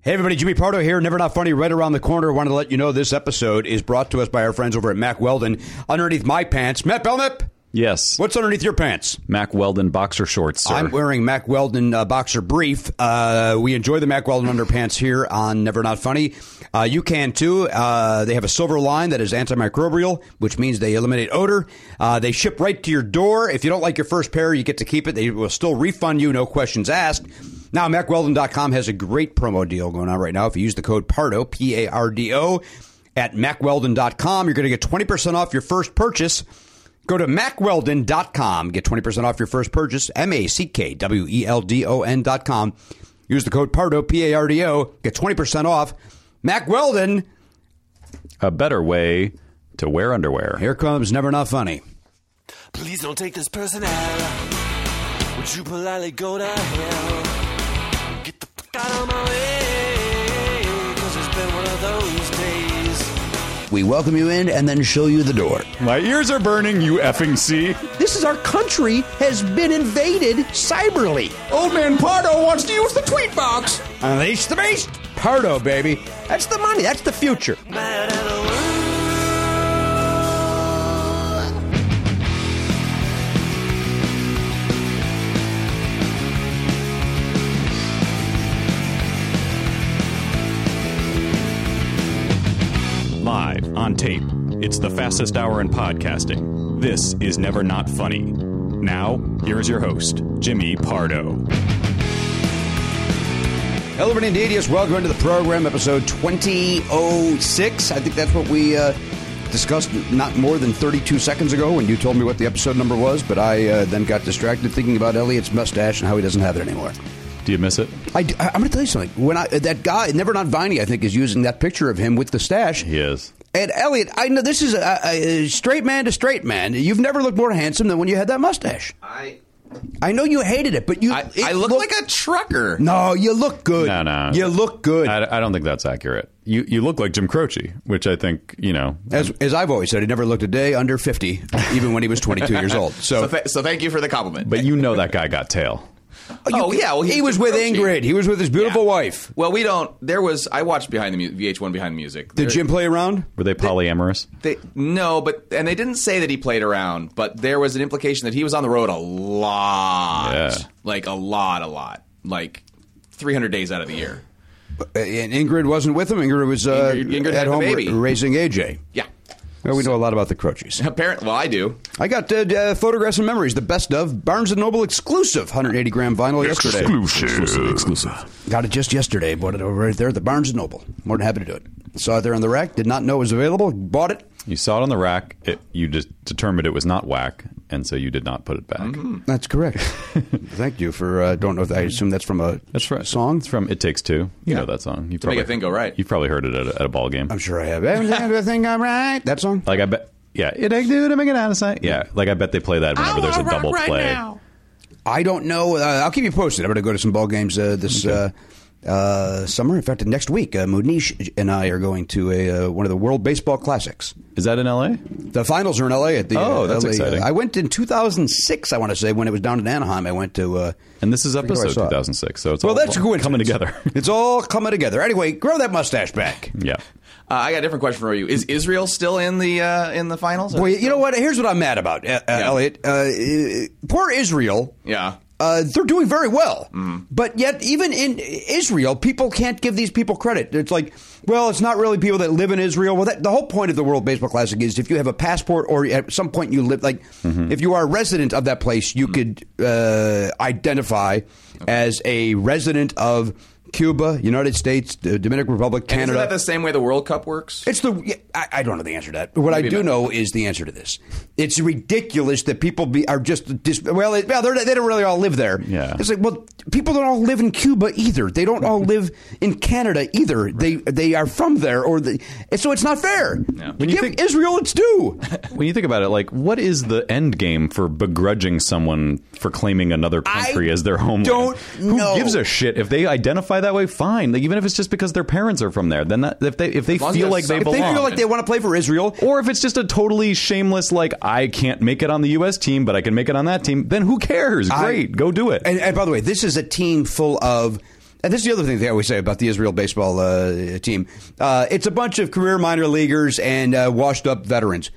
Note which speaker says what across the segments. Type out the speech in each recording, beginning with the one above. Speaker 1: Hey, everybody, Jimmy Pardo here, Never Not Funny, right around the corner. Wanted to let you know this episode is brought to us by our friends over at Mac Weldon. Underneath my pants, Matt Belknap,
Speaker 2: Yes.
Speaker 1: what's underneath your pants?
Speaker 2: Mac Weldon boxer shorts, sir.
Speaker 1: I'm wearing Mac Weldon uh, boxer brief. Uh, we enjoy the Mac Weldon underpants here on Never Not Funny. Uh, you can too. Uh, they have a silver line that is antimicrobial, which means they eliminate odor. Uh, they ship right to your door. If you don't like your first pair, you get to keep it. They will still refund you, no questions asked. Now, MacWeldon.com has a great promo deal going on right now. If you use the code PARDO, P A R D O, at MacWeldon.com, you're going to get 20% off your first purchase. Go to macweldon.com. Get 20% off your first purchase. M A C K W E L D O N.com. Use the code PARDO, P A R D O. Get 20% off. Mac Weldon.
Speaker 2: a better way to wear underwear.
Speaker 1: Here comes Never Not Funny.
Speaker 3: Please don't take this person out. Would you politely go to hell? Get the fuck out of my way. Cause it's been one of those days.
Speaker 1: We welcome you in and then show you the door.
Speaker 2: My ears are burning, you effing see.
Speaker 4: This is our country has been invaded cyberly. Old man Pardo wants to use the tweet box.
Speaker 1: Unleash the beast. Pardo, baby.
Speaker 4: That's the money. That's the future.
Speaker 3: Mad at the world.
Speaker 2: Live on tape. It's the fastest hour in podcasting. This is Never Not Funny. Now, here is your host, Jimmy Pardo.
Speaker 1: Hello, everybody, indeed. Yes, welcome into the program, episode 2006. I think that's what we uh, discussed not more than 32 seconds ago when you told me what the episode number was, but I uh, then got distracted thinking about Elliot's mustache and how he doesn't have it anymore.
Speaker 2: Do you miss it?
Speaker 1: I, am going to tell you something. When I that guy, never not Viney, I think is using that picture of him with the stash.
Speaker 2: He is.
Speaker 1: And Elliot, I know this is a, a, a straight man to straight man. You've never looked more handsome than when you had that mustache.
Speaker 5: I
Speaker 1: I know you hated it, but you.
Speaker 5: I,
Speaker 1: it
Speaker 5: I look
Speaker 1: looked-
Speaker 5: like a trucker.
Speaker 1: No, you look good.
Speaker 2: No, no.
Speaker 1: you look good.
Speaker 2: I, I don't think that's accurate. You you look like Jim Croce, which I think, you know.
Speaker 1: as, as I've always said, he never looked a day under fifty, even when he was twenty-two years old.
Speaker 5: So,
Speaker 1: So,
Speaker 5: tha- so thank you for the compliment.
Speaker 2: But you know that guy got tail.
Speaker 5: oh yeah, well,
Speaker 1: he,
Speaker 5: he's
Speaker 1: was with
Speaker 5: approaching.
Speaker 1: Ingrid. He was with his beautiful
Speaker 5: Yeah.
Speaker 1: wife.
Speaker 5: Well, we don't. There was I watched behind the mu- VH1 behind the music.
Speaker 1: Did
Speaker 5: There-
Speaker 1: Jim play around?
Speaker 2: Were they polyamorous?
Speaker 5: They, no, but and they didn't say that he played around, but there was an implication that he was on the road a lot,
Speaker 2: Yeah.
Speaker 5: like a lot, a lot, like 300 days out of the year.
Speaker 1: And Ingrid wasn't with him. Ingrid was uh,
Speaker 5: Ingrid- Ingrid
Speaker 1: at
Speaker 5: had the
Speaker 1: home
Speaker 5: baby.
Speaker 1: ra- raising AJ.
Speaker 5: Yeah,
Speaker 1: Well, we know a lot about the Croces.
Speaker 5: apparently. Well, I do.
Speaker 1: I got uh, uh, photographs and memories, the best of Barnes and Noble exclusive 180 gram vinyl yesterday.
Speaker 2: Exclusive. Exclusive.
Speaker 1: Got it just yesterday. Bought it over right there at the Barnes and Noble. More than happy to do it. Saw it there on the rack. Did not know it was available. Bought it.
Speaker 2: You saw it on the rack. It, you just determined it was not whack, and so you did not put it back.
Speaker 1: That's correct. Thank you for. Uh, don't know. If, I assume that's from a
Speaker 2: That's right.
Speaker 1: song.
Speaker 2: It's from It Takes Two. You know that song. You
Speaker 5: To make a thing go right.
Speaker 2: You've probably heard it at a, at a ball game.
Speaker 1: I'm sure I have. Everything all right. That song.
Speaker 2: Like I bet. Yeah, it ain't do to make it out of sight. Yeah, like I bet they play that whenever there's a double play.
Speaker 1: I don't know. Uh, I'll keep you posted. I'm going to go to some ball games uh, this uh, uh, summer. In fact, next week, uh, Munish and I are going to a uh, one of the World Baseball Classics.
Speaker 2: Is that in L.A.?
Speaker 1: The finals are in L.A. at the uh,
Speaker 2: Oh, that's
Speaker 1: LA,
Speaker 2: exciting.
Speaker 1: I went in 2006. I want to say when it was down in Anaheim. I went to. Uh,
Speaker 2: And this is
Speaker 1: I forget where I
Speaker 2: episode
Speaker 1: saw it.
Speaker 2: 2006, so it's
Speaker 1: Well,
Speaker 2: all
Speaker 1: that's a coincidence.
Speaker 2: coming together.
Speaker 1: it's all coming together. Anyway, grow that mustache back.
Speaker 2: yeah,
Speaker 5: Uh, I got a different question for you. Is Israel still in the uh, in the finals?
Speaker 1: Boy, you know what? Here's what I'm mad about, uh, uh, Elliot. Uh, uh, poor Israel.
Speaker 5: Yeah.
Speaker 1: Uh, they're doing very well,
Speaker 5: Mm-hmm.
Speaker 1: but yet even in Israel, people can't give these people credit. It's like, well, it's not really people that live in Israel. Well, that, the whole point of the World Baseball Classic is if you have a passport or at some point you live, like
Speaker 5: Mm-hmm.
Speaker 1: if you are a resident of that place, you could uh, identify as a resident of Cuba, United States, the Dominican Republic,
Speaker 5: And
Speaker 1: Canada.
Speaker 5: Isn't that the same way the World Cup works?
Speaker 1: It's the yeah, I, I don't know the answer to that. What I
Speaker 5: Maybe
Speaker 1: do
Speaker 5: not.
Speaker 1: know is the answer to this. It's ridiculous that people be are just dis, well, it, well they're, they don't really all live there.
Speaker 2: Yeah.
Speaker 1: it's like well, people don't all live in Cuba either. They don't all live in Canada either. They they are from there, or the, and so it's not fair.
Speaker 2: When you
Speaker 1: Give
Speaker 2: think-
Speaker 1: Israel its due.
Speaker 2: when you think about it, like, what is the end game for begrudging someone for claiming another country as their homeland?
Speaker 1: don't
Speaker 2: Who
Speaker 1: know.
Speaker 2: gives a shit if they identify that way? Fine, like even if it's just because their parents are from there, then that, if they if they
Speaker 5: long as
Speaker 2: feel
Speaker 5: you
Speaker 2: like they
Speaker 5: have
Speaker 1: if
Speaker 2: belong,
Speaker 1: they feel like they want to play for Israel,
Speaker 2: or if it's just a totally shameless like I can't make it on the U.S. team, but I can make it on that team, then who cares?
Speaker 1: I-
Speaker 2: Great, go do it.
Speaker 1: And, and by the way, this is a team full of And this is the other thing they always say about the Israel baseball uh, team. Uh, it's a bunch of career minor leaguers and uh, washed up veterans.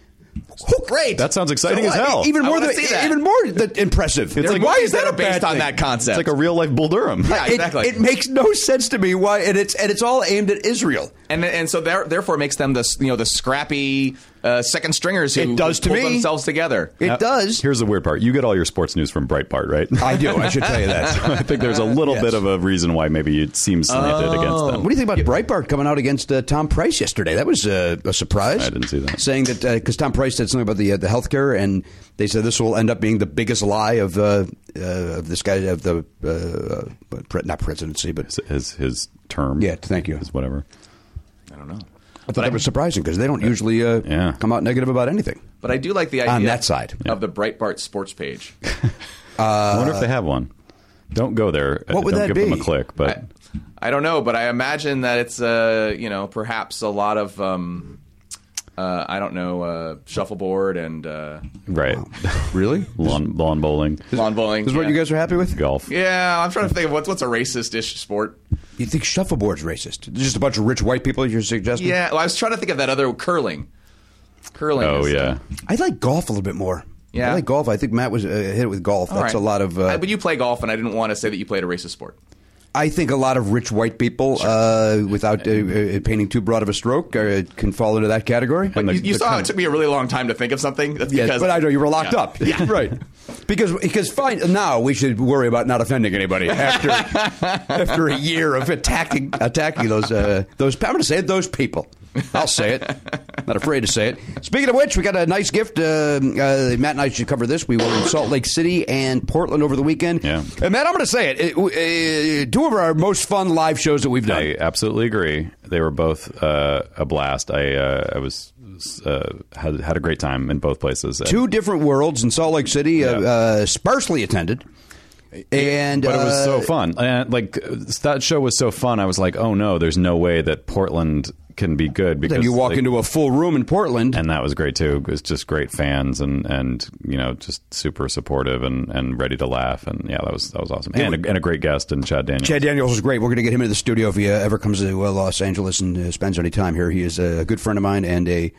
Speaker 1: Who-
Speaker 5: Great.
Speaker 2: That sounds exciting as hell.
Speaker 1: Even
Speaker 5: I
Speaker 1: more,
Speaker 5: wanna
Speaker 1: than,
Speaker 5: see that.
Speaker 1: even more than impressive.
Speaker 2: It's
Speaker 5: They're
Speaker 2: like-
Speaker 5: like, why is
Speaker 2: They're
Speaker 5: that based
Speaker 2: bad
Speaker 5: on
Speaker 2: thing.
Speaker 5: that
Speaker 2: It's
Speaker 5: concept?
Speaker 2: like a real life Bull Durham.
Speaker 5: Yeah,
Speaker 1: It-
Speaker 5: exactly.
Speaker 1: It, makes no sense to me why, and it's and it's all aimed at Israel.
Speaker 5: and and so there, therefore makes them the you know the scrappy uh, second stringers who
Speaker 1: It does to
Speaker 5: pull
Speaker 1: me.
Speaker 5: themselves together.
Speaker 1: It
Speaker 2: Now,
Speaker 1: does.
Speaker 2: Here's the weird part. You get all your sports news from Breitbart, right?
Speaker 1: I do. I should tell you that.
Speaker 2: I think there's a little
Speaker 1: Yes. Oh.
Speaker 2: bit of a reason why maybe it seems slanted against them.
Speaker 1: What do you think about Breitbart coming out against uh, Tom Price yesterday? That was uh, a surprise.
Speaker 2: I didn't see that.
Speaker 1: Saying that because Tom Price said something about the uh, the healthcare, and they said this will end up being the biggest lie of uh, uh, of this guy of the uh, uh, pre- not presidency, but
Speaker 2: his his term.
Speaker 1: Yeah, thank you.
Speaker 2: His whatever.
Speaker 5: I don't know,
Speaker 1: I thought that was surprising because they don't usually uh,
Speaker 2: Yeah.
Speaker 1: come out negative about anything.
Speaker 5: but I do like the idea
Speaker 1: On that side.
Speaker 5: of the Breitbart sports page.
Speaker 2: I wonder if they have one. Don't go there.
Speaker 1: Uh, What would
Speaker 2: Don't
Speaker 1: that
Speaker 2: give them
Speaker 1: be?
Speaker 2: a click, but
Speaker 5: I, I don't know, but I imagine that it's uh, you know perhaps a lot of um, uh, I don't know uh, shuffleboard and uh,
Speaker 2: right.
Speaker 1: Really?
Speaker 2: lawn lawn bowling,
Speaker 5: lawn bowling.
Speaker 1: This is what
Speaker 5: yeah.
Speaker 1: you guys are happy with?
Speaker 2: golf.
Speaker 5: Yeah, I'm trying to think of what's what's a racist ish sport.
Speaker 1: You think shuffleboard's racist? There's just a bunch of rich white people you're suggesting?
Speaker 5: Yeah, well, I was trying to think of that other curling. Curling.
Speaker 2: Oh
Speaker 5: is-
Speaker 2: yeah.
Speaker 1: I like golf a little bit more.
Speaker 5: Yeah?
Speaker 1: I like golf. I think Matt was uh, hit it with golf.
Speaker 5: All
Speaker 1: That's
Speaker 5: right.
Speaker 1: a lot of. Uh,
Speaker 5: I- but you play golf, and I didn't want to say that you played a racist sport.
Speaker 1: I think a lot of rich white people, uh, without uh, uh, painting too broad of a stroke, uh, can fall into that category. But
Speaker 5: You, you saw it took me a really long time to think of something. That's
Speaker 1: Yes,
Speaker 5: because
Speaker 1: but I know you were locked up.
Speaker 5: Yeah.
Speaker 1: right. Because because fine now we should worry about not offending anybody after after a year of attacking attacking those uh, those I'm going to say it those people. I'll say it. Not afraid to say it. Speaking of which, we got a nice gift. Uh, uh, Matt and I should cover this. We were in Salt Lake City and Portland over the weekend.
Speaker 2: Yeah.
Speaker 1: And Matt, I'm going to say it. it w- uh, two of our most fun live shows that we've done.
Speaker 2: I absolutely agree. They were both uh, a blast. I uh, I was uh, had had a great time in both places. And-
Speaker 1: two different worlds in Salt Lake City, uh,
Speaker 2: Yeah.
Speaker 1: uh, sparsely attended. And
Speaker 2: but it was
Speaker 1: uh,
Speaker 2: so fun. And like that show was so fun. I was like, oh no, there's no way that Portland can be good because
Speaker 1: Then you walk
Speaker 2: like,
Speaker 1: into a full room in Portland.
Speaker 2: and that was great too. It was just great fans and and you know just super supportive and and ready to laugh and yeah, that was that was awesome. And a, and a great guest in Chad Daniels.
Speaker 1: Chad Daniels is great. We're going to get him into the studio if he uh, ever comes to uh, Los Angeles and uh, spends any time here. He is a good friend of mine and a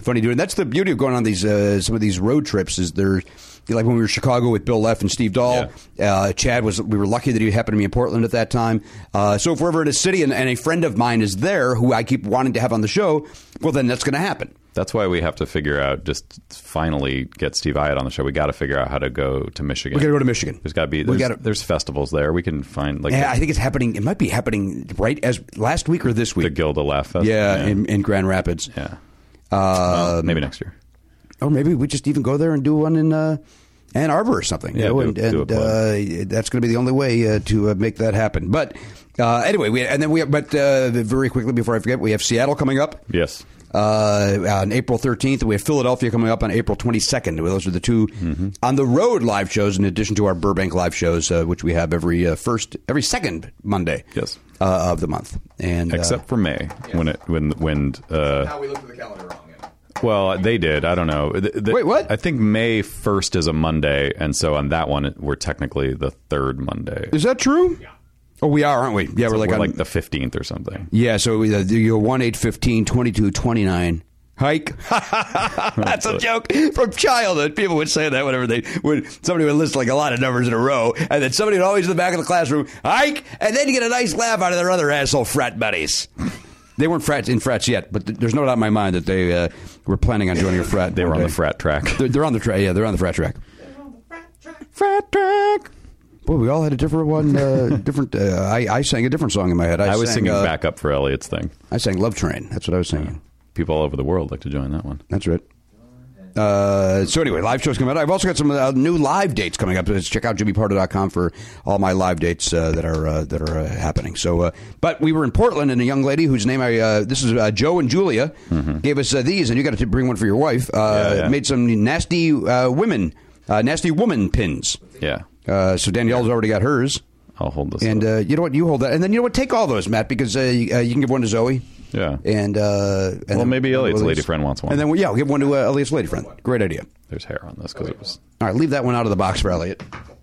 Speaker 1: funny dude. And that's the beauty of going on these uh, some of these road trips is there. Like when we were in Chicago with Bill Leff and Steve Dahl, uh, Chad was. We were lucky that he happened to be in Portland at that time. Uh, so if we're ever in a city and, and a friend of mine is there who I keep wanting to have on the show, well then that's going to happen.
Speaker 2: That's why we have to figure out just finally get Steve Iatt on the show. We got to figure out how to go to Michigan.
Speaker 1: We gotta go to Michigan.
Speaker 2: There's got to
Speaker 1: We
Speaker 2: be there's,
Speaker 1: gotta-
Speaker 2: there's festivals there. We can find like
Speaker 1: Yeah,
Speaker 2: the,
Speaker 1: I think it's happening. It might be happening right as last week or this week.
Speaker 2: the Gilda Laugh Fest.
Speaker 1: yeah, In, in Grand Rapids.
Speaker 2: yeah.
Speaker 1: Uh,
Speaker 2: Well, maybe next year.
Speaker 1: or maybe we just even go there and do one in uh, Ann Arbor or something. you
Speaker 2: Yeah,
Speaker 1: know,
Speaker 2: do-
Speaker 1: and,
Speaker 2: do a
Speaker 1: and uh, that's going to be the only way uh, to uh, make that happen. But uh, anyway, we and then we but uh, very quickly before I forget, we have Seattle coming up.
Speaker 2: Yes.
Speaker 1: Uh, on April 13th, we have Philadelphia coming up on April 22nd. Those are the 2
Speaker 2: Mm-hmm.
Speaker 1: on the road live shows, in addition to our Burbank live shows, uh, which we have every uh, first, every second Monday
Speaker 2: Yes.
Speaker 1: uh, of the month. And uh,
Speaker 2: Except for May when it when when uh,
Speaker 5: Now we looked at the calendar wrong. yeah.
Speaker 2: Well, they did. I don't know. Th- th-
Speaker 1: Wait, what?
Speaker 2: I think May first is a Monday, and so on that one, we're technically the third Monday.
Speaker 1: Is that true? Oh, we are, aren't we? Yeah, we're like,
Speaker 2: we're
Speaker 1: on-
Speaker 2: like the fifteenth or something.
Speaker 1: yeah. So we, uh, you're one eight fifteen twenty two twenty nine. Hike. That's a joke from childhood. People would say that whenever they would. Somebody would list like a lot of numbers in a row, and then somebody would always in the back of the classroom hike, and then you get a nice laugh out of their other asshole frat buddies. They weren't frats in frats yet, but th- there's no doubt in my mind that they uh, were planning on joining a frat.
Speaker 2: They were on the
Speaker 1: Okay.
Speaker 2: frat track.
Speaker 1: They're, they're on the track. Yeah, they're on the frat track.
Speaker 2: frat track.
Speaker 1: Boy, we all had a different one. Uh, different. Uh, I, I sang a different song in my head. I,
Speaker 2: I was
Speaker 1: sang,
Speaker 2: singing
Speaker 1: uh,
Speaker 2: back up for Elliot's thing.
Speaker 1: I sang "Love Train." That's what I was singing.
Speaker 2: People all over the world like to join that one.
Speaker 1: That's right. Uh, so anyway, live shows coming up. I've also got some uh, new live dates coming up. Just check out jimmypardo.com for all my live dates uh, that are uh, that are uh, happening. So, uh, but we were in Portland, and a young lady whose name I uh, this is uh, Joe and Julia gave us uh, these, and you got to bring one for your wife. Uh,
Speaker 2: Mm-hmm. Yeah, yeah.
Speaker 1: Made some nasty uh, women, uh, nasty woman pins.
Speaker 2: Yeah,
Speaker 1: Uh, so Danielle's already got hers.
Speaker 2: I'll hold this.
Speaker 1: And
Speaker 2: up.
Speaker 1: uh, you know what? You hold that, and then you know what? Take all those, Matt, because uh, you, uh, you can give one to Zoe.
Speaker 2: Yeah.
Speaker 1: And, uh, and
Speaker 2: well,
Speaker 1: then-
Speaker 2: maybe Elliot's
Speaker 1: Elise.
Speaker 2: lady friend wants one.
Speaker 1: And then we- yeah, I'll give one to uh, Elliot's lady friend. Great idea.
Speaker 2: There's hair on this because it was.
Speaker 1: All right, leave that one out of the box for Elliot,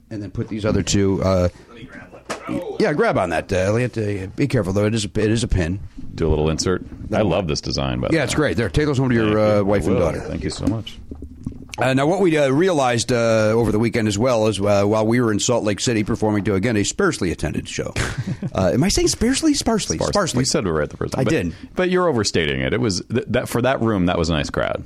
Speaker 1: and then put these other two. Uh, Yeah, grab on that, uh, Elliot. Uh, be careful though; it is a, it is a pin.
Speaker 2: Do a little insert. I love this design, by the
Speaker 1: Yeah, it's
Speaker 2: way.
Speaker 1: great. There, take those home to
Speaker 2: Thank
Speaker 1: your
Speaker 2: you.
Speaker 1: uh,
Speaker 2: I
Speaker 1: wife and
Speaker 2: will.
Speaker 1: daughter.
Speaker 2: Thank you so much.
Speaker 1: Uh, now, what we uh, realized uh, over the weekend as well is uh, while we were in Salt Lake City performing to again a sparsely attended show. uh, am I saying sparsely? Sparsely, sparsely.
Speaker 2: You said we were at the first. time,
Speaker 1: I
Speaker 2: but,
Speaker 1: did.
Speaker 2: but you're overstating it. It was th- that for that room. That was a nice crowd.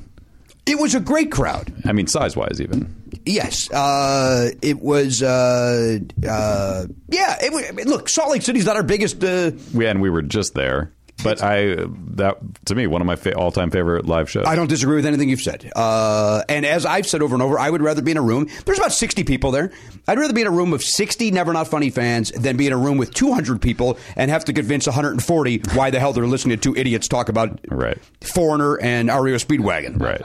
Speaker 1: it was a great crowd.
Speaker 2: I mean, size wise, even.
Speaker 1: Yes, uh, it was. Uh, uh, yeah, it, wa- I mean, look, Salt Lake City's not our biggest. Uh,
Speaker 2: We and we were just there. But I that to me one of my fa- all time favorite live shows.
Speaker 1: I don't disagree with anything you've said. Uh, and as I've said over and over, I would rather be in a room. There's about 60 people there. I'd rather be in a room of 60 Never Not Funny fans than be in a room with 200 people and have to convince 140 why the hell they're listening to two idiots talk about
Speaker 2: Right.
Speaker 1: Foreigner and REO Speedwagon.
Speaker 2: Right.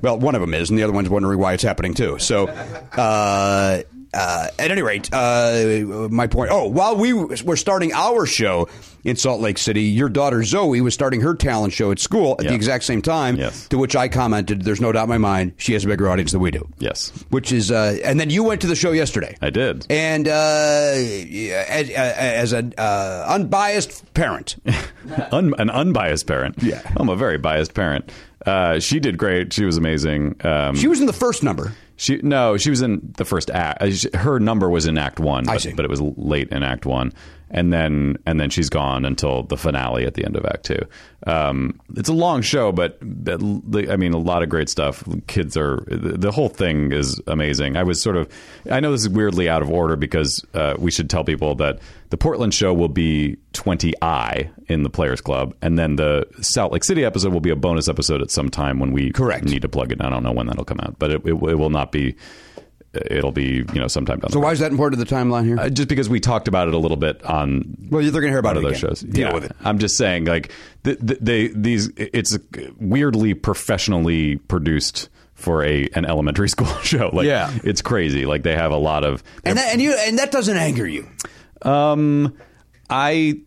Speaker 1: Well, one of them is, and the other one's wondering why it's happening too. So, uh, uh, at any rate, uh, my point. Oh, while we were starting our show in Salt Lake City, your daughter Zoe was starting her talent show at school at
Speaker 2: Yeah.
Speaker 1: the exact same time.
Speaker 2: Yes.
Speaker 1: To which I commented, "There's no doubt in my mind she has a bigger audience than we do."
Speaker 2: Yes.
Speaker 1: Which is, uh, and then you went to the show yesterday.
Speaker 2: I did.
Speaker 1: And uh, as, as an uh, unbiased parent,
Speaker 2: Um, Un, an unbiased parent.
Speaker 1: Yeah.
Speaker 2: I'm a very biased parent. Uh, she did great. She was amazing. Um,
Speaker 1: she was in the first number.
Speaker 2: She no, she was in the first act. uh, she- Her number was in Act One, but,
Speaker 1: see.
Speaker 2: but it was late in Act One, and then and then she's gone until the finale at the end of Act Two. Um, it's a long show, but but l- I mean, a lot of great stuff. Kids are the the whole thing is amazing. I was sort of I know this is weirdly out of order because uh, we should tell people that the Portland show will be twenty I in the Players Club, and then the Salt Lake City episode will be a bonus episode at some time when we
Speaker 1: Correct.
Speaker 2: need to plug it. I don't know when that'll come out, but it, it, it will not be. It'll be you know sometime down.
Speaker 1: So
Speaker 2: the
Speaker 1: why is that important to the timeline here?
Speaker 2: road. Uh, Just because we talked about it a little bit on
Speaker 1: well, they're going to hear about
Speaker 2: one
Speaker 1: it
Speaker 2: of those
Speaker 1: again.
Speaker 2: shows.
Speaker 1: Deal with it.
Speaker 2: I'm just saying, like th th they these it's weirdly professionally produced for a an elementary school show. Like
Speaker 1: Yeah.
Speaker 2: it's crazy. Like they have a lot of
Speaker 1: and that, and you and that doesn't anger you.
Speaker 2: Um, I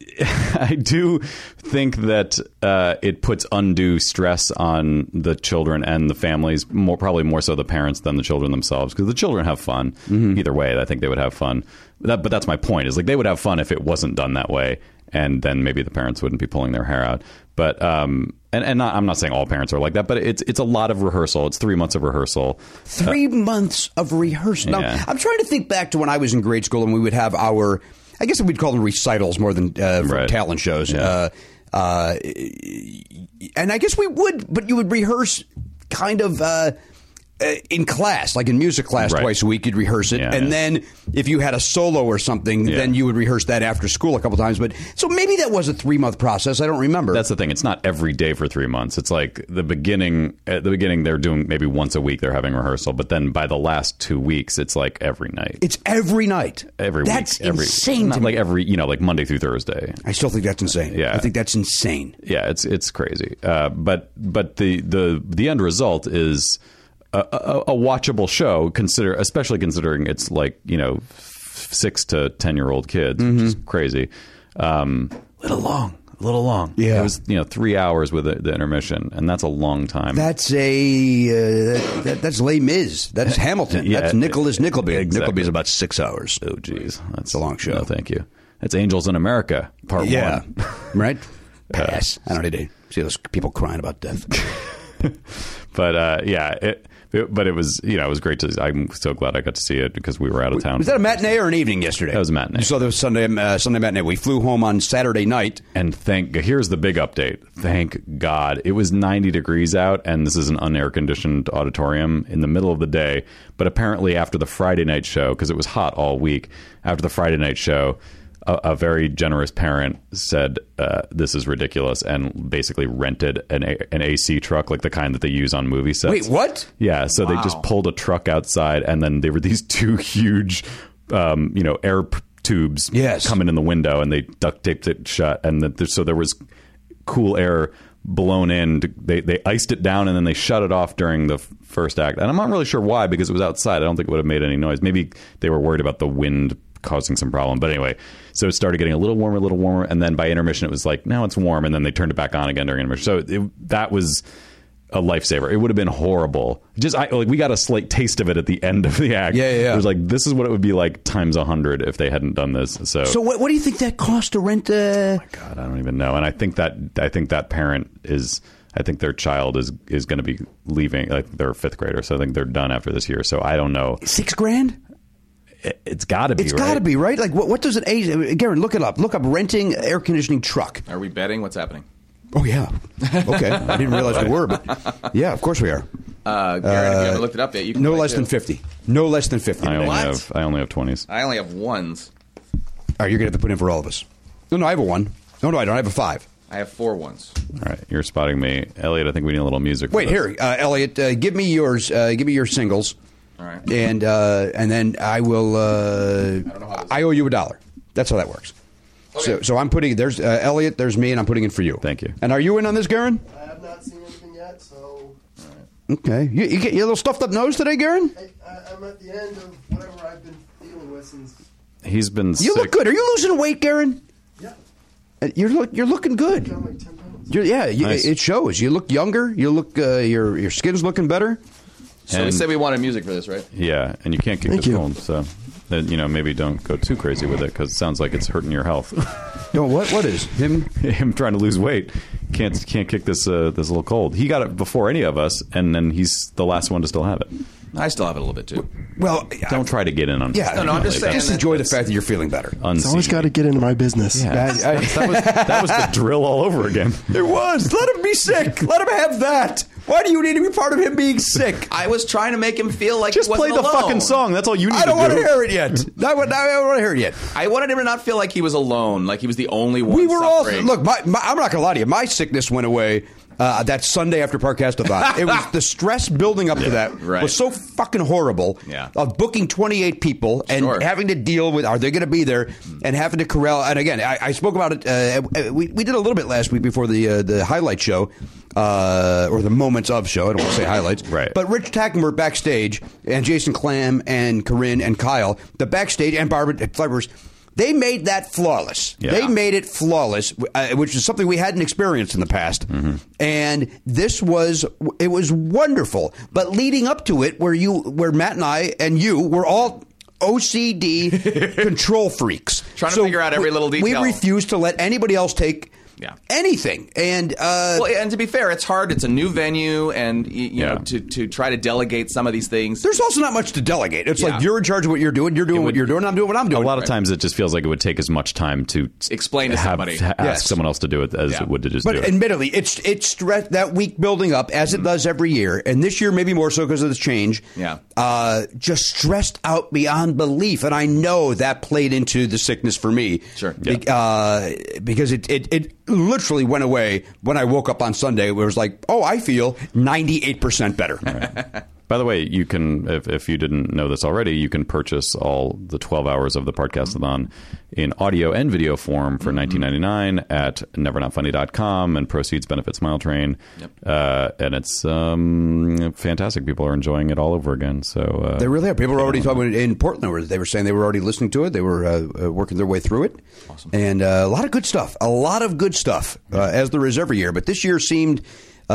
Speaker 2: I do think that uh, it puts undue stress on the children and the families, more probably more so the parents than the children themselves, because the children have fun either way. I think they would have fun. That, but that's my point is like they would have fun if it wasn't done that way, and then maybe the parents wouldn't be pulling their hair out. But um, and and not, I'm not saying all parents are like that, but it's it's a lot of rehearsal. It's three months of rehearsal.
Speaker 1: Three months of rehearsal. Now,
Speaker 2: Yeah.
Speaker 1: I'm trying to think back to when I was in grade school and we would have our, I guess we'd call them recitals more than uh, for
Speaker 2: Right.
Speaker 1: talent shows. Uh, uh, and I guess we would, but you would rehearse kind of. Uh, uh, in class, like in music class,
Speaker 2: Right.
Speaker 1: twice a week, you'd rehearse it,
Speaker 2: Yeah,
Speaker 1: and
Speaker 2: yeah.
Speaker 1: then if you had a solo or something,
Speaker 2: Yeah.
Speaker 1: then you would rehearse that after school a couple times. But so maybe that was a three month process. I don't remember.
Speaker 2: That's the thing. It's not every day for three months. It's like the beginning. At the beginning, they're doing maybe once a week. They're having rehearsal, but then by the last two weeks, it's like every night,
Speaker 1: it's every night.
Speaker 2: every
Speaker 1: That's
Speaker 2: week, every
Speaker 1: insane.
Speaker 2: Not
Speaker 1: to me.
Speaker 2: like every you know, like Monday through Thursday.
Speaker 1: I still think that's insane.
Speaker 2: Yeah.
Speaker 1: I think that's insane.
Speaker 2: Yeah, it's it's crazy. Uh, but but the the the end result is a, a, a watchable show. Consider especially considering it's like you know f- six to ten year old kids, which
Speaker 1: Mm-hmm.
Speaker 2: is crazy. Um, little long. A little long.
Speaker 1: Yeah.
Speaker 2: it was you know three hours with the, the intermission, and that's a long time.
Speaker 1: That's a uh, that, that's Les Mis. That's Hamilton.
Speaker 2: Yeah.
Speaker 1: that's Nicholas Nickleby.
Speaker 2: Exactly.
Speaker 1: Nickleby's about six hours.
Speaker 2: Oh, geez. That's
Speaker 1: a long show.
Speaker 2: No, thank you. That's Angels in America, part
Speaker 1: Yeah,
Speaker 2: one.
Speaker 1: right. Pass. I don't need to see those people crying about death.
Speaker 2: But uh, yeah, it, it- but it was, you know, it was great to, I'm so glad I got to see it because we were out of town.
Speaker 1: Was that a matinee or an evening yesterday?
Speaker 2: That was a matinee.
Speaker 1: So there was Sunday uh, Sunday matinee. We flew home on Saturday night.
Speaker 2: and thank, here's the big update. Thank God. It was 90 degrees out, and this is an unair conditioned auditorium in the middle of the day. But apparently, after the Friday night show, because it was hot all week, after the Friday night show, a, a very generous parent said, uh, "This is ridiculous," and basically rented an a- an AC truck, like the kind that they use on movie sets.
Speaker 1: Wait, what?
Speaker 2: Yeah, so they just pulled a truck outside, and then there were these two huge, um, you know, air p- tubes
Speaker 1: Yes.
Speaker 2: coming in the window, and they duct taped it shut, and the, so there was cool air blown in. to- They they iced it down, and then they shut it off during the f- first act. And I'm not really sure why, because it was outside. I don't think it would have made any noise. Maybe they were worried about the wind causing some problem. But anyway, so it started getting a little warmer, a little warmer, and then by intermission it was like now it's warm, and then they turned it back on again during intermission. So it, that was a lifesaver. It would have been horrible. Just I, like we got a slight taste of it at the end of the act.
Speaker 1: Yeah, yeah, yeah.
Speaker 2: It was like this is what it would be like times a hundred if they hadn't done this. So,
Speaker 1: So what, what do you think that cost to rent? Uh,
Speaker 2: God, I don't even know. And I think that I think that parent is. I think their child is is going to be leaving. Like they're a fifth grader, so I think they're done after this year. So I don't know.
Speaker 1: six grand?
Speaker 2: It, has got to be.
Speaker 1: It's
Speaker 2: right?
Speaker 1: got to be right. Like what? What does an age? Garen, look it up. Look up renting air conditioning truck.
Speaker 5: Are we betting? What's happening?
Speaker 1: Oh yeah. Okay, I didn't realize we were, but yeah, of course we are.
Speaker 5: Uh, Garrett, if you haven't looked it up yet, you can
Speaker 1: No
Speaker 5: play
Speaker 1: less
Speaker 5: too.
Speaker 1: than fifty. No less than fifty.
Speaker 2: I only
Speaker 5: What?
Speaker 2: have I only have twenties.
Speaker 5: I only have ones.
Speaker 1: All right, you're gonna have to put in for all of us. No, no, I have a one. No, no, I don't. I have a five.
Speaker 5: I have four ones.
Speaker 2: All right, you're spotting me, Elliot. I think we need a little music. for
Speaker 1: Wait,
Speaker 2: this.
Speaker 1: here, uh, Elliot, uh, give me yours. Uh, give me your singles.
Speaker 5: All right.
Speaker 1: And uh, and then I will. Uh,
Speaker 5: don't know how this-
Speaker 1: I owe you a dollar. That's how that works. So, so I'm putting there's uh, Elliot, there's me, and I'm putting in for you.
Speaker 2: Thank you.
Speaker 1: And are you in on this, Garen?
Speaker 6: I have not seen anything yet, so
Speaker 1: Okay. You, you get your little stuffed up nose today, Garen.
Speaker 6: I, I, I'm at the end of whatever I've been dealing with since.
Speaker 2: He's been.
Speaker 1: You look good. Are you losing weight, Garen?
Speaker 6: Yeah,
Speaker 1: Uh, You're look, you're looking good.
Speaker 6: down like 10 pounds.
Speaker 1: You're, yeah, you,
Speaker 2: Nice.
Speaker 1: it shows. You look younger. You look uh, your your skin's looking better.
Speaker 5: So we
Speaker 2: And-
Speaker 5: said we wanted music for this, right?
Speaker 2: Yeah, and you can't kick
Speaker 6: Thank
Speaker 2: this
Speaker 6: you.
Speaker 2: cold, so then you know maybe don't go too crazy with it because it sounds like it's hurting your health.
Speaker 1: No, what what is him?
Speaker 2: Him trying to lose weight can't can't kick this uh, this little cold. He got it before any of us, and then he's the last one to still have it.
Speaker 5: I still have it a little bit too.
Speaker 1: Well,
Speaker 2: Don't try to get in on.
Speaker 1: Yeah,
Speaker 5: No, no, I'm just saying
Speaker 1: Just
Speaker 5: that-
Speaker 1: enjoy the fact that you're feeling better.
Speaker 2: It's
Speaker 6: It's always got to get into my business.
Speaker 2: that, was, that was the drill all over again.
Speaker 1: It was. Let him be sick. Let him have that. Why do you need to be part of him being sick?
Speaker 5: I was trying to make him feel like
Speaker 2: Just
Speaker 5: he
Speaker 2: play
Speaker 5: wasn't
Speaker 2: the
Speaker 5: alone.
Speaker 2: fucking song. That's all you need.
Speaker 1: I don't
Speaker 2: to
Speaker 1: want
Speaker 2: do.
Speaker 1: to hear it yet. I don't, I don't want to hear it yet.
Speaker 5: I wanted him to not feel like he was alone, like he was the only one.
Speaker 1: We were all
Speaker 5: suffering.
Speaker 1: look. My, my, I'm not gonna lie to you. My sickness went away uh, that Sunday after Parkastathon. it was the stress building up to that
Speaker 5: right.
Speaker 1: was so fucking horrible.
Speaker 5: Yeah.
Speaker 1: Of booking 28 people and
Speaker 5: Sure.
Speaker 1: having to deal with are they going to be there and having to corral. And again, I, I spoke about it. Uh, we we did a little bit last week before the uh, the highlight show. Uh, or the moments of show. I don't want to say highlights.
Speaker 2: Right.
Speaker 1: But Rich Tackenberg backstage and Jason Clam and Corinne and Kyle, the backstage and Barbara Fibers, they made that flawless.
Speaker 2: Yeah.
Speaker 1: They made it flawless, uh, which is something we hadn't experienced in the past.
Speaker 5: Mm-hmm.
Speaker 1: And this was it was wonderful. But leading up to it, where you, where Matt and I and you were all. OCD control freaks.
Speaker 5: Trying to figure out
Speaker 1: we-
Speaker 5: every little detail.
Speaker 1: We refuse to let anybody else take
Speaker 5: Yeah.
Speaker 1: anything. And uh,
Speaker 5: Well, and to be fair, it's hard. It's a new venue, and y- you
Speaker 2: Yeah.
Speaker 5: know, to to try to delegate some of these things.
Speaker 1: There's also not much to delegate. It's
Speaker 5: Yeah.
Speaker 1: like you're in charge of what you're doing, you're doing what
Speaker 2: would-
Speaker 1: you're doing, I'm doing what I'm
Speaker 2: A
Speaker 1: doing.
Speaker 2: lot of times, it just feels like it would take as much time to
Speaker 5: Explain to
Speaker 2: have-
Speaker 5: somebody.
Speaker 2: ha- ask
Speaker 1: Yes.
Speaker 2: someone else to do it as
Speaker 5: Yeah.
Speaker 2: it would to just
Speaker 1: but
Speaker 2: do it. Mm-hmm.
Speaker 1: admittedly, it's it's stre- that week building up as it does every year, and this year maybe more so because of this change.
Speaker 5: Yeah.
Speaker 1: uh, just stressed out beyond belief, and I know that played into the sickness for me.
Speaker 5: Sure.
Speaker 1: Be- uh, because it, it it literally went away when I woke up on Sunday. It was like, oh, I feel ninety eight percent better.
Speaker 2: By the way, you can, if, if you didn't know this already, you can purchase all the 12 hours of the Podcastathon in audio and video form
Speaker 1: Mm-hmm.
Speaker 2: for 19.99 at nevernotfunny.com and proceeds benefit Smile Train.
Speaker 5: Yep.
Speaker 2: Uh, and it's um, fantastic. People are enjoying it all over again. So uh,
Speaker 1: They really are. People were already talking in Portland. where They were saying they were already listening to it. They were uh, uh, working their way through it, and uh, a lot of good stuff. A lot of good stuff, uh, as there is every year. But this year seemed uh, uh,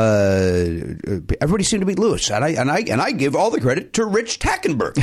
Speaker 1: everybody seemed to be loose, and I and I and I give all the credit to Rich Tackenberg.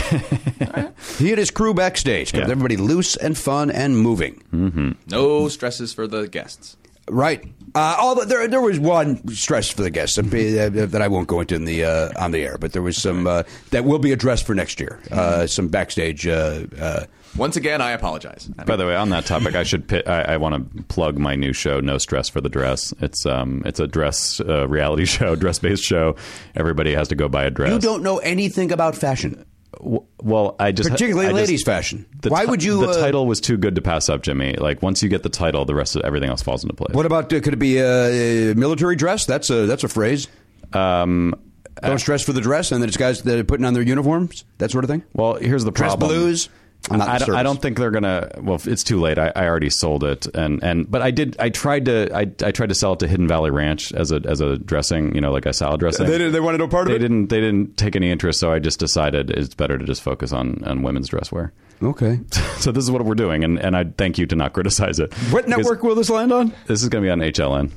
Speaker 1: he and his crew backstage kept
Speaker 2: Yeah.
Speaker 1: everybody loose and fun and moving.
Speaker 5: no stresses for the guests.
Speaker 1: Right. Uh, although there, there was one stress for the guests and be- uh, that I won't go into in the uh, on the air, but there was some uh, that will be addressed for next year. Uh, some backstage. Uh, uh,
Speaker 5: Once again, I apologize.
Speaker 2: By the way, on that topic, I should pit, I, I want to plug my new show, No Stress for the Dress. It's um, it's a dress uh, reality show, dress based show. Everybody has to go buy a dress.
Speaker 1: you don't know anything about fashion,
Speaker 2: W- Well, I just
Speaker 1: particularly
Speaker 2: I just-
Speaker 1: ladies' fashion.
Speaker 2: The
Speaker 1: Why
Speaker 2: ti-
Speaker 1: would you?
Speaker 2: The
Speaker 1: uh,
Speaker 2: title was too good to pass up, Jimmy. Like once you get the title, the rest of everything else falls into place.
Speaker 1: What about uh, could it be a uh, military dress? That's a that's a phrase. Um,
Speaker 2: uh,
Speaker 1: Don't stress for the dress, and then it's guys that are putting on their uniforms, that sort of thing.
Speaker 2: Well, here's the
Speaker 1: Dress
Speaker 2: problem.
Speaker 1: blues? I'm not in
Speaker 2: I,
Speaker 1: the
Speaker 2: don't, I
Speaker 1: service.
Speaker 2: don't think they're gonna. Well, it's too late. I, I already sold it, and, and but I did. I tried to. I, I tried to sell it to Hidden Valley Ranch as a as a dressing. You know, like a salad dressing.
Speaker 1: They didn't- they wanted no part of
Speaker 2: They
Speaker 1: it?
Speaker 2: didn't. They didn't take any interest. So I just decided it's better to just focus on on women's dress wear.
Speaker 1: Okay.
Speaker 2: so this is what we're doing, and and I thank you to not criticize it.
Speaker 1: What
Speaker 2: Because
Speaker 1: network will this land on?
Speaker 2: This is going to be on HLN.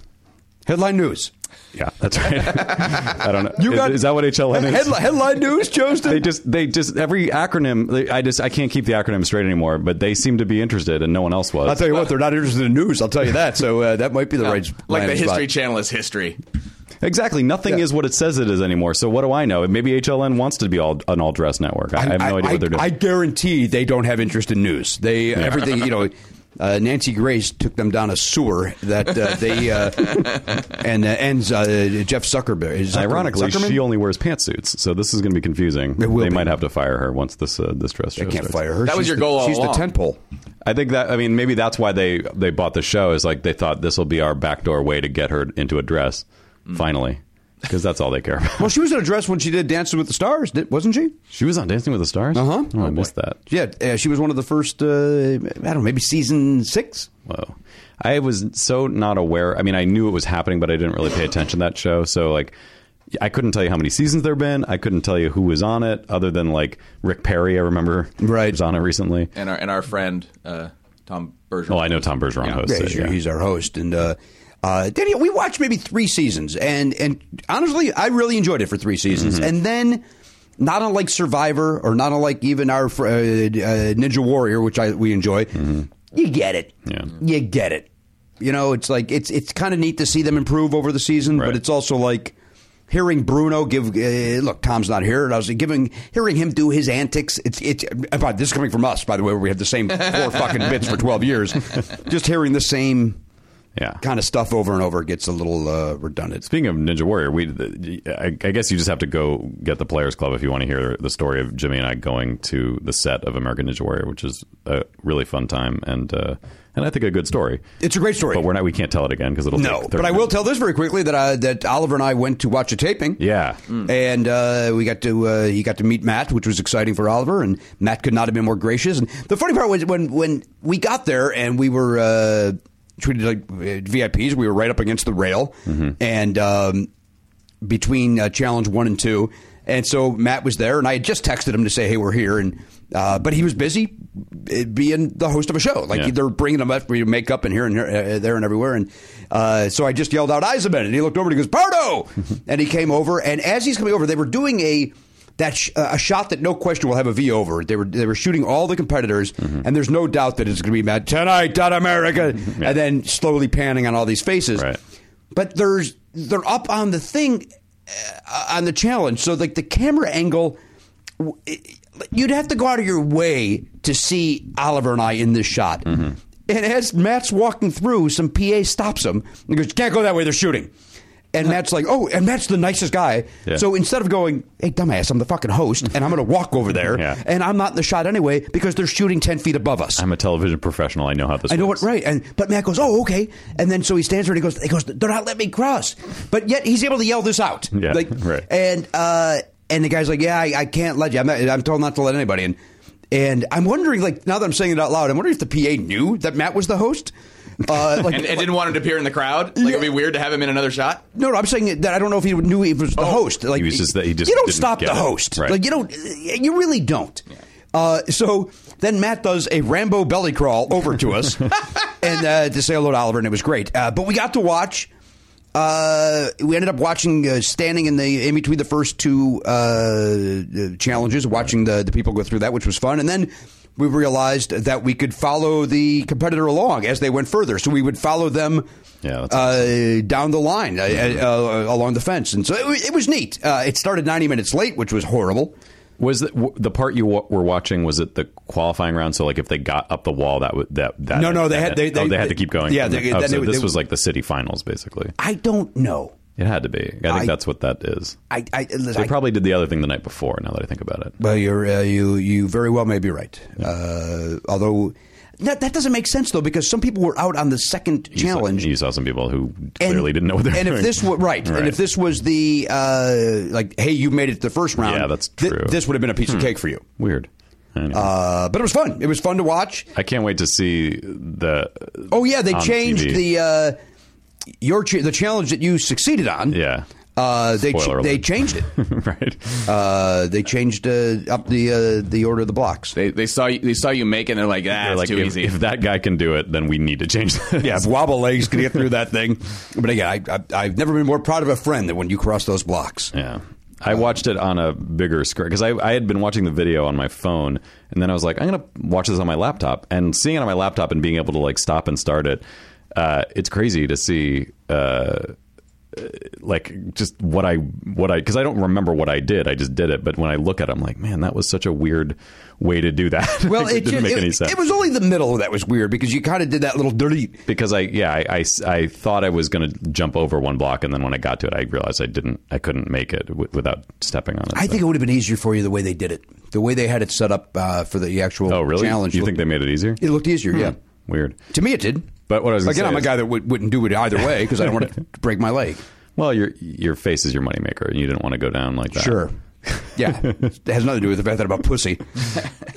Speaker 1: Headline news.
Speaker 2: Yeah, that's right. I don't know.
Speaker 1: You
Speaker 2: is,
Speaker 1: got-
Speaker 2: is that what HLN is?
Speaker 1: Headli- headline news,
Speaker 2: They
Speaker 1: Joseph.
Speaker 2: just, they just, every acronym. They, I just, I can't keep the acronym straight anymore. But they seem to be interested, and no one else was.
Speaker 1: I'll tell you what, they're not interested in news. I'll tell you that. So uh, that might be the right
Speaker 5: like the
Speaker 1: landing spot.
Speaker 5: History Channel is history.
Speaker 2: exactly, nothing
Speaker 1: Yeah.
Speaker 2: is what it says it is anymore. So what do I know? Maybe HLN wants to be all an all dress network. I, I have no idea what they're doing.
Speaker 1: I guarantee they don't have interest in news. They everything you know. Uh, Nancy Grace took them down a sewer that uh, they uh, and uh, ends uh, Jeff Zuckerberg. Zucker-
Speaker 2: Ironically,
Speaker 1: Zuckerman?
Speaker 2: she only wears pantsuits, so this is going to be confusing. They
Speaker 1: It will be.
Speaker 2: might have to fire her once this uh, this dress
Speaker 1: they
Speaker 2: show
Speaker 1: can't
Speaker 2: starts.
Speaker 1: fire her.
Speaker 5: That was
Speaker 1: She's
Speaker 5: your
Speaker 1: the-
Speaker 5: goal all
Speaker 1: She's the
Speaker 5: along.
Speaker 1: tent pole.
Speaker 2: I think that I mean maybe that's why they they bought the show is like they thought this will be our backdoor way to get her into a dress
Speaker 1: Mm.
Speaker 2: finally because that's all they care about.
Speaker 1: Well, she was in a dress when she did Dancing with the Stars, did- wasn't she?
Speaker 2: she was on Dancing with the Stars.
Speaker 1: Uh-huh.
Speaker 2: Oh, I missed that.
Speaker 1: Yeah, uh, she was one of the first. Uh, I don't know, maybe season six.
Speaker 2: Whoa. I was so not aware. I mean, I knew it was happening, but I didn't really pay attention to that show. So, like, I couldn't tell you how many seasons there been. I couldn't tell you who was on it, other than like Rick Perry. I remember
Speaker 1: Right.
Speaker 2: was on it recently.
Speaker 5: And our and our friend uh, Tom Bergeron.
Speaker 2: Oh, I know Tom Bergeron
Speaker 5: Yeah.
Speaker 2: hosts
Speaker 1: Yeah,
Speaker 2: it.
Speaker 1: he's,
Speaker 2: yeah.
Speaker 1: he's our host, and uh, uh, Daniel, we watched maybe three seasons, and and honestly, I really enjoyed it for three seasons,
Speaker 2: Mm-hmm.
Speaker 1: and then. Not unlike Survivor, or not unlike even our fr- uh, uh, Ninja Warrior, which I we enjoy, you get it.
Speaker 2: Mm-hmm. Yeah.
Speaker 1: You get it. You know, it's like it's it's kind of neat to see them improve over the season, but
Speaker 2: Right.
Speaker 1: it's also like hearing Bruno give. Uh, look, Tom's not here, and I was giving hearing him do his antics. It's it's about this is coming from us, by the way. where We have the same four fucking bits for twelve years. Just hearing the same
Speaker 2: Yeah.
Speaker 1: kind of stuff over and over gets a little uh, redundant.
Speaker 2: Speaking of Ninja Warrior, we I, I guess you just have to go get the Players Club if you want to hear the story of Jimmy and I going to the set of American Ninja Warrior, which is a really fun time and uh, and I think a good story.
Speaker 1: It's a great story.
Speaker 2: but we're not. We can't tell it again because it'll
Speaker 1: no,
Speaker 2: Take 30
Speaker 1: but I will
Speaker 2: minutes.
Speaker 1: tell this very quickly that I, that Oliver and I went to watch a taping.
Speaker 2: Yeah.
Speaker 1: and uh, we got to uh, he got to meet Matt, which was exciting for Oliver, and Matt could not have been more gracious. And the funny part was when when we got there and we were uh, treated like uh, VIPs, we were right up against the rail, and um, between uh, challenge one and two. And so Matt was there, and I had just texted him to say, "Hey, we're here." And uh, but he was busy uh, being the host of a show. Like
Speaker 2: Yeah.
Speaker 1: they're bringing him up for you to make up and here and here, uh, there and everywhere. And uh, so I just yelled out Eisenman, and he looked over and he goes Pardo, and he came over. And as he's coming over, they were doing a that sh- uh, a shot that no question will have a V over. They were they were shooting all the competitors,
Speaker 2: Mm-hmm.
Speaker 1: and there's no doubt that it's going to be Matt tonight on America,
Speaker 2: Yeah.
Speaker 1: and then slowly panning on all these faces
Speaker 2: Right.
Speaker 1: but there's they're up on the thing uh, on the challenge so like the camera angle w- it- you'd have to go out of your way to see oliver and i in this shot
Speaker 2: Mm-hmm.
Speaker 1: and as matt's walking through some pa stops him and goes "You can't go that way they're shooting and Matt's like, oh, and Matt's the nicest guy.
Speaker 2: Yeah.
Speaker 1: So instead of going, hey, dumbass, I'm the fucking host, and I'm going to walk over there,
Speaker 2: Yeah.
Speaker 1: and I'm not in the shot anyway because they're shooting 10 feet above us.
Speaker 2: I'm a television professional. I know how this.
Speaker 1: I know
Speaker 2: works.
Speaker 1: what, right? And but Matt goes, "Oh, okay." And then so he stands there and he goes, "He goes, they're not letting me cross." But yet he's able to yell this out,
Speaker 2: Yeah,
Speaker 1: like,
Speaker 2: right.
Speaker 1: And uh, and the guy's like, "Yeah, I, I can't let you. I'm, not, I'm told not to let anybody." And and I'm wondering, like, now that I'm saying it out loud, I'm wondering if the PA knew that Matt was the host. Uh, like,
Speaker 5: and, and didn't want him to appear in the crowd. Like it'd be weird to have him in another shot.
Speaker 1: no, no, I'm saying that I don't know if he knew he was the host. Like
Speaker 2: Oh. He was just that- he just
Speaker 1: you don't
Speaker 2: didn't
Speaker 1: stop
Speaker 2: get
Speaker 1: the
Speaker 2: it.
Speaker 1: host.
Speaker 2: Right.
Speaker 1: Like you don't, you really don't. Uh, so then Matt does a Rambo belly crawl over to us and uh, to say hello to Oliver, and it was great. Uh, but we got to watch. Uh, we ended up watching uh, standing in the in between the first two uh, challenges, watching the the people go through that, which was fun, and then. We realized that we could follow the competitor along as they went further, so we would follow them
Speaker 2: Yeah, that's
Speaker 1: uh, down the line uh,
Speaker 2: Mm-hmm.
Speaker 1: uh, along the fence, and so it, wa- it was neat. Uh, it started 90 minutes late, which was horrible.
Speaker 2: Was the, w- the part you w- were watching? Was it the qualifying round? So, like, if they got up the wall, that would that that
Speaker 1: No, no, they
Speaker 2: that
Speaker 1: had- they-
Speaker 2: oh,
Speaker 1: they-
Speaker 2: had to keep going.
Speaker 1: yeah,
Speaker 2: And
Speaker 1: they-
Speaker 2: then- oh,
Speaker 1: then
Speaker 2: so
Speaker 1: they-
Speaker 2: this
Speaker 1: they-
Speaker 2: was like the city finals, basically.
Speaker 1: I don't know.
Speaker 2: It had to be. I think
Speaker 1: I-
Speaker 2: that's what that is.
Speaker 1: I, I, uh, listen,
Speaker 2: They
Speaker 1: I-
Speaker 2: probably did the other thing the night before. Now that I think about it,
Speaker 1: well, you're, uh, you you very well may be right. Uh, although that, that doesn't make sense though, because some people were out on the second
Speaker 2: You saw-
Speaker 1: challenge.
Speaker 2: you saw some people who clearly didn't know what they were
Speaker 1: and
Speaker 2: doing.
Speaker 1: if this were right, and if this was the uh, like, hey, you made it to the first round.
Speaker 2: Yeah, that's
Speaker 1: thi-
Speaker 2: true. Hmm.
Speaker 1: this would have been a piece of cake for you.
Speaker 2: weird. Anyway.
Speaker 1: Uh, but it was fun. It was fun to watch.
Speaker 2: I can't wait to see the.
Speaker 1: Oh yeah, they
Speaker 2: on
Speaker 1: changed
Speaker 2: TV.
Speaker 1: the uh, your ch- the challenge that you succeeded on.
Speaker 2: Yeah.
Speaker 1: Uh, they
Speaker 2: Spoiler
Speaker 1: they
Speaker 2: alert.
Speaker 1: changed it.
Speaker 2: right?
Speaker 1: Uh, they changed uh, up the uh, the order of the blocks.
Speaker 5: They, they saw you, they saw you make it and they're like, ah,
Speaker 2: They're
Speaker 5: it's
Speaker 2: like,
Speaker 5: too
Speaker 2: if,
Speaker 5: easy.
Speaker 2: if that guy can do it, then we need to change that.
Speaker 1: Yeah, if wobble legs can get through that thing. But again, I, I, I've never been more proud of a friend than when you cross those blocks.
Speaker 2: Yeah. I watched it on a bigger screen because I, I had been watching the video on my phone, and then I was like, I'm gonna watch this on my laptop. And seeing it on my laptop and being able to like stop and start it, uh, it's crazy to see, uh, uh, like just what I what I because I don't remember what I did. I just did it. But when I look at it, I'm like, man, that was such a weird way to do that.
Speaker 1: Well,
Speaker 2: it,
Speaker 1: it,
Speaker 2: didn't
Speaker 1: ju-
Speaker 2: make
Speaker 1: it,
Speaker 2: any sense.
Speaker 1: it was only the middle that was weird because you kind of did that little dirty.
Speaker 2: because I yeah I, I, I thought I was going to jump over one block and then when I got to it I realized I didn't I couldn't make it w- without stepping on it.
Speaker 1: I
Speaker 2: So-
Speaker 1: think it would have been easier for you the way they did it, the way they had it set up uh, for the actual
Speaker 2: oh really?
Speaker 1: challenge.
Speaker 2: you
Speaker 1: looked-
Speaker 2: think they made it easier? Hmm,
Speaker 1: it looked easier? Yeah,
Speaker 2: Weird.
Speaker 1: to me it did.
Speaker 2: But what I was gonna
Speaker 1: again,
Speaker 2: say
Speaker 1: I'm a
Speaker 2: is-
Speaker 1: guy that would, wouldn't do it either way because I don't want to break my leg.
Speaker 2: Well, your your face is your moneymaker and you didn't want to go down like that.
Speaker 1: Sure. Yeah, it has nothing to do with the fact that I'm a pussy.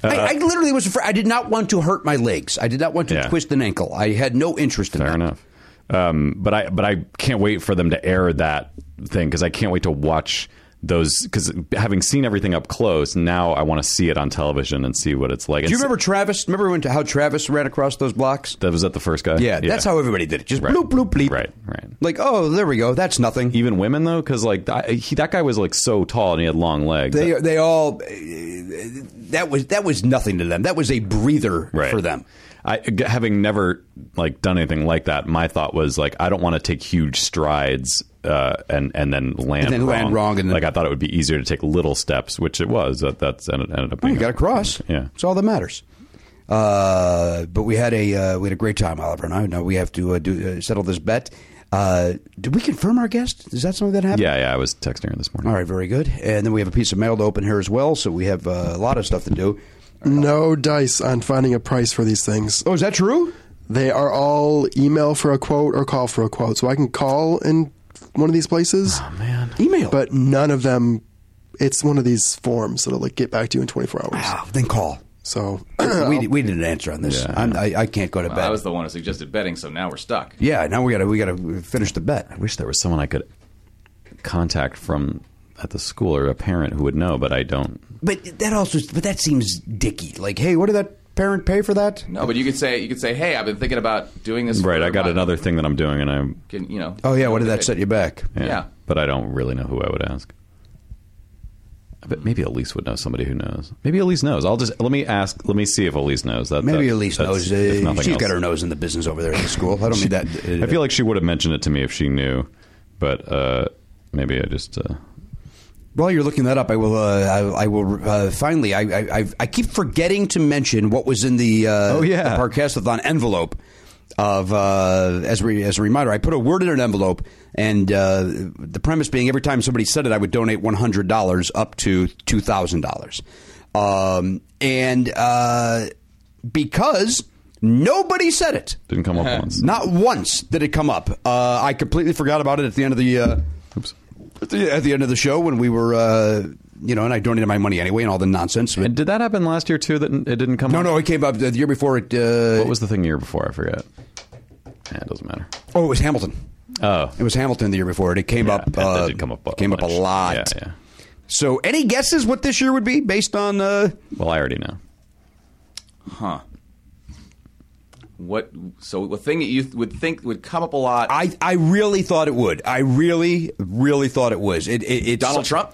Speaker 1: I, I literally was afraid. I did not want to hurt my legs. I did not want to
Speaker 2: Yeah.
Speaker 1: twist an ankle. I had no interest in
Speaker 2: Fair
Speaker 1: that.
Speaker 2: enough. Um, but I but I can't wait for them to air that thing because I can't wait to watch those because having seen everything up close now I want to see it on television and see what it's like.
Speaker 1: Do you remember Travis? Remember when how Travis ran across those blocks?
Speaker 2: that was that the first guy?
Speaker 1: Yeah, that's how everybody did it. Just
Speaker 2: Right.
Speaker 1: bloop, bloop, bleep.
Speaker 2: Right, right.
Speaker 1: Like, oh, there we go. That's nothing.
Speaker 2: even women though because like I, he, that guy was like so tall and he had long legs
Speaker 1: they they all eh, that was that was nothing to them. That was a breather
Speaker 2: Right.
Speaker 1: for them.
Speaker 2: I, g- having never like done anything like that my thought was like i don't want to take huge strides uh, and and then land
Speaker 1: then
Speaker 2: wrong.
Speaker 1: land wrong and then-
Speaker 2: like i thought it would be easier to take little steps which it was that that's ended, ended up
Speaker 1: Oh,
Speaker 2: being
Speaker 1: you got to cross.
Speaker 2: Yeah.
Speaker 1: it's all that matters. Uh, but we had a uh, we had a great time, Oliver and I. Now we have to uh, do, uh, settle this bet. Uh, did we confirm our guest? Is that something that happened?
Speaker 2: yeah yeah i was texting her this morning
Speaker 1: All right, very good. And then we have a piece of mail to open here as well. So we have uh, a lot of stuff to do.
Speaker 6: No dice on finding a price for these things.
Speaker 1: Oh, is that true?
Speaker 6: They are all email for a quote or call for a quote. So I can call in one of these places,
Speaker 2: Ah, man
Speaker 1: Email,
Speaker 6: but none of them. It's one of these forms that'll like get back to you in 24 hours.
Speaker 1: Ah, then call.
Speaker 6: So
Speaker 1: we we need an answer on this. I'm, I, I can't go to
Speaker 5: Well,
Speaker 1: bed.
Speaker 5: I was the one who suggested betting, so now we're stuck.
Speaker 1: yeah, now we gotta we gotta finish the bet.
Speaker 2: i wish there was someone i could contact from at the school or a parent who would know but i don't
Speaker 1: But that also, but that seems dicky. Like, hey, what did that parent pay for that?
Speaker 5: No, but you could say you could say, "Hey, I've been thinking about doing this."
Speaker 2: right
Speaker 5: for
Speaker 2: i got
Speaker 5: my-
Speaker 2: another thing that i'm doing and i'm
Speaker 5: Can, you know?
Speaker 1: Oh yeah, what did that set you back?
Speaker 5: Yeah.
Speaker 2: But I don't really know who I would ask. But maybe Elise would know somebody who knows. Maybe Elise knows. I'll just let me ask. Let me see if Elise knows. That
Speaker 1: Maybe
Speaker 2: that-
Speaker 1: Elise
Speaker 2: that's-
Speaker 1: knows.
Speaker 2: if
Speaker 1: Uh,
Speaker 2: nothing
Speaker 1: she's
Speaker 2: else.
Speaker 1: got her nose in the business over there at the school. I don't mean that. uh,
Speaker 2: I feel like she would have mentioned it to me if she knew, but uh, maybe I just. Uh,
Speaker 1: While you're looking that up, I will. Uh, I, I will uh, finally. I, I I've- I keep forgetting to mention what was in the uh,
Speaker 2: Oh, yeah.
Speaker 1: the Parkastathon envelope. Of uh, as re, as a reminder, I put a word in an envelope, and uh, the premise being every time somebody said it, I would donate one hundred dollars up to two thousand dollars, um, and uh, because nobody said it,
Speaker 2: didn't come up once.
Speaker 1: not once did it come up. Uh, I completely forgot about it at the end of the uh,
Speaker 2: Oops.
Speaker 1: at the, at the end of the show when we were, uh, you know, and I donated my money anyway and all the nonsense. But
Speaker 2: And did that happen last year too? That it didn't come.
Speaker 1: no,
Speaker 2: up?
Speaker 1: no, it came up the year before it. Uh,
Speaker 2: What was the thing the year before? I forget. Yeah, it doesn't matter.
Speaker 1: oh, it was Hamilton.
Speaker 2: Oh,
Speaker 1: It was Hamilton the year before it. It came
Speaker 2: Yeah,
Speaker 1: up.
Speaker 2: that- that
Speaker 1: uh,
Speaker 2: did come up a
Speaker 1: Came up a
Speaker 2: bunch.
Speaker 1: lot.
Speaker 2: Yeah, yeah.
Speaker 1: So, any guesses what this year would be based on? Uh,
Speaker 2: Well, I already know.
Speaker 5: Huh. What? So a thing that you th- would think would come up a lot.
Speaker 1: I I really thought it would. I really really thought it was. It, it it's
Speaker 5: Donald Trump.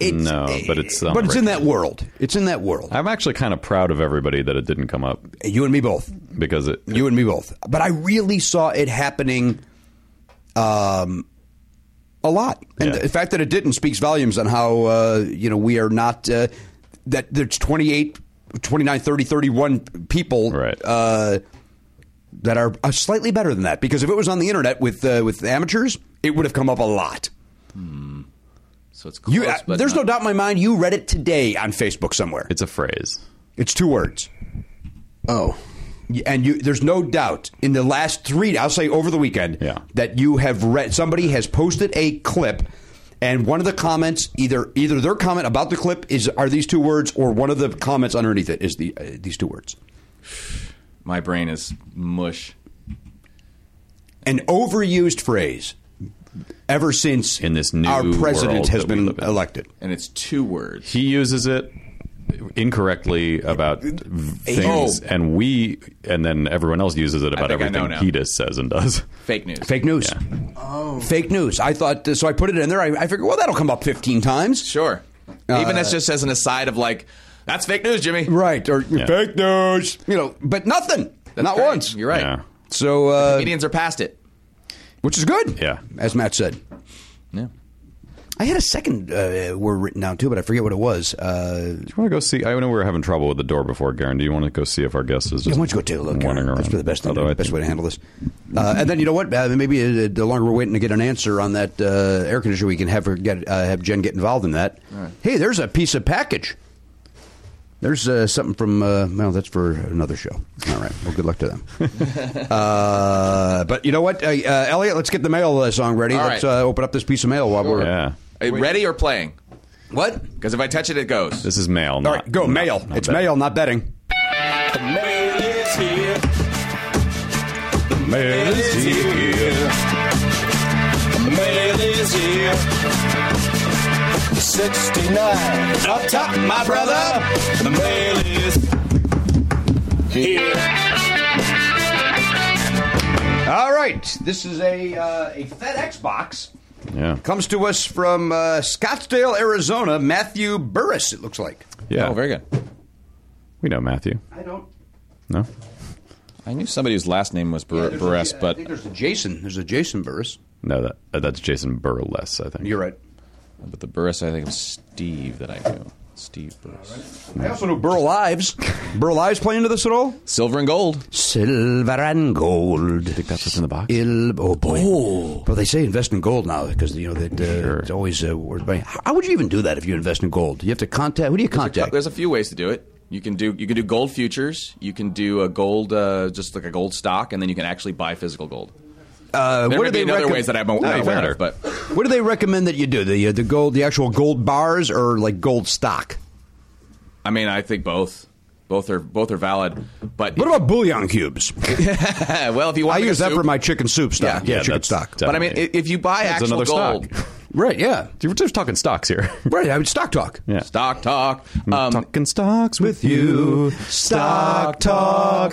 Speaker 1: It's,
Speaker 2: No, but it's um, on
Speaker 1: but
Speaker 2: the
Speaker 1: it's in
Speaker 2: right-
Speaker 1: that world. It's in that world.
Speaker 2: I'm actually kind of proud of everybody that it didn't come up
Speaker 1: You and me both.
Speaker 2: because it.
Speaker 1: You and me both. But I really saw it happening um, a lot. And
Speaker 2: Yeah.
Speaker 1: the fact that it didn't speaks volumes on how, uh, you know, we are not, uh, that there's 28, 29, 30, 31 people
Speaker 2: Right.
Speaker 1: uh, that are uh, slightly better than that. Because if it was on the internet with, uh, with amateurs, it would have come up a lot.
Speaker 5: So it's close,
Speaker 1: You, uh,
Speaker 5: but
Speaker 1: there's
Speaker 5: not-
Speaker 1: no doubt in my mind you read it today on Facebook somewhere.
Speaker 2: It's a phrase.
Speaker 1: It's two words.
Speaker 6: oh,
Speaker 1: and you, there's no doubt in the last three, I'll say over the weekend,
Speaker 2: Yeah.
Speaker 1: that you have read. Somebody has posted a clip, and one of the comments, either either their comment about the clip is are these two words, or one of the comments underneath it is the uh, these two words.
Speaker 5: My brain is mush.
Speaker 1: An overused phrase. ever since
Speaker 2: In this new
Speaker 1: our president
Speaker 2: world
Speaker 1: has
Speaker 2: that we
Speaker 1: been
Speaker 2: live in.
Speaker 1: elected.
Speaker 5: and it's two words.
Speaker 2: he uses it incorrectly about v- things,
Speaker 5: Oh.
Speaker 2: and we, and then everyone else uses it about
Speaker 5: think I know
Speaker 2: everything
Speaker 5: now.
Speaker 2: he just says and does.
Speaker 5: Fake news.
Speaker 1: Fake news. Oh. Fake news. I thought so. I put it in there. I, I figured, well, that'll come up 15 times.
Speaker 5: Sure. Even as just as an aside of like, that's fake news, Jimmy.
Speaker 1: Uh, Right. Or fake news. You know, but nothing.
Speaker 5: That's
Speaker 1: Not
Speaker 5: correct.
Speaker 1: once.
Speaker 5: You're right.
Speaker 2: Yeah.
Speaker 1: So, uh,
Speaker 5: Comedians are past it.
Speaker 1: which is good.
Speaker 2: Yeah.
Speaker 1: As Matt said.
Speaker 5: Yeah.
Speaker 1: I had a second uh, word written down too, but I forget what it was. Uh,
Speaker 2: Do you want to go see? I know we were having trouble with the door before, Garen. Do you want to go see if our guest is? Just
Speaker 1: why don't you go take a look?
Speaker 2: wandering
Speaker 1: Aaron? That's
Speaker 2: around?
Speaker 1: for the best thing,
Speaker 2: Although I
Speaker 1: the best
Speaker 2: think-
Speaker 1: way to handle this. Uh, and then you know what? Uh, maybe uh, the longer we're waiting to get an answer on that uh, air conditioner, we can have her get uh, have Jen get involved in that. Hey, there's a piece of package. There's uh, something from uh, well, that's for another show. All right. Well, good luck to them. uh, but you know what, uh, uh, Elliot? Let's get the mail uh, song ready.
Speaker 5: All
Speaker 1: let's
Speaker 5: right.
Speaker 1: uh, open up this piece of mail while we're
Speaker 2: Yeah.
Speaker 5: Uh, Ready or playing?
Speaker 1: what?
Speaker 5: Because if I touch it, it goes.
Speaker 2: This is mail.
Speaker 1: All right, go mail. it's mail, not betting.
Speaker 3: The mail is here.
Speaker 2: Mail
Speaker 3: Mail is here. The mail is here. 69. Up top, my brother. The mail is here.
Speaker 1: All right, this is a uh, a FedEx box.
Speaker 2: Yeah.
Speaker 1: Comes to us from uh, Scottsdale, Arizona. Matthew Burris, it looks like.
Speaker 2: Yeah.
Speaker 5: Oh, very good.
Speaker 2: We know Matthew.
Speaker 1: I don't.
Speaker 2: No.
Speaker 5: I knew somebody whose last name was Bar- Barres,
Speaker 1: I
Speaker 5: but
Speaker 1: think there's a uh, Jason. There's a Jason Burris.
Speaker 2: No, that uh, that's Jason Burles, I think.
Speaker 1: You're right.
Speaker 5: but the Burris I think of Steve that I knew. Steve Burris.
Speaker 1: I also know Burl Ives. Burl Ives play into this at all?
Speaker 5: Silver and gold.
Speaker 1: Silver and gold. I think
Speaker 2: that's what's in the box.
Speaker 1: Il- oh boy! Well, they say invest in gold now because you know that uh, it's always uh, worth money. How how would you even do that if you invest in gold? You have to contact. Who do you contact?
Speaker 5: There's a few ways to do it. You can do you can do gold futures. You can do a gold uh, just like a gold stock, and then you can actually buy physical gold.
Speaker 1: Uh,
Speaker 5: There
Speaker 1: what
Speaker 5: may
Speaker 1: do
Speaker 5: be
Speaker 1: they
Speaker 5: another
Speaker 1: recom-
Speaker 5: ways that I'm not
Speaker 2: No,
Speaker 5: aware
Speaker 2: better.
Speaker 5: of, but
Speaker 1: What do they recommend that you do? The uh, the gold, the actual gold bars, or like gold stock?
Speaker 5: I mean I think both both are both are valid. But
Speaker 1: What about bouillon cubes?
Speaker 5: well, if you
Speaker 1: I
Speaker 5: want, to make
Speaker 1: use
Speaker 5: a
Speaker 1: that
Speaker 5: soup-
Speaker 1: for my chicken soup stock. Yeah,
Speaker 5: Yeah,
Speaker 2: yeah,
Speaker 1: chicken
Speaker 2: that's-
Speaker 1: stock.
Speaker 2: that-
Speaker 5: But I mean, i- if you buy
Speaker 2: That's
Speaker 5: actual
Speaker 2: another
Speaker 5: gold,
Speaker 2: stock.
Speaker 1: Right? Yeah.
Speaker 2: We're just talking stocks here.
Speaker 1: Right. I mean, stock talk.
Speaker 2: yeah.
Speaker 5: stock talk.
Speaker 1: Mm,
Speaker 5: Um,
Speaker 2: talking stocks with you.
Speaker 1: Stock talk.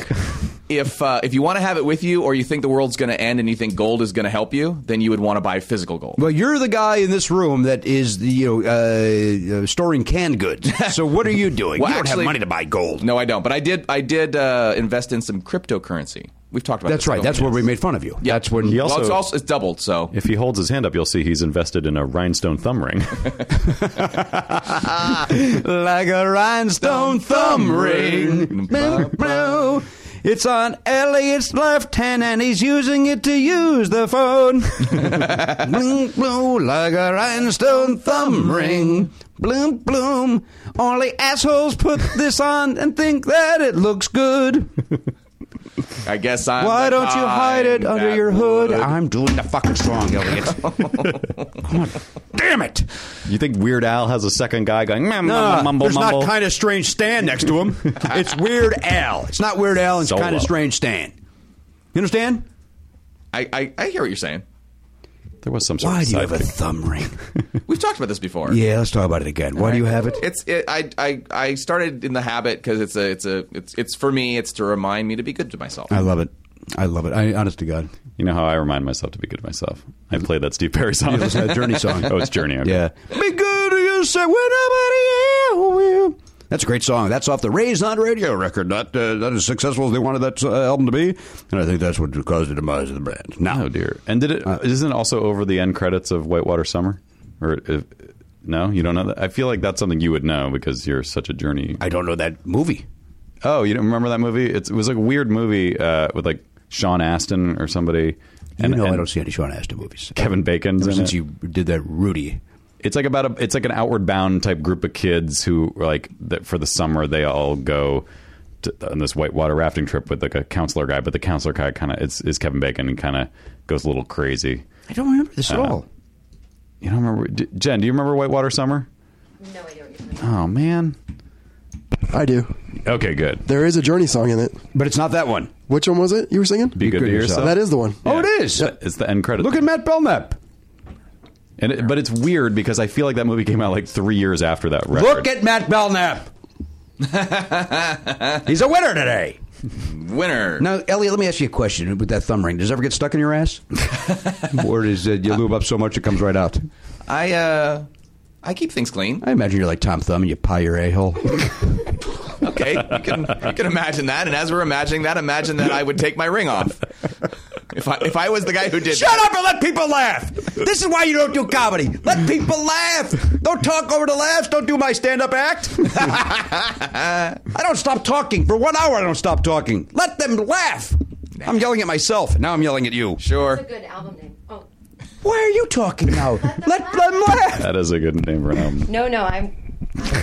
Speaker 5: if uh, if you want to have it with you, or you think the world's going to end and you think gold is going to help you, then you would want to buy physical gold.
Speaker 1: Well, you're the guy in this room that is the you know uh, uh, storing canned goods. So what are you doing?
Speaker 5: Well,
Speaker 1: you don't
Speaker 5: actually-
Speaker 1: have money to buy gold.
Speaker 5: No, I don't. But I did. I did uh, invest in some cryptocurrency. We've talked about.
Speaker 1: That's
Speaker 5: this,
Speaker 1: right.
Speaker 5: don't
Speaker 1: That's
Speaker 5: we?
Speaker 1: where we made fun of you.
Speaker 5: Yeah.
Speaker 1: That's when
Speaker 2: He
Speaker 5: Well, it's
Speaker 2: also-
Speaker 5: also it's doubled. So
Speaker 2: If he holds his hand up, you'll see he's invested in a rhinestone thumb ring.
Speaker 1: like a rhinestone thumb ring. It's on Elliot's left hand and he's using it to use the phone. bloom, bloom, like a rhinestone thumb ring. Bloom, bloom. Only assholes put this on and think that it looks good.
Speaker 5: I guess I'm.
Speaker 1: Why
Speaker 5: the
Speaker 1: don't you hide it
Speaker 5: kind
Speaker 1: under
Speaker 5: that
Speaker 1: your hood?
Speaker 5: would-
Speaker 1: I'm doing the fucking song, Elliot. Come on. Damn it.
Speaker 2: you think Weird Al has a second guy going "Mm,
Speaker 1: No,
Speaker 2: mumble mumble
Speaker 1: there's
Speaker 2: mumble?
Speaker 1: not kind of strange Stan next to him. it's Weird Al. It's not Weird Al. It's
Speaker 2: Solo.
Speaker 1: kind of strange Stan. You understand?
Speaker 5: I, I I hear what you're saying.
Speaker 2: there was some sort
Speaker 1: Why
Speaker 2: of
Speaker 1: do you have a
Speaker 2: sidekick.
Speaker 1: thumb ring?
Speaker 5: We've talked about this before.
Speaker 1: yeah, let's talk about it again. Why do you have it?
Speaker 5: It's it, I, I I started in the habit because it's a it's a it's it's for me. It's to remind me to be good to myself.
Speaker 2: Uh,
Speaker 1: I love it. I love it. I, honest to God,
Speaker 2: You know how I remind myself to be good to myself? I played that Steve Perry song.
Speaker 1: listen to that Journey song.
Speaker 2: oh, it's Journey. Okay.
Speaker 1: yeah. Be good to yourself when nobody else will. That's a great song. That's off the Raised on Radio record. Not uh, not as successful as they wanted that uh, album to be, and I think that's what caused the demise of the band. Now,
Speaker 2: Oh dear. And did it?
Speaker 1: Uh,
Speaker 2: not it also over the end credits of Whitewater Summer? Or if, no, you don't know that. I feel like that's something you would know because you're such a Journey.
Speaker 1: I don't know that movie.
Speaker 2: oh, you don't remember that movie? It's, it was like a weird movie uh, with like Sean Astin or somebody.
Speaker 1: You know, I don't see any Sean Astin movies.
Speaker 2: Kevin Bacon's
Speaker 1: Ever
Speaker 2: in
Speaker 1: since
Speaker 2: it.
Speaker 1: you did that Rudy.
Speaker 2: it's like about a it's like an outward bound type group of kids who are like that for the summer they all go to, on this whitewater rafting trip with like a counselor guy but the counselor guy kind of is, is kevin bacon and kind of goes a little crazy
Speaker 1: I don't remember this at all.
Speaker 2: you don't remember D- jen do you remember whitewater summer
Speaker 7: No idea what you're talking about.
Speaker 2: oh man
Speaker 6: I do.
Speaker 2: okay good
Speaker 6: There is a Journey song in it.
Speaker 1: But it's not that one.
Speaker 6: Which one was it you were singing?
Speaker 2: be, good, to yourself,
Speaker 6: That is the one.
Speaker 1: Oh, it is.
Speaker 2: it's the end credit
Speaker 1: Look at Matt Belknap.
Speaker 2: And it, but it's weird because I feel like that movie came out like three years after that record.
Speaker 1: Look at Matt Belknap. He's a winner today.
Speaker 5: Winner.
Speaker 1: Now, Elliot, let me ask you a question with that thumb ring. Does it ever get stuck in your ass? or does it, you lube up so much it comes right out?
Speaker 5: I uh, I keep things clean.
Speaker 1: I imagine you're like Tom Thumb and you pie your a hole.
Speaker 5: Okay, you can you can imagine that. And as we're imagining that, imagine that I would take my ring off. If I if I was the guy who did.
Speaker 1: Shut up and let people laugh. This is why you don't do comedy. Let people laugh. Don't talk over the laughs. Don't do my stand up act. I don't stop talking. For one hour, I don't stop talking. Let them laugh. I'm yelling at myself. Now I'm yelling at you.
Speaker 7: It's a
Speaker 5: Sure.
Speaker 7: good album name. Oh.
Speaker 1: Why are you talking now? Let them laugh.
Speaker 2: That is a good name for an album.
Speaker 7: No, no, I'm.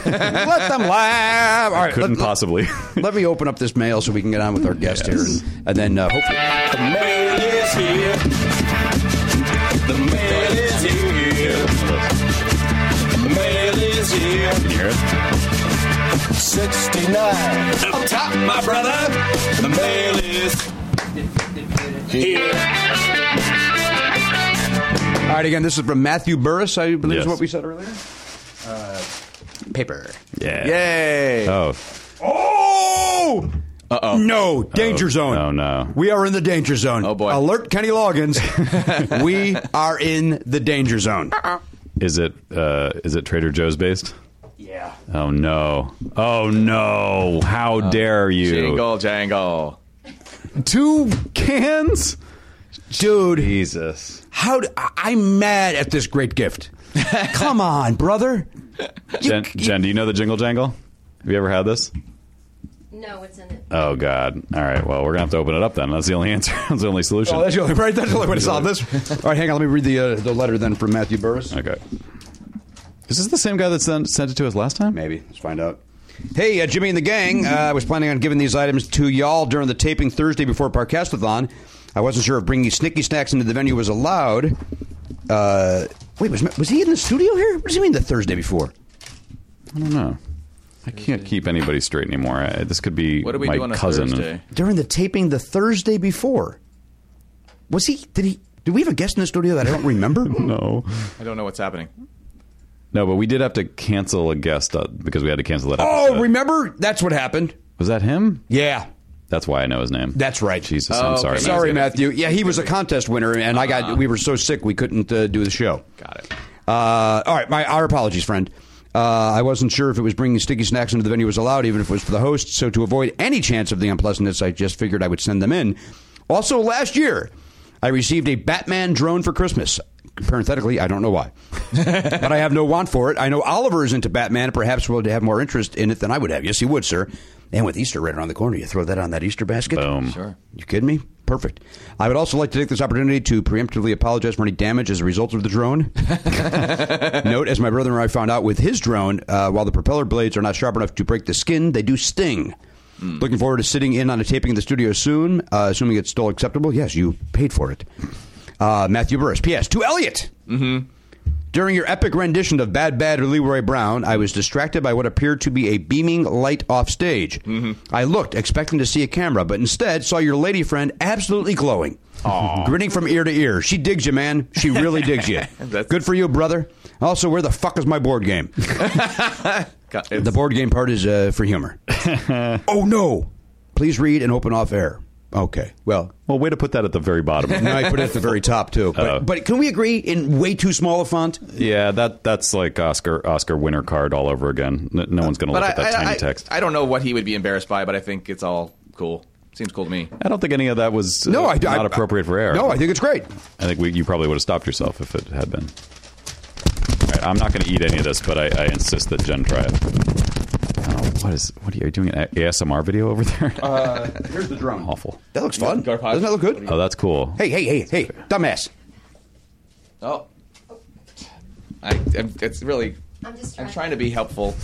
Speaker 1: Let them laugh. All right,
Speaker 2: Couldn't
Speaker 1: let- let-
Speaker 2: possibly.
Speaker 1: Let me open up this mail so we can get on with our guest here, and, and then uh, hopefully.
Speaker 3: The mail is here. The mail is here. The mail is here.
Speaker 2: Can you hear it?
Speaker 3: 69. Up top, my brother. The mail is here.
Speaker 1: All right, again, this is from Matthew Burris, I believe is
Speaker 2: Yes.
Speaker 1: what we said earlier. Uh, paper.
Speaker 2: Yeah.
Speaker 5: Yay.
Speaker 2: Oh,
Speaker 1: Oh! Uh oh. No, danger zone.
Speaker 2: oh, no.
Speaker 1: We are in the danger zone.
Speaker 5: Oh, boy.
Speaker 1: Alert Kenny Loggins. we are in the danger zone.
Speaker 2: is it uh, is it Trader Joe's based? Yeah. Oh no. Oh no. How dare you?
Speaker 5: Uh, Jingle jangle.
Speaker 2: Two cans?
Speaker 1: Dude,
Speaker 2: Jesus.
Speaker 1: how d- I- I'm mad at this great gift. Come on, brother.
Speaker 2: Jen, Jen, do you know the jingle jangle? Have you ever had this?
Speaker 7: No, it's in it.
Speaker 2: Oh God! All right. Well, we're gonna have to open it up then. That's the only answer. That's the only solution.
Speaker 1: Oh, that's the only, right, that's the only way to solve this. All right, hang on. Let me read the, uh, the letter then from Matthew Burris.
Speaker 2: okay. Is this the same guy that sent, sent it to us last time?
Speaker 1: Maybe. Let's find out. Hey, uh, Jimmy and the gang. Uh, I was planning on giving these items to y'all during the taping Thursday before Parkastathon. I wasn't sure if bringing Snicky Snacks into the venue was allowed. Uh, wait, was, was he in the studio here? What does he mean the Thursday before?
Speaker 2: I don't know. I can't keep anybody straight anymore. I, this could be
Speaker 5: What do we
Speaker 2: my
Speaker 5: do on a
Speaker 2: cousin.
Speaker 5: Thursday?
Speaker 1: During the taping the Thursday before. Was he, did he, did we have a guest in the studio that I don't remember?
Speaker 2: No.
Speaker 5: I don't know what's happening.
Speaker 2: No, but we did have to cancel a guest uh, because we had to cancel that.
Speaker 1: Oh,
Speaker 2: episode.
Speaker 1: remember? That's what happened.
Speaker 2: was that him?
Speaker 1: Yeah.
Speaker 2: That's why I know his name.
Speaker 1: That's right.
Speaker 2: Jesus.
Speaker 5: Oh,
Speaker 2: I'm
Speaker 5: okay.
Speaker 2: sorry. man.
Speaker 1: Sorry, Matthew. Yeah, he was a contest winner, and I got we were so sick we couldn't uh, do the show.
Speaker 5: Got it.
Speaker 1: Uh, all right, my our apologies, friend. Uh, I wasn't sure if it was bringing sticky snacks into the venue was allowed, even if it was for the host. So to avoid any chance of the unpleasantness, I just figured I would send them in. Also, last year, I received a Batman drone for Christmas. Parenthetically, I don't know why, but I have no want for it. I know Oliver is into Batman, and perhaps would have more interest in it than I would have. Yes, he would, sir. And with Easter right around the corner, you throw that on that Easter basket.
Speaker 2: Boom.
Speaker 5: Sure.
Speaker 1: You kidding me? Perfect. I would also like to take this opportunity to preemptively apologize for any damage as a result of the drone. Note, as my brother and I found out with his drone, uh, while the propeller blades are not sharp enough to break the skin, they do sting. Looking forward to sitting in on a taping in the studio soon, uh, assuming it's still acceptable. Yes, you paid for it. Uh, Matthew Burris. P.S. To Elliot. During your epic rendition of Bad Bad Leroy Brown, I was distracted by what appeared to be a beaming light off stage.
Speaker 2: Mm-hmm.
Speaker 1: I looked, expecting to see a camera, but instead saw your lady friend absolutely glowing. Grinning from ear to ear. She digs you, man. She really digs you.
Speaker 5: That's-
Speaker 1: Good for you, brother. Also, where the fuck is my board game?
Speaker 5: Got- it's-
Speaker 1: the board game part is uh, for humor. oh, no. Please read and open off air. Okay. Well,
Speaker 2: Well, way to put that at the very bottom.
Speaker 1: now I put it at the very top, too.
Speaker 2: Uh-oh.
Speaker 1: But, but can we agree in way too small a font?
Speaker 2: yeah, that that's like Oscar Oscar winner card all over again. No, no one's gonna
Speaker 5: But
Speaker 2: look
Speaker 5: I,
Speaker 2: at that
Speaker 5: I,
Speaker 2: tiny
Speaker 5: I,
Speaker 2: text. I,
Speaker 5: I don't know what he would be embarrassed by, but I think it's all cool. Seems cool to me.
Speaker 2: don't think any of that was uh,
Speaker 1: No, I, I-
Speaker 2: not appropriate for air.
Speaker 1: No, I think it's great.
Speaker 2: I think we, you probably would have stopped yourself if it had been. All right, I'm not going to eat any of this, but I, I insist that Jen try it. Oh, what is? What are you doing? An ASMR video over there?
Speaker 1: Uh, Here's the drum.
Speaker 2: Awful.
Speaker 1: That looks fun.
Speaker 5: Garpod.
Speaker 1: Doesn't that look good?
Speaker 2: Oh, that's cool.
Speaker 1: Hey, hey, hey, hey, dumbass.
Speaker 5: Oh. I, I'm, it's really.
Speaker 7: I'm just
Speaker 5: I'm
Speaker 7: trying.
Speaker 5: trying to be helpful.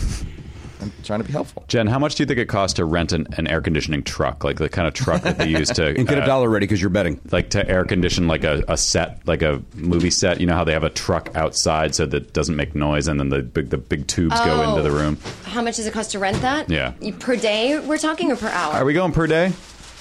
Speaker 5: I'm trying to be helpful.
Speaker 2: Jen, how much do you think it costs to rent an, an air conditioning truck, like the kind of truck that they use to
Speaker 1: And get a
Speaker 2: uh,
Speaker 1: dollar ready because you're betting.
Speaker 2: like to air condition like a, a set, like a movie set? You know how they have a truck outside so that it doesn't make noise, and then the big the big tubes go
Speaker 7: Oh.
Speaker 2: into the room.
Speaker 7: How much does it cost to rent that?
Speaker 2: Yeah.
Speaker 7: You- Per day, we're talking, or per hour?
Speaker 2: Are we going per day?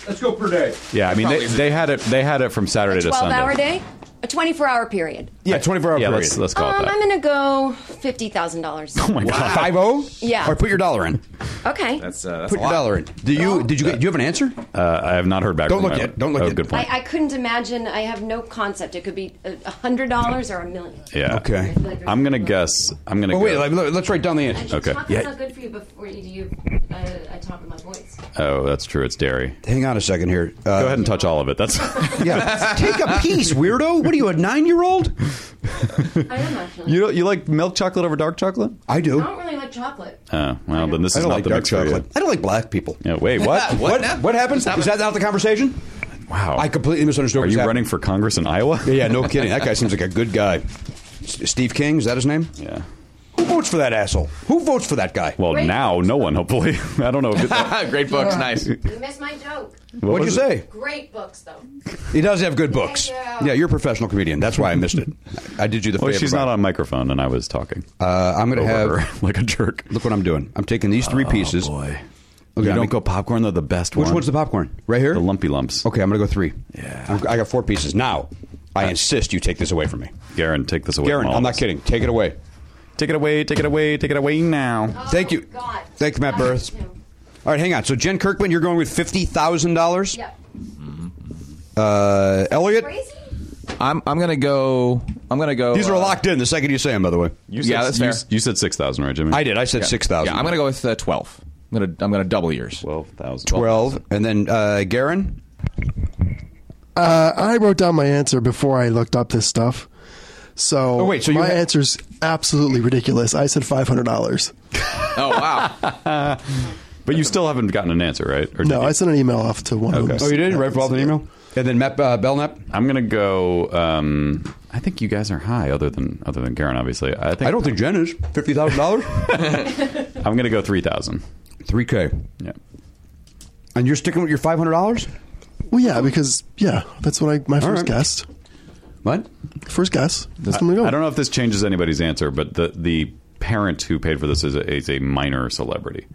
Speaker 1: Let's go per day.
Speaker 2: Yeah, I mean they,
Speaker 5: Probably.
Speaker 2: they had it they had it from Saturday
Speaker 7: a
Speaker 2: to Sunday.
Speaker 7: Twelve-hour day. A 24 hour period.
Speaker 1: Yeah, 24 hour
Speaker 2: Yeah,
Speaker 1: period.
Speaker 2: let's let's call
Speaker 7: Um,
Speaker 2: it
Speaker 7: I'm
Speaker 2: that.
Speaker 7: going to go $50,000.
Speaker 2: Oh my god.
Speaker 1: Five zero.
Speaker 7: Yeah.
Speaker 1: Or put your dollar in.
Speaker 7: Okay.
Speaker 5: That's uh, that's
Speaker 1: Put
Speaker 5: a
Speaker 1: your
Speaker 5: lot.
Speaker 1: dollar in. Do you? Did you get? Do you have an answer?
Speaker 2: Uh, I have not heard back.
Speaker 1: Don't
Speaker 2: from
Speaker 1: look
Speaker 2: my-
Speaker 1: yet. Don't look
Speaker 2: oh,
Speaker 1: yet.
Speaker 2: Good point.
Speaker 7: I, I couldn't imagine. I have no concept. It could be a $100 or a million.
Speaker 2: yeah.
Speaker 1: Okay.
Speaker 2: I'm gonna guess. I'm gonna.
Speaker 1: Oh wait,
Speaker 2: go-
Speaker 1: let- let- let's write down the
Speaker 7: I
Speaker 1: answer.
Speaker 7: should
Speaker 2: Okay.
Speaker 7: Talk
Speaker 1: Yeah.
Speaker 7: is not good for you before you do. You, uh, I talk with my voice.
Speaker 2: Oh, that's true. It's dairy.
Speaker 1: Hang on a second here. Uh,
Speaker 2: Go ahead and touch all of it. That's.
Speaker 1: Yeah. Take a piece, weirdo. What are you, a nine year old?
Speaker 7: I am actually.
Speaker 2: you don't, you like milk chocolate over dark chocolate?
Speaker 1: I do.
Speaker 7: I don't really like chocolate.
Speaker 2: Oh, well, then this
Speaker 1: I
Speaker 2: is
Speaker 1: don't
Speaker 2: not
Speaker 1: like
Speaker 2: the
Speaker 1: dark
Speaker 2: mix for you.
Speaker 1: chocolate. I don't like black people.
Speaker 2: Yeah, wait, what?
Speaker 5: What
Speaker 1: What?
Speaker 5: now?
Speaker 1: What happens? Is that not the conversation?
Speaker 2: Wow.
Speaker 1: I completely misunderstood.
Speaker 2: Are
Speaker 1: what was
Speaker 2: you
Speaker 1: happening.
Speaker 2: running for Congress in Iowa?
Speaker 1: Yeah, yeah, no kidding. That guy seems like a good guy. S- Steve King is that his name?
Speaker 2: Yeah.
Speaker 1: Who votes for that asshole? Who votes for that guy?
Speaker 2: Well,
Speaker 7: Great.
Speaker 2: now no one. Hopefully, I don't know. If it,
Speaker 5: Ah, Great books, nice.
Speaker 7: You missed my joke.
Speaker 2: what
Speaker 1: What'd you
Speaker 2: was it?
Speaker 1: say?
Speaker 7: Great books, though.
Speaker 1: He does have good books.
Speaker 7: Thank you.
Speaker 1: Yeah, you're a professional comedian. That's why I missed it. I did you the
Speaker 2: Well,
Speaker 1: favor.
Speaker 2: she's
Speaker 1: by-
Speaker 2: not on microphone, and I was talking
Speaker 1: Uh, I'm going to
Speaker 2: over
Speaker 1: have.
Speaker 2: her like a jerk.
Speaker 1: Look what I'm doing. I'm taking these three pieces.
Speaker 2: boy.
Speaker 1: Okay,
Speaker 2: you
Speaker 1: I'm
Speaker 2: don't
Speaker 1: gonna-
Speaker 2: go popcorn. They're the best
Speaker 1: Which
Speaker 2: one.
Speaker 1: one's the popcorn? Right here.
Speaker 2: The lumpy lumps.
Speaker 1: Okay, I'm going to go three.
Speaker 2: Yeah.
Speaker 1: I'm, I got four pieces now. I insist you take this away from me,
Speaker 2: Garen, take this away.
Speaker 1: Garen.
Speaker 2: from all
Speaker 1: I'm
Speaker 2: of
Speaker 1: not
Speaker 2: us.
Speaker 1: kidding. Take it away.
Speaker 2: Take it away. Take it away. Take it away now.
Speaker 7: Oh.
Speaker 1: Thank you.
Speaker 7: God.
Speaker 1: Thank you, Matt
Speaker 7: I
Speaker 1: Burris.
Speaker 7: hate you.
Speaker 1: All right, hang on. So Jen Kirkman, you're going with fifty thousand dollars.
Speaker 7: Yeah.
Speaker 1: Uh, Elliot,
Speaker 7: Crazy?
Speaker 5: I'm I'm gonna go. I'm gonna go.
Speaker 1: these are
Speaker 5: uh,
Speaker 1: locked in. The second you say them, by the way.
Speaker 2: You
Speaker 5: Yeah, that's
Speaker 2: you,
Speaker 5: fair.
Speaker 2: s- You said six thousand, right, Jimmy?
Speaker 1: I did. I said six thousand.
Speaker 5: Yeah, I'm gonna go with uh, twelve. I'm gonna I'm gonna double yours.
Speaker 2: Twelve thousand.
Speaker 1: twelve, and then uh, Garen.
Speaker 6: Uh, I wrote down my answer before I looked up this stuff. So,
Speaker 1: Oh, wait, so you
Speaker 6: my
Speaker 1: ha-
Speaker 6: answer's absolutely ridiculous. I said five hundred dollars.
Speaker 5: Oh wow.
Speaker 2: But you still haven't gotten an answer, right? Or did
Speaker 6: No,
Speaker 2: you?
Speaker 6: I sent an email off to one of them.
Speaker 1: Oh, you did right for all the email, and then Matt uh, Belknap.
Speaker 2: I'm gonna go. Um, I think you guys are high, other than other than Karen, obviously. I think
Speaker 1: I don't think Jen is fifty thousand dollars.
Speaker 2: I'm gonna go three thousand.
Speaker 1: Three k,
Speaker 2: Yeah,
Speaker 1: and you're sticking with your five hundred dollars.
Speaker 6: Well, yeah, because yeah, that's what I my first
Speaker 1: right.
Speaker 6: guess.
Speaker 1: What?
Speaker 6: First guess. That's what I'm gonna go.
Speaker 2: I don't know if this changes anybody's answer, but the the parent who paid for this is a, is a minor celebrity.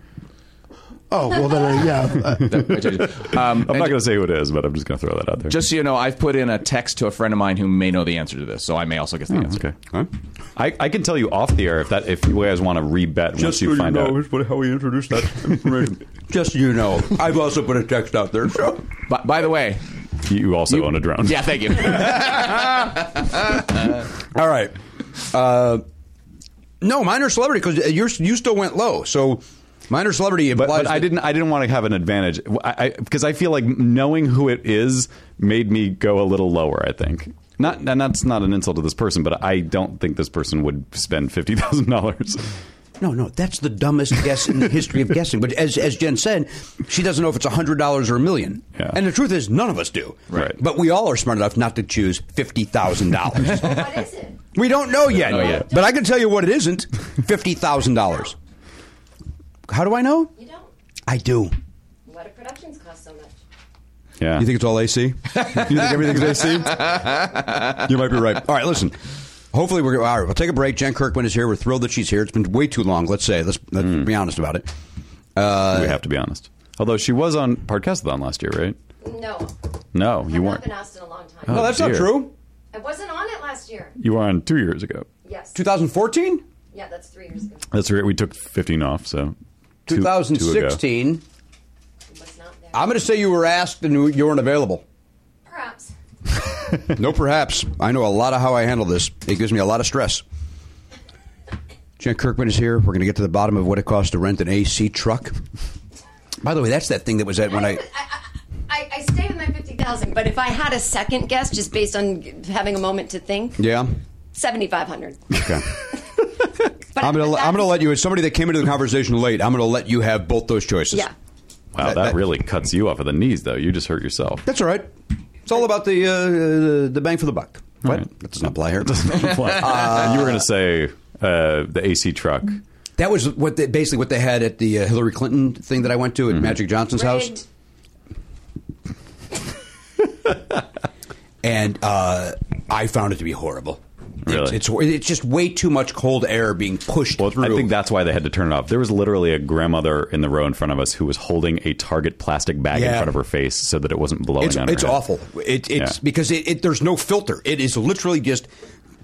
Speaker 6: Oh well, then uh, yeah. Uh,
Speaker 5: um,
Speaker 2: I'm not gonna say who it is, but I'm just gonna throw that out there.
Speaker 5: Just so you know, I've put in a text to a friend of mine who may know the answer to this, so I may also guess the answer.
Speaker 2: Hmm, okay. I, I can tell you off the air if that if you guys want to rebet once you find out.
Speaker 1: what, how we introduced that information. Just so you know, I've also put a text out there. So.
Speaker 5: By, by the way,
Speaker 2: You also own a drone.
Speaker 5: yeah, thank you.
Speaker 1: All right. Uh, no, minor celebrity because you you still went low. So minor celebrity
Speaker 2: But,
Speaker 1: implies
Speaker 2: but I
Speaker 1: that-
Speaker 2: didn't. I didn't want to have an advantage because I, because I feel like knowing who it is made me go a little lower. I think not, and that's not an insult to this person, but I don't think this person would spend fifty thousand dollars.
Speaker 1: No, no, that's the dumbest guess in the history of guessing. But as, as Jen said, she doesn't know if it's hundred dollars or a million.
Speaker 2: Yeah.
Speaker 1: And the truth is, none of us do.
Speaker 2: Right.
Speaker 1: But we all are smart enough not to choose fifty thousand dollars.
Speaker 7: What is it?
Speaker 1: we don't know yet.
Speaker 2: know yet.
Speaker 1: But I can tell you what it isn't: fifty thousand dollars. How do I know?
Speaker 7: You don't.
Speaker 1: I do.
Speaker 7: What do productions cost so much?
Speaker 2: Yeah,
Speaker 1: You think it's all AC? you think everything's AC? you might be right. All right, listen. Hopefully we're all right. We'll take a break. Jen Kirkman is here. We're thrilled that she's here. It's been way too long. Let's say let's, let's be honest about it. Uh,
Speaker 2: we have to be honest. Although she was on Podcastathon last year, right?
Speaker 7: No.
Speaker 2: No, you
Speaker 7: I've
Speaker 2: weren't.
Speaker 7: not been asked in a long time.
Speaker 1: No, that's not
Speaker 2: dear.
Speaker 1: true.
Speaker 7: I wasn't on it last year.
Speaker 2: You were on two years ago.
Speaker 7: Yes.
Speaker 1: 2014,
Speaker 7: Yeah, that's three years ago.
Speaker 2: That's right. We took fifteen off. So two- two ago.
Speaker 1: 2016.
Speaker 7: It was not there.
Speaker 1: I'm going to say you were asked and you weren't available.
Speaker 7: Perhaps.
Speaker 1: no, perhaps. I know a lot of how I handle this. It gives me a lot of stress. Jen Kirkman is here. We're going to get to the bottom of what it costs to rent an AC truck. By the way, that's that thing that was at when I.
Speaker 7: I, I, I stay with my 50,000, but if I had a second guess just based on g- having a moment to think,
Speaker 1: Yeah.
Speaker 7: 7,500.
Speaker 1: Okay.
Speaker 7: But
Speaker 1: I'm gonna
Speaker 7: but
Speaker 1: I'm gonna
Speaker 7: that's-
Speaker 1: let you as somebody that came into the conversation late. I'm gonna let you have both those choices.
Speaker 7: Yeah.
Speaker 2: Wow, that,
Speaker 1: that-
Speaker 2: really cuts you off of the knees, though. You just hurt yourself.
Speaker 1: that's all right. It's all about the uh, the bang for the buck.
Speaker 2: What?
Speaker 1: That doesn't apply here. Uh,
Speaker 2: you were going to say uh, the AC truck.
Speaker 1: That was what they, basically what they had at the uh, Hillary Clinton thing that I went
Speaker 2: Mm-hmm.
Speaker 1: to at Magic Johnson's
Speaker 7: Rigged.
Speaker 1: house, and uh, I found it to be horrible.
Speaker 2: Really?
Speaker 1: It's, it's it's just way too much cold air being pushed
Speaker 2: Well,
Speaker 1: through.
Speaker 2: I think that's why they had to turn it off. There was literally a grandmother in the row in front of us who was holding a Target plastic bag in
Speaker 1: Yeah.
Speaker 2: front of her face so that it wasn't blowing
Speaker 1: it's
Speaker 2: on her.
Speaker 1: it's
Speaker 2: head.
Speaker 1: awful. It, it's
Speaker 2: Yeah.
Speaker 1: because it, it there's no filter. It is literally just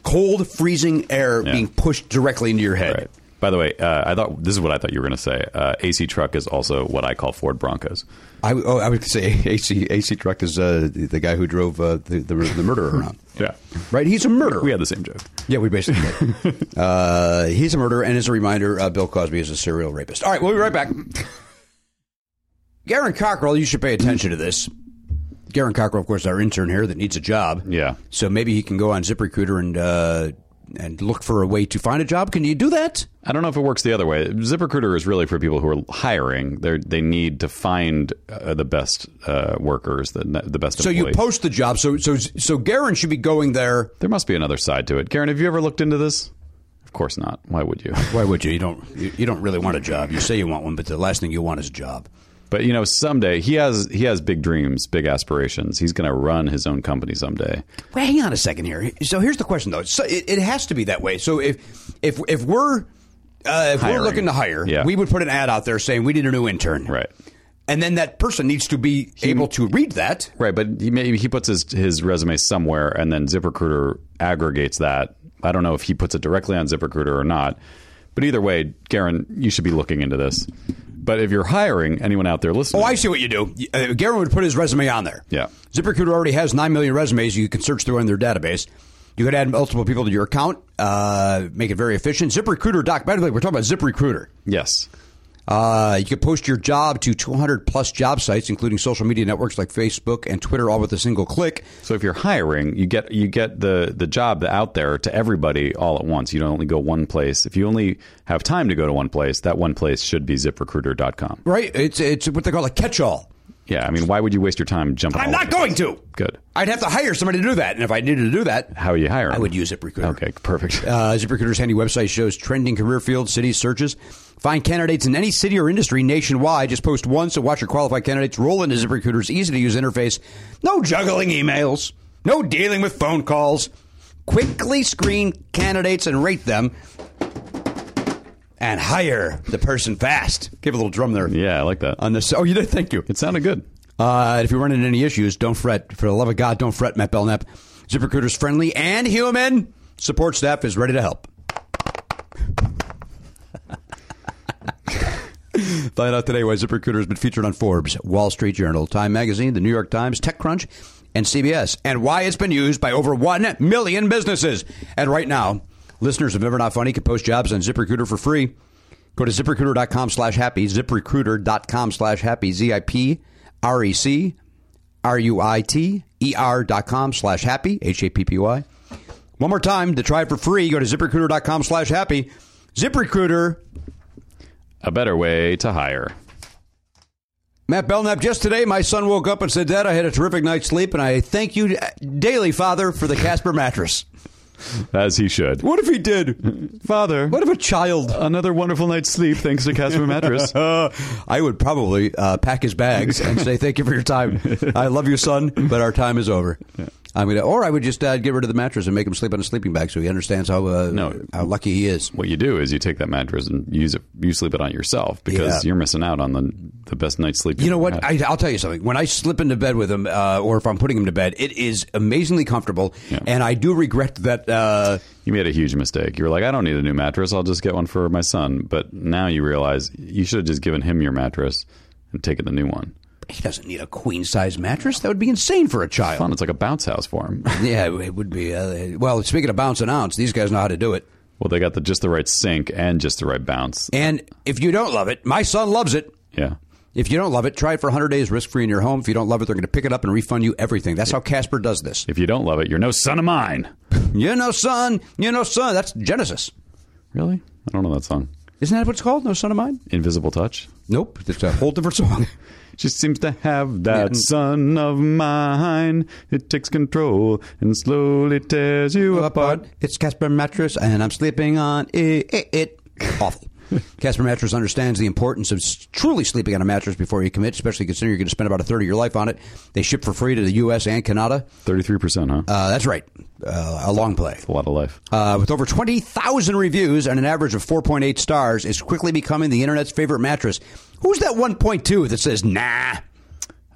Speaker 1: cold, freezing air
Speaker 2: Yeah.
Speaker 1: being pushed directly into your head.
Speaker 2: Right. By the way, uh, I thought this is what I thought you were going to say. Uh, AC truck is also what I call Ford Broncos.
Speaker 1: I, oh, I would say AC AC truck is uh, the, the guy who drove uh, the, the the murderer around.
Speaker 2: Yeah.
Speaker 1: Right, he's a murderer.
Speaker 2: We had the same joke.
Speaker 1: Yeah, we basically did. uh, he's a murderer, and as a reminder, uh, Bill Cosby is a serial rapist. All right, we'll be right back. Garen Cockrell, you should pay attention to this. Garen Cockrell, of course, our intern here that needs a job.
Speaker 2: Yeah.
Speaker 1: So maybe he can go on ZipRecruiter and uh, and look for a way to find a job. Can you do that?
Speaker 2: I don't know if it works the other way. ZipRecruiter is really for people who are hiring. They they need to find uh, the best uh, workers, the the best.
Speaker 1: So you
Speaker 2: employee.
Speaker 1: post the job. So so so Garen should be going there.
Speaker 2: There must be another side to it. Karen, have you ever looked into this? Of course not. Why would you?
Speaker 1: Why would you? You don't you, you don't really want a job. You say you want one, but the last thing you want is a job.
Speaker 2: But you know, someday he has he has big dreams, big aspirations. He's going to run his own company someday.
Speaker 1: Well, hang on a second here. So here's the question, though. So it, it has to be that way. So if if if we're uh, if
Speaker 2: Hiring.
Speaker 1: we're looking to hire,
Speaker 2: Yeah.
Speaker 1: we would put an ad out there saying we need a new intern,
Speaker 2: Right.
Speaker 1: And then that person needs to be able to read that.
Speaker 2: Right, but he maybe he puts his his resume somewhere and then ZipRecruiter aggregates that. I don't know if he puts it directly on ZipRecruiter or not. But either way, Garen, you should be looking into this. But if you're hiring anyone out there listening,
Speaker 1: Oh, I see what you do. Uh, Garen would put his resume on there.
Speaker 2: Yeah.
Speaker 1: ZipRecruiter already has nine million resumes. You can search through in their database. You could add multiple people to your account, uh, make it very efficient. ZipRecruiter. Doc, by the way, we're talking about ZipRecruiter.
Speaker 2: yes,
Speaker 1: Uh, you can post your job to 200 plus job sites, including social media networks like Facebook and Twitter, all with a single click.
Speaker 2: So if you're hiring, you get you get the the job out there to everybody all at once. You don't only go one place. If you only have time to go to one place, that one place should be ziprecruiter.com.
Speaker 1: Right? It's it's what they call a catch-all.
Speaker 2: Yeah, I mean, why would you waste your time jumping?
Speaker 1: I'm
Speaker 2: all
Speaker 1: not
Speaker 2: over
Speaker 1: going
Speaker 2: the place?
Speaker 1: to.
Speaker 2: Good.
Speaker 1: I'd have to hire somebody to do that, and if I needed to do that,
Speaker 2: How are you hiring?
Speaker 1: I would use ZipRecruiter.
Speaker 2: Okay, perfect.
Speaker 1: Uh, ZipRecruiter's handy website shows trending career fields, city searches. Find candidates in any city or industry nationwide. Just post once and watch your qualified candidates roll into ZipRecruiter's easy to use interface. No juggling emails, no dealing with phone calls. Quickly screen candidates and rate them and hire the person fast. Give a little drum there.
Speaker 2: yeah, I like that.
Speaker 1: On this, oh, you did. Thank you.
Speaker 2: It sounded good.
Speaker 1: Uh, if you run into any issues, don't fret. For the love of God, don't fret, Matt Belknap. ZipRecruiter's friendly and human. Support staff is ready to help. Find out today why ZipRecruiter has been featured on Forbes, Wall Street Journal, Time Magazine, The New York Times, TechCrunch, and CBS, and why it's been used by over 1 million businesses. And right now, listeners of Never Not Funny can post jobs on ZipRecruiter for free. Go to ziprecruiter.com slash happy, ziprecruiter.com slash happy, Z I P R E C R U I T E R dot com slash happy, H A P P Y. One more time, to try it for free, go to ziprecruiter.com slash happy. ZipRecruiter
Speaker 2: A better way to hire.
Speaker 1: Matt Belknap, just today my son woke up and said, Dad, I had a terrific night's sleep, and I thank you uh, daily, Father, for the Casper mattress.
Speaker 2: As he should.
Speaker 1: What if he did?
Speaker 2: Father,
Speaker 1: What if a child?
Speaker 2: another wonderful night's sleep thanks to Casper Mattress.
Speaker 1: Uh, I would probably uh, pack his bags and say, Thank you for your time. I love you, son, but our time is over. I'm gonna, or I would just uh, get rid of the mattress and make him sleep on a sleeping bag so he understands how uh,
Speaker 2: No.
Speaker 1: how lucky he is.
Speaker 2: what you do is you take that mattress and use it. You sleep it on yourself because
Speaker 1: Yeah.
Speaker 2: you're missing out on the the best night's sleep.
Speaker 1: You know
Speaker 2: ever
Speaker 1: what?
Speaker 2: had.
Speaker 1: I, I'll tell you something. When I slip into bed with him, uh, or if I'm putting him to bed, it is amazingly comfortable,
Speaker 2: Yeah.
Speaker 1: and I do regret that. Uh,
Speaker 2: You made a huge mistake. You were like, I don't need a new mattress. I'll just get one for my son. But now you realize you should have just given him your mattress and taken the new one.
Speaker 1: He doesn't need a queen size mattress. That would be insane for a child.
Speaker 2: Fun. It's like a bounce house for him.
Speaker 1: Yeah, it would be. Uh, well, speaking of bouncing ounce, these guys know how to do it.
Speaker 2: well, they got the just the right sink and just the right bounce.
Speaker 1: And if you don't love it, my son loves it.
Speaker 2: Yeah.
Speaker 1: If you don't love it, try it for 100 days risk free in your home. If you don't love it, they're going to pick it up and refund you everything. That's how Casper does this.
Speaker 2: If you don't love it, you're no son of mine.
Speaker 1: You know, son. You know, son. That's Genesis.
Speaker 2: Really? I don't know that song.
Speaker 1: Isn't that what it's called? No son of mine?
Speaker 2: Invisible Touch.
Speaker 1: Nope. It's a whole different song.
Speaker 2: She seems to have that son of mine. It takes control and slowly tears you apart.
Speaker 1: It's Casper mattress, and I'm sleeping on it. it. Awful. Casper Mattress understands the importance of s- truly sleeping on a mattress before you commit, especially considering you're going to spend about a third of your life on it. They ship for free to the U.S. and Canada.
Speaker 2: Thirty-three percent, huh?
Speaker 1: Uh, that's right. Uh, a long play.
Speaker 2: a lot of life.
Speaker 1: Uh, with over 20,000 reviews and an average of 4.8 stars, it's quickly becoming the internet's favorite mattress. Who's that 1.2 that says, nah?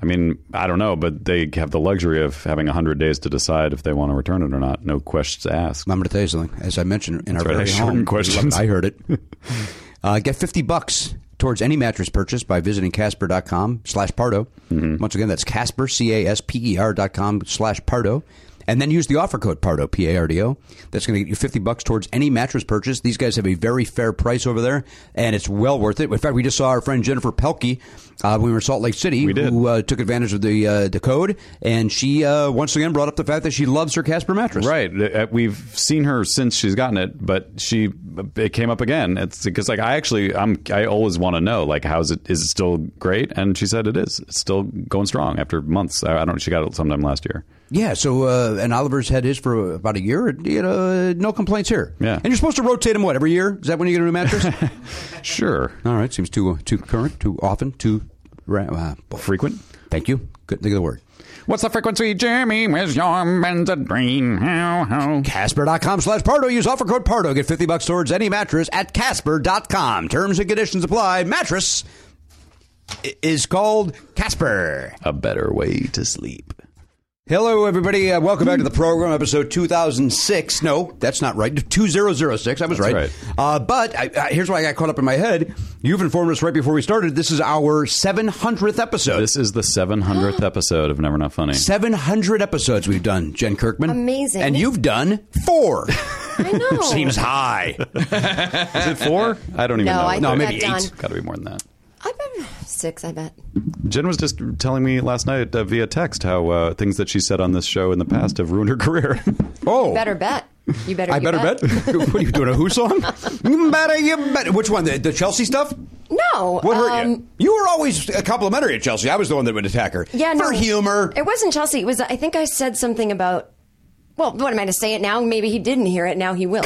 Speaker 2: I mean, I don't know, but they have the luxury of having hundred days to decide if they want to return it or not. No questions asked.
Speaker 1: I'm going to tell you something. As I mentioned in our
Speaker 2: right, I
Speaker 1: very
Speaker 2: shortened
Speaker 1: home,
Speaker 2: questions.
Speaker 1: I heard it. uh, get 50 bucks towards any mattress purchase by visiting casper.com slash pardo.
Speaker 2: Mm-hmm.
Speaker 1: Once again, that's casper, C-A-S-P-E-R E dot com slash pardo. And then use the offer code PARDO, P-A-R-D-O. That's going to get you 50 bucks towards any mattress purchase. These guys have a very fair price over there, and it's well worth it. In fact, we just saw our friend Jennifer Pelkey uh, when we were in Salt Lake City,
Speaker 2: We did.
Speaker 1: who uh, took advantage of the uh, the code, and she uh, once again brought up the fact that she loves her Casper mattress.
Speaker 2: Right. Uh, We've seen her since she's gotten it, but she it came up again. It's because like I actually I'm I always want to know like how's it is it still great? And she said it is. It's still going strong after months. I, I don't. She got it sometime last year.
Speaker 1: Yeah, so uh, and Oliver's had his for about a year. You know, no complaints here.
Speaker 2: Yeah.
Speaker 1: and you're supposed to rotate them what every year? Is that when you get a new mattress?
Speaker 2: Sure.
Speaker 1: All right, seems too uh, too current, too often, too. ra- Uh,
Speaker 2: Frequent.
Speaker 1: thank you. Couldn't think of the word.
Speaker 2: What's the frequency, Jeremy? Where's your benzodrine? How how?
Speaker 1: Casper.com slash Pardo. Use offer code Pardo. Get 50 bucks towards any mattress at Casper.com. Terms and conditions apply. Mattress i- is called Casper.
Speaker 2: A better way to sleep.
Speaker 1: Hello, everybody. Uh, welcome back to the program, episode 2006. No, that's not right. 2006. I was right.
Speaker 2: right.
Speaker 1: Uh, but I, I, here's why I got caught up in my head. You've informed us right before we started. This is our 700th episode.
Speaker 2: This is the 700th episode of Never Not Funny.
Speaker 1: 700 episodes we've done, Jen Kirkman.
Speaker 7: Amazing.
Speaker 1: And you've done four.
Speaker 7: I know.
Speaker 1: Seems high.
Speaker 2: Is it four? I don't even
Speaker 7: No,
Speaker 2: know.
Speaker 7: I think
Speaker 1: No, maybe
Speaker 7: I've
Speaker 1: eight.
Speaker 7: done
Speaker 2: Got to be more than that.
Speaker 7: I bet six. I bet.
Speaker 2: Jen was just telling me last night uh, via text how uh, things that she said on this show in the past have ruined her career.
Speaker 1: Oh.
Speaker 7: Better bet. You better.
Speaker 1: I
Speaker 7: you
Speaker 1: better bet. what are you doing? A Who song? better you bet. Which one? The, the Chelsea stuff?
Speaker 7: No.
Speaker 1: What hurt
Speaker 7: um,
Speaker 1: you? You were always uh, complimentary at Chelsea. I was the one that would attack her.
Speaker 7: Yeah,
Speaker 1: For
Speaker 7: no
Speaker 1: humor.
Speaker 7: It wasn't Chelsea. It was. I think I said something about. Well, what am I to say it now? Maybe he didn't hear it. Now he will.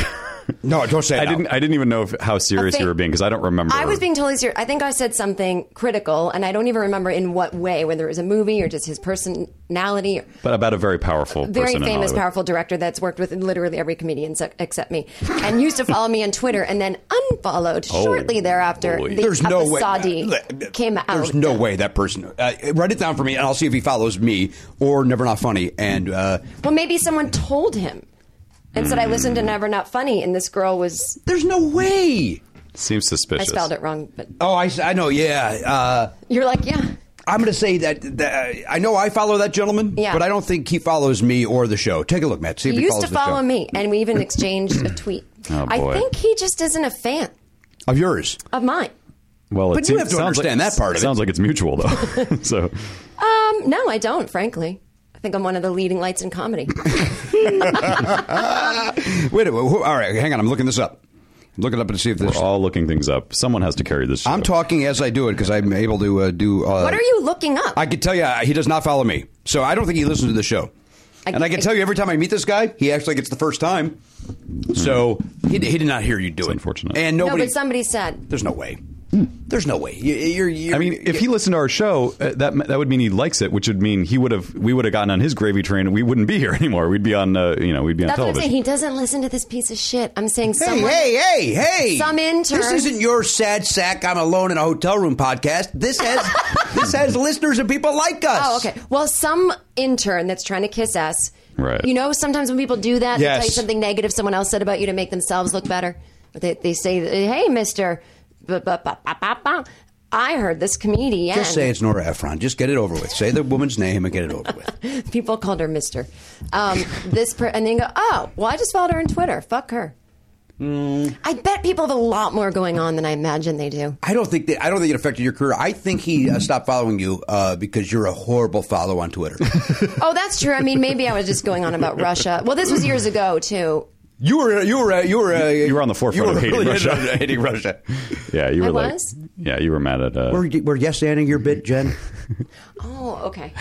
Speaker 1: No, don't say it
Speaker 2: I
Speaker 1: out.
Speaker 2: didn't. I didn't even know if, how serious
Speaker 7: think-
Speaker 2: you were being because I don't remember.
Speaker 7: I was being totally serious. I think I said something critical, and I don't even remember in what way, whether it was a movie or just his personality.
Speaker 2: but about a very powerful,
Speaker 7: Very
Speaker 2: person in
Speaker 7: famous,
Speaker 2: Hollywood.
Speaker 7: powerful director that's worked with literally every comedian se- except me, and used to follow me on Twitter, and then unfollowed shortly thereafter.
Speaker 2: boy.
Speaker 7: The
Speaker 1: Oh, There's no way.
Speaker 7: Episodi came out.
Speaker 1: There's no way that person. Uh, write it down for me, and I'll see if he follows me or Never Not Funny. And uh,
Speaker 7: Well, maybe someone told him and said, I listened to Never Not Funny, and this girl was.
Speaker 1: there's no way.
Speaker 2: Seems
Speaker 7: I
Speaker 2: suspicious.
Speaker 7: spelled it wrong, but
Speaker 1: Oh, I, I know. Yeah, uh,
Speaker 7: you're like, yeah.
Speaker 1: I'm going to say that, that I know I follow that gentleman,
Speaker 7: Yeah.
Speaker 1: but I don't think he follows me or the show. Take a look, Matt. See if
Speaker 7: You
Speaker 1: he
Speaker 7: used
Speaker 1: follows
Speaker 7: to
Speaker 1: the show.
Speaker 7: follow me, and we even exchanged a tweet.
Speaker 2: Oh, boy.
Speaker 7: I think he just isn't a fan
Speaker 1: of yours.
Speaker 7: of mine.
Speaker 2: Well, it
Speaker 1: But you
Speaker 2: seems-
Speaker 1: have to
Speaker 2: sounds like-
Speaker 1: understand that part of it.
Speaker 2: Sounds like it's mutual though. so
Speaker 7: Um, no, I don't, frankly. I think I'm one of the leading lights in comedy.
Speaker 1: Wait, a minute. who- all right, hang on. I'm looking this up. I'm looking up to see if
Speaker 2: we're
Speaker 1: this.
Speaker 2: all looking things up. Someone has to carry this. Show.
Speaker 1: I'm talking as I do it because I'm able to uh, do. Uh,
Speaker 7: what are you looking up?
Speaker 1: I can tell you, uh, he does not follow me, so I don't think he listens to the show.
Speaker 7: I-
Speaker 1: and I can tell you, every time I meet this guy, he actually gets the first time. So he, he did not hear you do it.
Speaker 2: unfortunate. Hmm.
Speaker 1: And
Speaker 7: no,
Speaker 1: nobody.
Speaker 7: but somebody said.
Speaker 1: there's no way. There's no way. You, you're, you're,
Speaker 2: I mean, if he listened to our show, uh, that that would mean he likes it, which would mean he would have we would have gotten on his gravy train. and We wouldn't be here anymore. We'd be on uh, you know we'd be on
Speaker 7: That's what I'm
Speaker 2: television.
Speaker 7: saying. He doesn't listen to this piece of shit. I'm saying
Speaker 1: Hey,
Speaker 7: someone.
Speaker 1: hey, hey, hey!
Speaker 7: Some intern-
Speaker 1: This isn't your sad sack. I'm alone in a hotel room podcast. This has this has listeners and people like us.
Speaker 7: Oh, okay. Well, some intern that's trying to kiss ass.
Speaker 2: Right.
Speaker 7: You know, sometimes when people do that, they tell you
Speaker 1: Yes.
Speaker 7: something negative someone else said about you to make themselves look better. They, they say, "Hey, Mister," I heard this comedian.
Speaker 1: Just say it's Nora Ephron. Just get it over with. Say the woman's name and get it over with.
Speaker 7: People called her Mister. Um, this per- and then go, "Oh, well, I just followed her on Twitter. Fuck her."
Speaker 1: Mm.
Speaker 7: I bet people have a lot more going on than I imagine they do.
Speaker 1: I don't think that I don't think it affected your career. I think he uh, stopped following you uh, because you're a horrible follow on Twitter.
Speaker 7: Oh, that's true. I mean, maybe I was just going on about Russia. Well, this was years ago too.
Speaker 1: You were, you were, you were, uh,
Speaker 2: you were on the forefront
Speaker 1: you were
Speaker 2: of hating
Speaker 1: really
Speaker 2: Russia.
Speaker 1: hating Russia.
Speaker 2: yeah, you were
Speaker 7: I
Speaker 2: like
Speaker 7: was?
Speaker 2: yeah, you were mad at. Uh,
Speaker 1: We're, we're yes anding your bit, Jen.
Speaker 7: Oh, okay.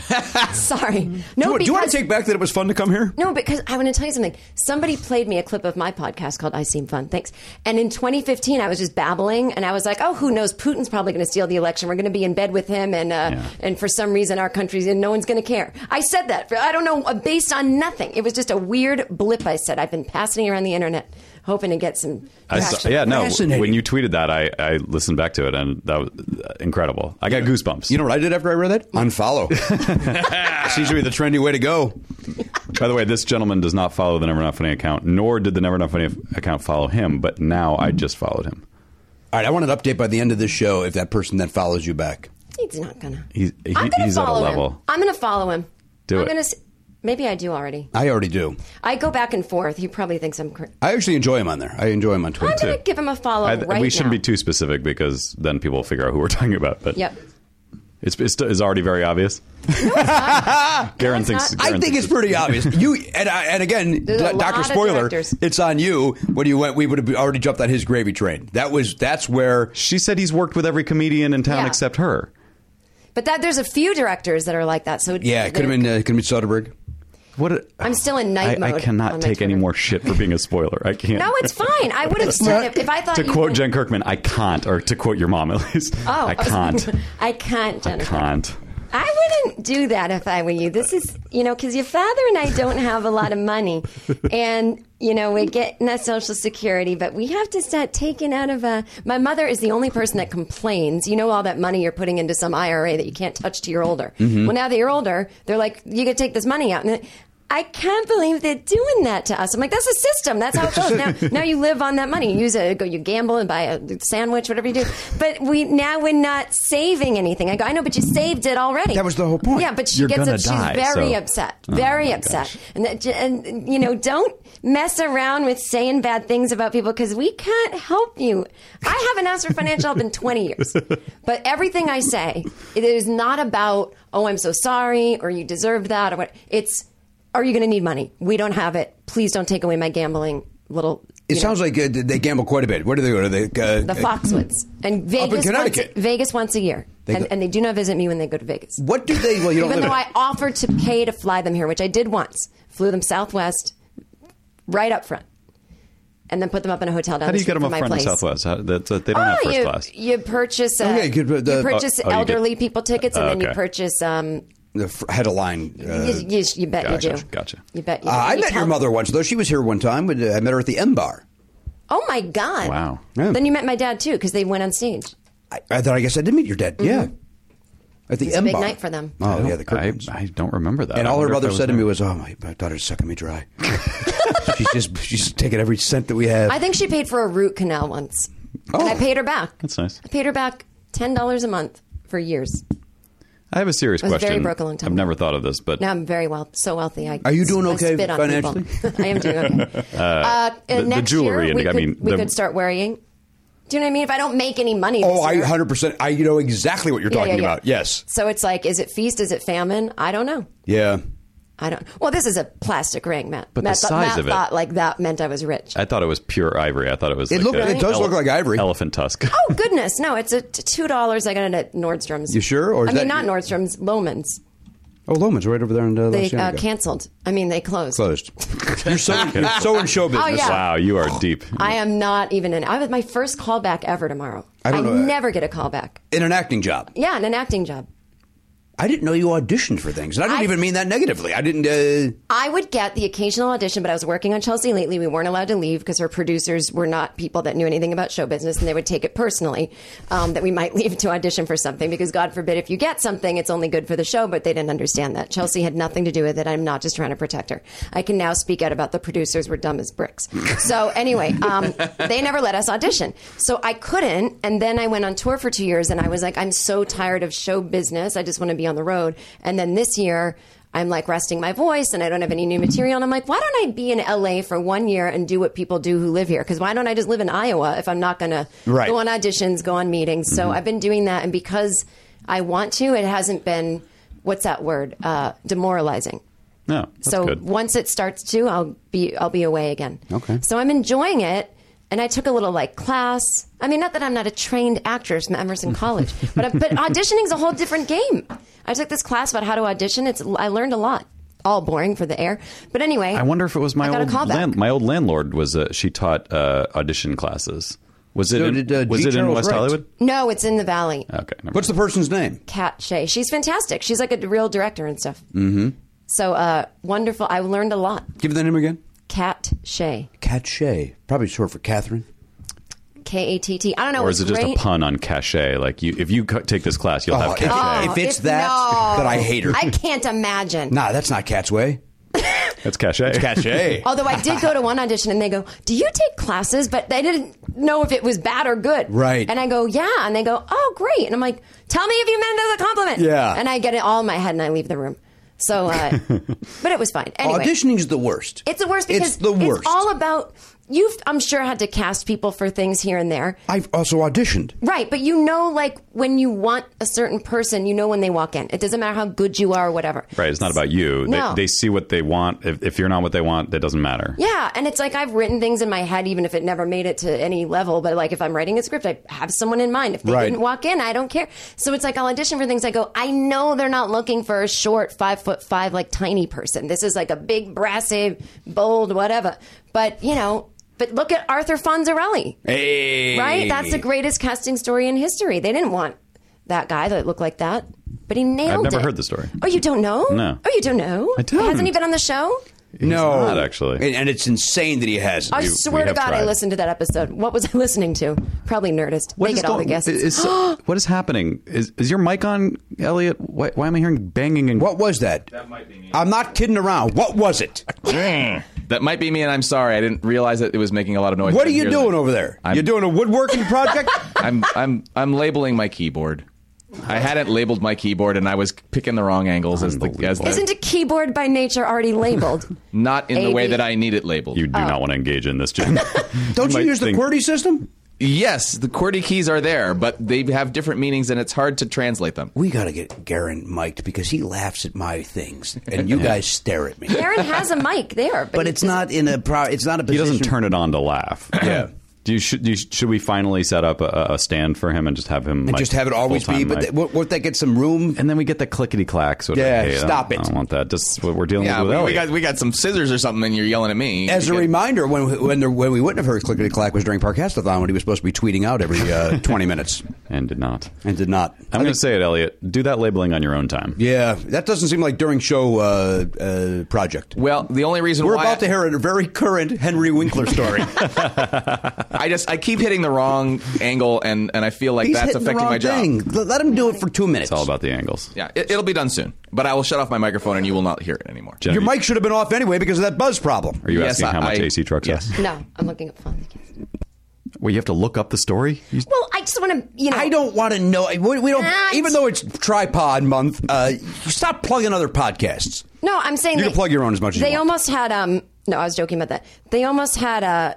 Speaker 7: Sorry. No,
Speaker 1: do,
Speaker 7: because
Speaker 1: do you want to take back that it was fun to come here?
Speaker 7: No, because I want to tell you something. Somebody played me a clip of my podcast called I Seem Fun. Thanks. And in 2015, I was just babbling and I was like, oh, who knows? Putin's probably going to steal the election. We're going to be in bed with him. And, uh,
Speaker 2: Yeah.
Speaker 7: and for some reason, our country's and no one's going to care. I said that. for- I don't know, uh, based on nothing. It was just a weird blip I said. I've been passing it around the internet, hoping to get some.
Speaker 2: I
Speaker 7: traction.
Speaker 2: saw, yeah, no.
Speaker 1: fascinating.
Speaker 2: When you tweeted that, I, I listened back to it, and that was uh, incredible. I got goosebumps.
Speaker 1: You know what I did after I read that? Unfollow. It's usually the trendy way to go.
Speaker 2: By the way, this gentleman does not follow the Never Not Funny account, nor did the Never Not Funny account follow him. But now I just followed him.
Speaker 1: All right, I want an update by the end of this show if that person then follows you back.
Speaker 7: He's not going to.
Speaker 2: He's he,
Speaker 7: I'm going to
Speaker 2: he's at a
Speaker 7: follow
Speaker 2: level.
Speaker 7: him. I'm going to follow him.
Speaker 2: Do
Speaker 7: I'm
Speaker 2: it.
Speaker 7: Gonna, s- maybe I do already.
Speaker 1: I already do.
Speaker 7: I go back and forth. He probably thinks I'm. Cr-
Speaker 1: I actually enjoy him on there. I enjoy him on Twitter.
Speaker 7: I'm
Speaker 1: too.
Speaker 7: going to give him a follow
Speaker 2: I-
Speaker 7: right
Speaker 2: we shouldn't
Speaker 7: now.
Speaker 2: be too specific because then people will figure out who we're talking about. But
Speaker 7: Yep.
Speaker 2: it's, it's, it's already very obvious. Garen
Speaker 7: it's
Speaker 2: thinks.
Speaker 7: not.
Speaker 1: I
Speaker 2: Garen
Speaker 1: think it's pretty obvious. You and I, and again,
Speaker 7: There's a lot
Speaker 1: Doctor
Speaker 7: of
Speaker 1: Spoiler,
Speaker 7: directors.
Speaker 1: it's on you. When you went, we would have already jumped on his gravy train. That was that's where
Speaker 2: She said he's worked with every comedian in town
Speaker 7: Yeah.
Speaker 2: except her.
Speaker 7: But that there's a few directors that are like that. So
Speaker 1: yeah, it could have been uh, could have been Soderbergh.
Speaker 2: What? A,
Speaker 7: I'm still in night
Speaker 2: I, I
Speaker 7: mode
Speaker 2: cannot
Speaker 7: on my
Speaker 2: take any
Speaker 7: Twitter.
Speaker 2: more shit for being a spoiler. I can't.
Speaker 7: No, it's fine. I would have said it if I thought
Speaker 2: to
Speaker 7: you
Speaker 2: quote
Speaker 7: were-
Speaker 2: Jen Kirkman, I can't, or to quote your mom at least,
Speaker 7: Oh,
Speaker 2: I can't.
Speaker 7: I can't,
Speaker 2: I
Speaker 7: Jennifer.
Speaker 2: can't.
Speaker 7: I wouldn't do that if I were you. This is, you know, because your father and I don't have a lot of money, and you know we're getting that social security, but we have to start taking out of a. My mother is the only person that complains. You know all that money you're putting into some IRA that you can't touch till you're older.
Speaker 2: Mm-hmm.
Speaker 7: Well, now that you're older, they're like, you could take this money out. And I can't believe they're doing that to us. I'm like, that's a system. That's how it goes. Now, now you live on that money. You use it, go, you gamble and buy a sandwich, whatever you do. But we now we're not saving anything. I go, I know, but you saved it already.
Speaker 1: That was the whole point.
Speaker 7: Yeah, but she
Speaker 2: You're
Speaker 7: gets
Speaker 2: gonna
Speaker 7: up.
Speaker 2: die,
Speaker 7: she's very
Speaker 2: so-
Speaker 7: upset,
Speaker 2: Oh,
Speaker 7: very
Speaker 2: my
Speaker 7: upset.
Speaker 2: gosh.
Speaker 7: And, that, and you know, don't mess around with saying bad things about people because we can't help you. I haven't asked for financial help in 20 years, but everything I say it is not about oh I'm so sorry or you deserved that or what. It's are you going to need money? We don't have it. Please don't take away my gambling little.
Speaker 1: It
Speaker 7: you know,
Speaker 1: sounds like uh, they gamble quite a bit. Where do they go? Do they uh,
Speaker 7: the
Speaker 1: uh,
Speaker 7: Foxwoods and Vegas. Once,
Speaker 1: Connecticut.
Speaker 7: Vegas once a year,
Speaker 1: They
Speaker 7: and,
Speaker 1: go-
Speaker 7: and they do not visit me when they go to Vegas.
Speaker 1: What do they? Well, you don't
Speaker 7: Even though
Speaker 1: live in-
Speaker 7: I offered to pay to fly them here, which I did once, flew them Southwest, right up front, and then put them up in a hotel down
Speaker 2: How do
Speaker 7: the
Speaker 2: you get
Speaker 7: street
Speaker 2: them
Speaker 7: from
Speaker 2: up
Speaker 7: my
Speaker 2: front in
Speaker 7: place.
Speaker 2: Southwest? How, that, that- they don't have first
Speaker 7: Oh, you,
Speaker 2: class.
Speaker 7: you purchase uh,
Speaker 1: Okay, you
Speaker 7: you,
Speaker 1: could, uh,
Speaker 7: purchase
Speaker 2: oh, oh, you get-
Speaker 7: elderly people tickets, and
Speaker 2: Oh,
Speaker 7: then you
Speaker 2: okay.
Speaker 7: purchase. Um,
Speaker 1: the f- head of line. Uh,
Speaker 7: you, you, you bet you
Speaker 2: Gotcha,
Speaker 7: do.
Speaker 2: gotcha.
Speaker 7: You bet you.
Speaker 1: uh,
Speaker 7: do.
Speaker 1: I
Speaker 7: You
Speaker 1: met
Speaker 7: tell
Speaker 1: your
Speaker 7: them.
Speaker 1: mother once though. She was here one time. But, uh, I met her at the M Bar.
Speaker 7: Oh my god!
Speaker 2: Wow.
Speaker 1: Yeah.
Speaker 7: Then you met my dad too because they went on stage.
Speaker 1: I, I thought I guess I did meet your dad. Yeah, at the
Speaker 7: Mm-hmm. a
Speaker 1: M
Speaker 7: big
Speaker 1: Bar.
Speaker 7: night for them.
Speaker 1: Oh yeah,
Speaker 2: I
Speaker 1: the
Speaker 2: don't- I,
Speaker 1: curtains.
Speaker 2: I don't remember that.
Speaker 1: And
Speaker 2: I
Speaker 1: all her
Speaker 2: wonder if I
Speaker 1: mother said to me
Speaker 2: there.
Speaker 1: was, "Oh, my, my daughter's sucking me dry. she's just she's taking every cent that we have."
Speaker 7: I think she paid for a root canal once,
Speaker 1: Oh.
Speaker 7: and I paid her back.
Speaker 2: That's nice.
Speaker 7: I paid her back ten dollars a month for years.
Speaker 2: I have a serious
Speaker 7: I was very
Speaker 2: question.
Speaker 7: broke a long time
Speaker 2: I've never
Speaker 7: ago.
Speaker 2: thought of this, but
Speaker 7: Now I'm very well, so wealthy. I
Speaker 1: Are you doing
Speaker 7: I
Speaker 1: okay
Speaker 7: spit on people.
Speaker 1: financially?
Speaker 7: I am doing okay. Uh, uh,
Speaker 2: the
Speaker 7: next
Speaker 2: jewelry
Speaker 7: year,
Speaker 2: and-
Speaker 7: we,
Speaker 2: I
Speaker 7: could,
Speaker 2: mean,
Speaker 7: we
Speaker 2: the-
Speaker 7: could start worrying. Do you know what I mean? If I don't make any money,
Speaker 1: Oh,
Speaker 7: this
Speaker 1: I
Speaker 7: year-
Speaker 1: 100%. I you know exactly what you're
Speaker 7: Yeah,
Speaker 1: talking
Speaker 7: yeah, yeah.
Speaker 1: about. Yes.
Speaker 7: So it's like, is it feast? Is it famine? I don't know.
Speaker 1: Yeah.
Speaker 7: I don't. Well, this is a plastic ring, Matt.
Speaker 2: But the
Speaker 7: Matt thought-
Speaker 2: size
Speaker 7: Matt
Speaker 2: of it-
Speaker 7: thought like that meant I was rich.
Speaker 2: I thought it was pure ivory. I thought it was.
Speaker 1: It
Speaker 2: like
Speaker 1: looked-
Speaker 2: a
Speaker 1: it does look like ivory.
Speaker 2: Elephant tusk.
Speaker 7: oh goodness, no! It's a t- two dollars. I got it at Nordstrom's.
Speaker 1: You sure? Or is
Speaker 7: I mean,
Speaker 1: that-
Speaker 7: not Nordstrom's, Lomans.
Speaker 1: Oh, Loman's right over there in uh,
Speaker 7: They
Speaker 1: Los
Speaker 7: uh,
Speaker 1: Llanos.
Speaker 7: canceled. I mean, they closed.
Speaker 1: closed. you're so you're so in show business.
Speaker 7: Oh, yeah.
Speaker 2: Wow, you are deep.
Speaker 7: I am not even in. I have my first callback ever tomorrow.
Speaker 1: I
Speaker 7: I,
Speaker 1: don't know.
Speaker 7: never get a callback.
Speaker 1: In an acting job.
Speaker 7: Yeah, in an acting job.
Speaker 1: I didn't know you auditioned for things. And I didn't
Speaker 7: I-
Speaker 1: even mean that negatively. I didn't uh,
Speaker 7: I would get the occasional audition, but I was working on Chelsea lately. We weren't allowed to leave because her producers were not people that knew anything about show business, and they would take it personally um, that we might leave to audition for something. Because God forbid, if you get something, it's only good for the show. But they didn't understand that Chelsea had nothing to do with it. I'm not just trying to protect her. I can now speak out about the producers were dumb as bricks. So anyway, um, they never let us audition, so I couldn't. And then I went on tour for two years, and I was like, I'm so tired of show business. I just want to be on the road. And then this year. I'm like resting my voice and I don't have any new material. And I'm like, why don't I be in LA for one year and do what people do who live here? Because why don't I just live in Iowa if I'm not going
Speaker 1: Right.
Speaker 7: to go on auditions, go on meetings? So I've been doing that. And because I want to, it hasn't been, what's that word? Uh, demoralizing.
Speaker 2: No, that's
Speaker 7: so
Speaker 2: good.
Speaker 7: once it starts to, I'll be, I'll be away again.
Speaker 1: Okay.
Speaker 7: So I'm enjoying it. and I took a little like class. I mean, not that I'm not a trained actress from Emerson College, but I, but auditioning's a whole different game. I took this class about how to audition. It's I learned a lot. All boring for the air, but anyway.
Speaker 2: I wonder if it was my
Speaker 7: I got a
Speaker 2: old
Speaker 7: callback.
Speaker 2: land, my old landlord was uh, she taught uh, audition classes. Was it
Speaker 1: So
Speaker 2: in,
Speaker 1: did, uh,
Speaker 2: was
Speaker 1: G.
Speaker 2: it in
Speaker 1: Charles
Speaker 2: West
Speaker 1: Wright.
Speaker 2: Hollywood?
Speaker 7: No, it's in the valley.
Speaker 2: Okay. never
Speaker 1: What's the person's name?
Speaker 7: Kat Shea. She's fantastic. She's like a real director and stuff. Mm-hmm. So uh, wonderful. I learned a lot.
Speaker 1: Give the name again.
Speaker 7: Kat Shea.
Speaker 1: Cat Shea. Probably short for Catherine.
Speaker 7: K A T T. I don't know.
Speaker 2: mind. or is it
Speaker 7: was
Speaker 2: just
Speaker 7: great.
Speaker 2: a pun on cachet? Like you, if you co- take this class, you'll have
Speaker 1: if,
Speaker 2: cachet.
Speaker 1: if Oh, it's that,
Speaker 7: Oh, no.
Speaker 1: that I hate her.
Speaker 7: I can't imagine.
Speaker 1: nah, that's not Cat's way.
Speaker 2: That's cachet.
Speaker 1: Cachet.
Speaker 7: Although I did go to one audition and they go, Do you take classes? But they didn't know if it was bad or good.
Speaker 1: Right.
Speaker 7: And I go, Yeah. And they go, Oh, great. And I'm like, Tell me if you meant it as a compliment.
Speaker 1: Yeah.
Speaker 7: And I get it all in my head and I leave the room. So, uh, but it was fine. Anyway.
Speaker 1: Auditioning's the worst.
Speaker 7: It's the worst
Speaker 1: It's
Speaker 7: because
Speaker 1: the worst.
Speaker 7: all about you've I'm sure had to cast people for things here and there.
Speaker 1: I've also auditioned.
Speaker 7: Right, but you know like when you want a certain person, you know when they walk in. It doesn't matter how good you are or whatever.
Speaker 2: Right. It's not about you.
Speaker 7: No.
Speaker 2: They, they see what they want. If, if you're not what they want, that doesn't matter.
Speaker 7: Yeah, and it's like I've written things in my head even if it never made it to any level, but like if I'm writing a script, I have someone in mind. If they
Speaker 1: Right.
Speaker 7: didn't walk in, I don't care. So it's like I'll audition for things I go, I know they're not looking for a short 5 foot 5 like tiny person. This is like a big brassy, bold whatever. But, you know, but look at Arthur Fonzarelli.
Speaker 1: Hey.
Speaker 7: Right? That's the greatest casting story in history. They didn't want that guy that looked like that, but he nailed it.
Speaker 2: I've never heard the story.
Speaker 7: Oh, you don't know?
Speaker 2: No.
Speaker 7: Oh, you don't know?
Speaker 2: I don't.
Speaker 7: Hasn't he been on the show?
Speaker 1: No.
Speaker 2: not, actually.
Speaker 1: And, and it's insane that he hasn't.
Speaker 7: I
Speaker 2: We- we
Speaker 7: swear to
Speaker 2: have
Speaker 7: God, I
Speaker 2: tried.
Speaker 7: listened to that episode. What was I listening to? Probably Nerdist.
Speaker 2: What
Speaker 7: they
Speaker 2: is
Speaker 7: get all the
Speaker 2: going-
Speaker 7: guesses.
Speaker 2: is- what is happening? Is, is your mic on, Elliot? Why, why am I hearing banging and
Speaker 1: what was that? That might be me. I'm not kidding around. What was it?
Speaker 5: That might be me, and I'm sorry. I didn't realize that it was making a lot of noise.
Speaker 1: What are
Speaker 5: I
Speaker 1: you
Speaker 5: hear
Speaker 1: doing
Speaker 5: that.
Speaker 1: over there?
Speaker 5: I'm-
Speaker 1: You're doing a woodworking project?
Speaker 5: I'm I'm I'm labeling my keyboard. I hadn't labeled my keyboard, and I was picking the wrong angles as the as the,
Speaker 7: Isn't a keyboard by nature already labeled?
Speaker 5: not in the way
Speaker 7: AB?
Speaker 5: that I need it labeled.
Speaker 2: You do
Speaker 7: uh,
Speaker 2: not want to engage in this, Jim.
Speaker 1: Don't you,
Speaker 2: might
Speaker 1: use the
Speaker 2: think-
Speaker 1: QWERTY system?
Speaker 5: yes, the QWERTY keys are there, but they have different meanings, and it's hard to translate them.
Speaker 1: We got to get Garen mic'd because he laughs at my things and you guys stare at me.
Speaker 7: Aaron has a mic there, but,
Speaker 1: But
Speaker 7: he
Speaker 1: it's
Speaker 7: doesn't-
Speaker 1: not in a pro- it's not a
Speaker 2: he
Speaker 1: position.
Speaker 2: doesn't turn it on to laugh. Yeah. Do you, should, do you, should we finally set up a, a stand for him and just have him?
Speaker 1: and just have it always be but th- won't won't that get some room?
Speaker 2: and then we get the clickety clacks.
Speaker 1: Yeah, stop
Speaker 2: I don't,
Speaker 1: it.
Speaker 2: I don't want that. Just what we're dealing
Speaker 5: Yeah,
Speaker 2: with.
Speaker 5: we, we
Speaker 2: Elliot.
Speaker 5: got we got some scissors or something, and you're yelling at me.
Speaker 1: As a
Speaker 5: You get-
Speaker 1: reminder, when when, there, when we wouldn't have heard clickety clack was during Parkastathon when he was supposed to be tweeting out every uh, twenty minutes
Speaker 2: and did not.
Speaker 1: and did not.
Speaker 2: I'm going to say it, Elliot. Do that labeling on your own time.
Speaker 1: yeah, that doesn't seem like during show uh, uh, project.
Speaker 5: well, the only reason
Speaker 1: We're
Speaker 5: why
Speaker 1: about to
Speaker 5: I-
Speaker 1: hear a very current Henry Winkler story.
Speaker 5: I just I keep hitting the wrong angle, and and I feel like
Speaker 1: He's
Speaker 5: that's
Speaker 1: hitting the
Speaker 5: affecting
Speaker 1: wrong
Speaker 5: my job.
Speaker 1: thing. L- Let him do it for two minutes.
Speaker 2: It's all about the angles.
Speaker 5: Yeah, it, it'll be done soon, but I will shut off my microphone, and you will not hear it anymore.
Speaker 1: Your
Speaker 2: Genevieve,
Speaker 1: mic should have been off anyway because of that buzz problem.
Speaker 2: Are you
Speaker 5: Yes,
Speaker 2: asking how much
Speaker 5: I-
Speaker 2: AC trucks?
Speaker 5: yes.
Speaker 2: Are?
Speaker 7: No, I'm looking up Fonzie.
Speaker 2: Well, you have to look up the story. You-
Speaker 7: Well, I just want to, you know.
Speaker 1: I don't want to know. We, we don't.
Speaker 7: What?
Speaker 1: Even though it's tripod month, uh, stop plugging other podcasts.
Speaker 7: No, I'm saying
Speaker 1: You
Speaker 7: they,
Speaker 1: can plug your own as much as you
Speaker 7: they
Speaker 1: want.
Speaker 7: almost had. Um, no, I was joking about that. They almost had uh,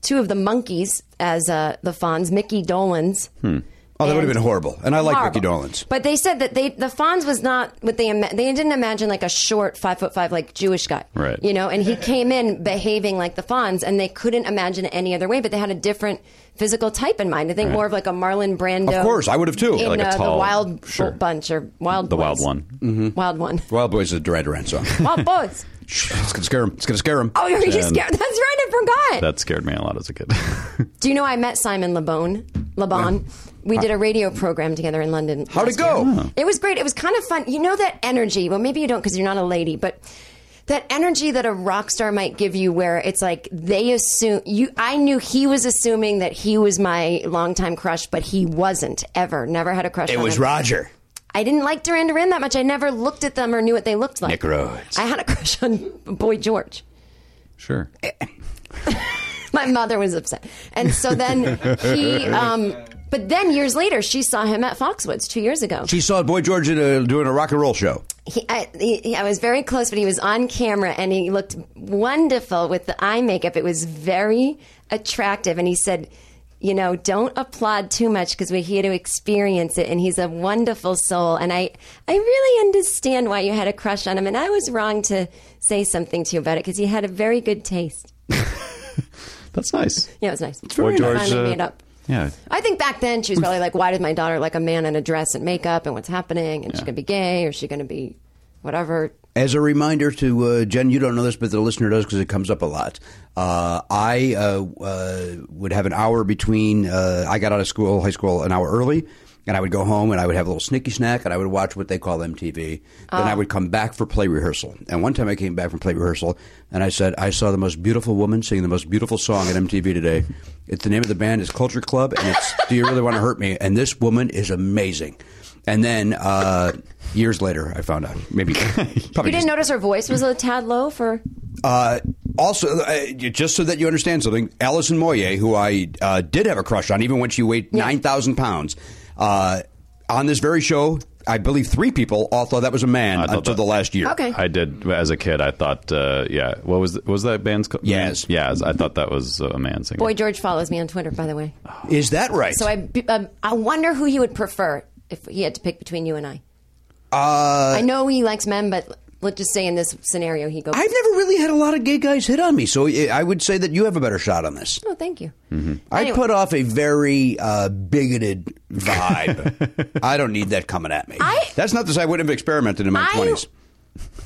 Speaker 7: two of the monkeys as uh, the Fonz, Mickey Dolans.
Speaker 1: Oh, that would have
Speaker 7: And-
Speaker 1: been horrible. And I like Mickey
Speaker 7: Horrible.
Speaker 1: Dolans.
Speaker 7: But they said that they the Fonz was not what they ima- they didn't imagine like a short five foot five like Jewish guy,
Speaker 2: Right.
Speaker 7: You know, and he came in behaving like the Fonz, and they couldn't imagine it any other way. But they had a different physical type in mind. I think more of like a Marlon Brando.
Speaker 1: Of course, I would have too.
Speaker 7: in
Speaker 2: like a
Speaker 7: uh, the
Speaker 2: tall-
Speaker 7: Wild
Speaker 2: sure.
Speaker 7: Bunch or Wild
Speaker 2: The
Speaker 7: Boys.
Speaker 2: Wild One.
Speaker 1: Mm-hmm. Hmm.
Speaker 7: Wild One,
Speaker 1: Wild Boys is a Duran Duran song.
Speaker 7: Wild Boys.
Speaker 1: it's gonna scare him. It's gonna scare him.
Speaker 7: Oh, are you
Speaker 2: And-
Speaker 7: scared? That's right, I forgot.
Speaker 2: That scared me a lot as a kid.
Speaker 7: Do you know I met Simon Lebon? Lebon. We did a radio program together in London.
Speaker 1: How'd it
Speaker 7: last year.
Speaker 1: go? Oh.
Speaker 7: It was great. It was kind of fun. You know that energy. Well, maybe you don't because you're not a lady, but that energy that a rock star might give you, where it's like they assume you. I knew he was assuming that he was my longtime crush, but he wasn't ever. Never had a crush.
Speaker 1: It
Speaker 7: on
Speaker 1: was
Speaker 7: him.
Speaker 1: Roger.
Speaker 7: I didn't like Duran Duran that much. I never looked at them or knew what they looked like.
Speaker 1: Nick Rhodes.
Speaker 7: I had a crush on Boy George.
Speaker 2: sure.
Speaker 7: my mother was upset and so then he um but then years later she saw him at foxwoods two years ago
Speaker 1: She saw Boy George at a, doing a rock and roll show.
Speaker 7: he, I, he, I was very close but he was on camera and he looked wonderful with the eye makeup it was very attractive and he said you know don't applaud too much because we're here to experience it and he's a wonderful soul and i i really understand why you had a crush on him and i was wrong to say something to you about it because he had a very good taste
Speaker 2: That's nice.
Speaker 7: Yeah, it was nice.
Speaker 2: Or George.
Speaker 7: Finally
Speaker 2: uh,
Speaker 7: made up.
Speaker 2: Yeah.
Speaker 7: I think back then she was probably like, "Why did my daughter like a man in a dress and makeup? And what's happening? And she gonna be gay, or is she gonna be whatever?"
Speaker 1: As a reminder to uh, Jen, you don't know this, but the listener does because it comes up a lot. Uh, I uh, uh, would have an hour between. Uh, I got out of school, high school, an hour early, and I would go home and I would have a little snicky snack and I would watch what they call MTV. Then I would come back for play rehearsal. And one time I came back from play rehearsal and I said, "I saw the most beautiful woman singing the most beautiful song at MTV today. It's the name of the band is Culture Club, and it's Do You Really Want to Hurt Me? And this woman is amazing." And then uh, years later, I found out maybe
Speaker 7: You
Speaker 1: probably
Speaker 7: didn't
Speaker 1: just-
Speaker 7: notice her voice was a tad low for
Speaker 1: uh, also, uh, just so that you understand something, Alison Moyer, who I uh, did have a crush on, even when she weighed
Speaker 7: Yeah.
Speaker 1: 9,000 pounds, uh, on this very show, I believe three people all thought that was a man
Speaker 2: I thought
Speaker 1: until
Speaker 2: that-
Speaker 1: the last year.
Speaker 7: Okay.
Speaker 2: I did as a kid. I thought, uh, yeah. What was what was that band's called?
Speaker 1: Yes.
Speaker 2: Yes. I thought that was uh, a man singing.
Speaker 7: Boy George follows me on Twitter, by the way.
Speaker 1: Is that right?
Speaker 7: So I, b- um, I wonder who he would prefer if he had to pick between you and I.
Speaker 1: uh,
Speaker 7: I know he likes men, but let's just say in this scenario he goes.
Speaker 1: I've never really had a lot of gay guys hit on me, so I I would say that you have a better shot on this.
Speaker 7: Oh, thank you.
Speaker 1: I
Speaker 7: Anyway.
Speaker 1: put off a very uh, bigoted vibe. I don't need that coming at me.
Speaker 7: I-
Speaker 1: That's not to say I wouldn't have experimented in my
Speaker 7: I-
Speaker 1: 20s.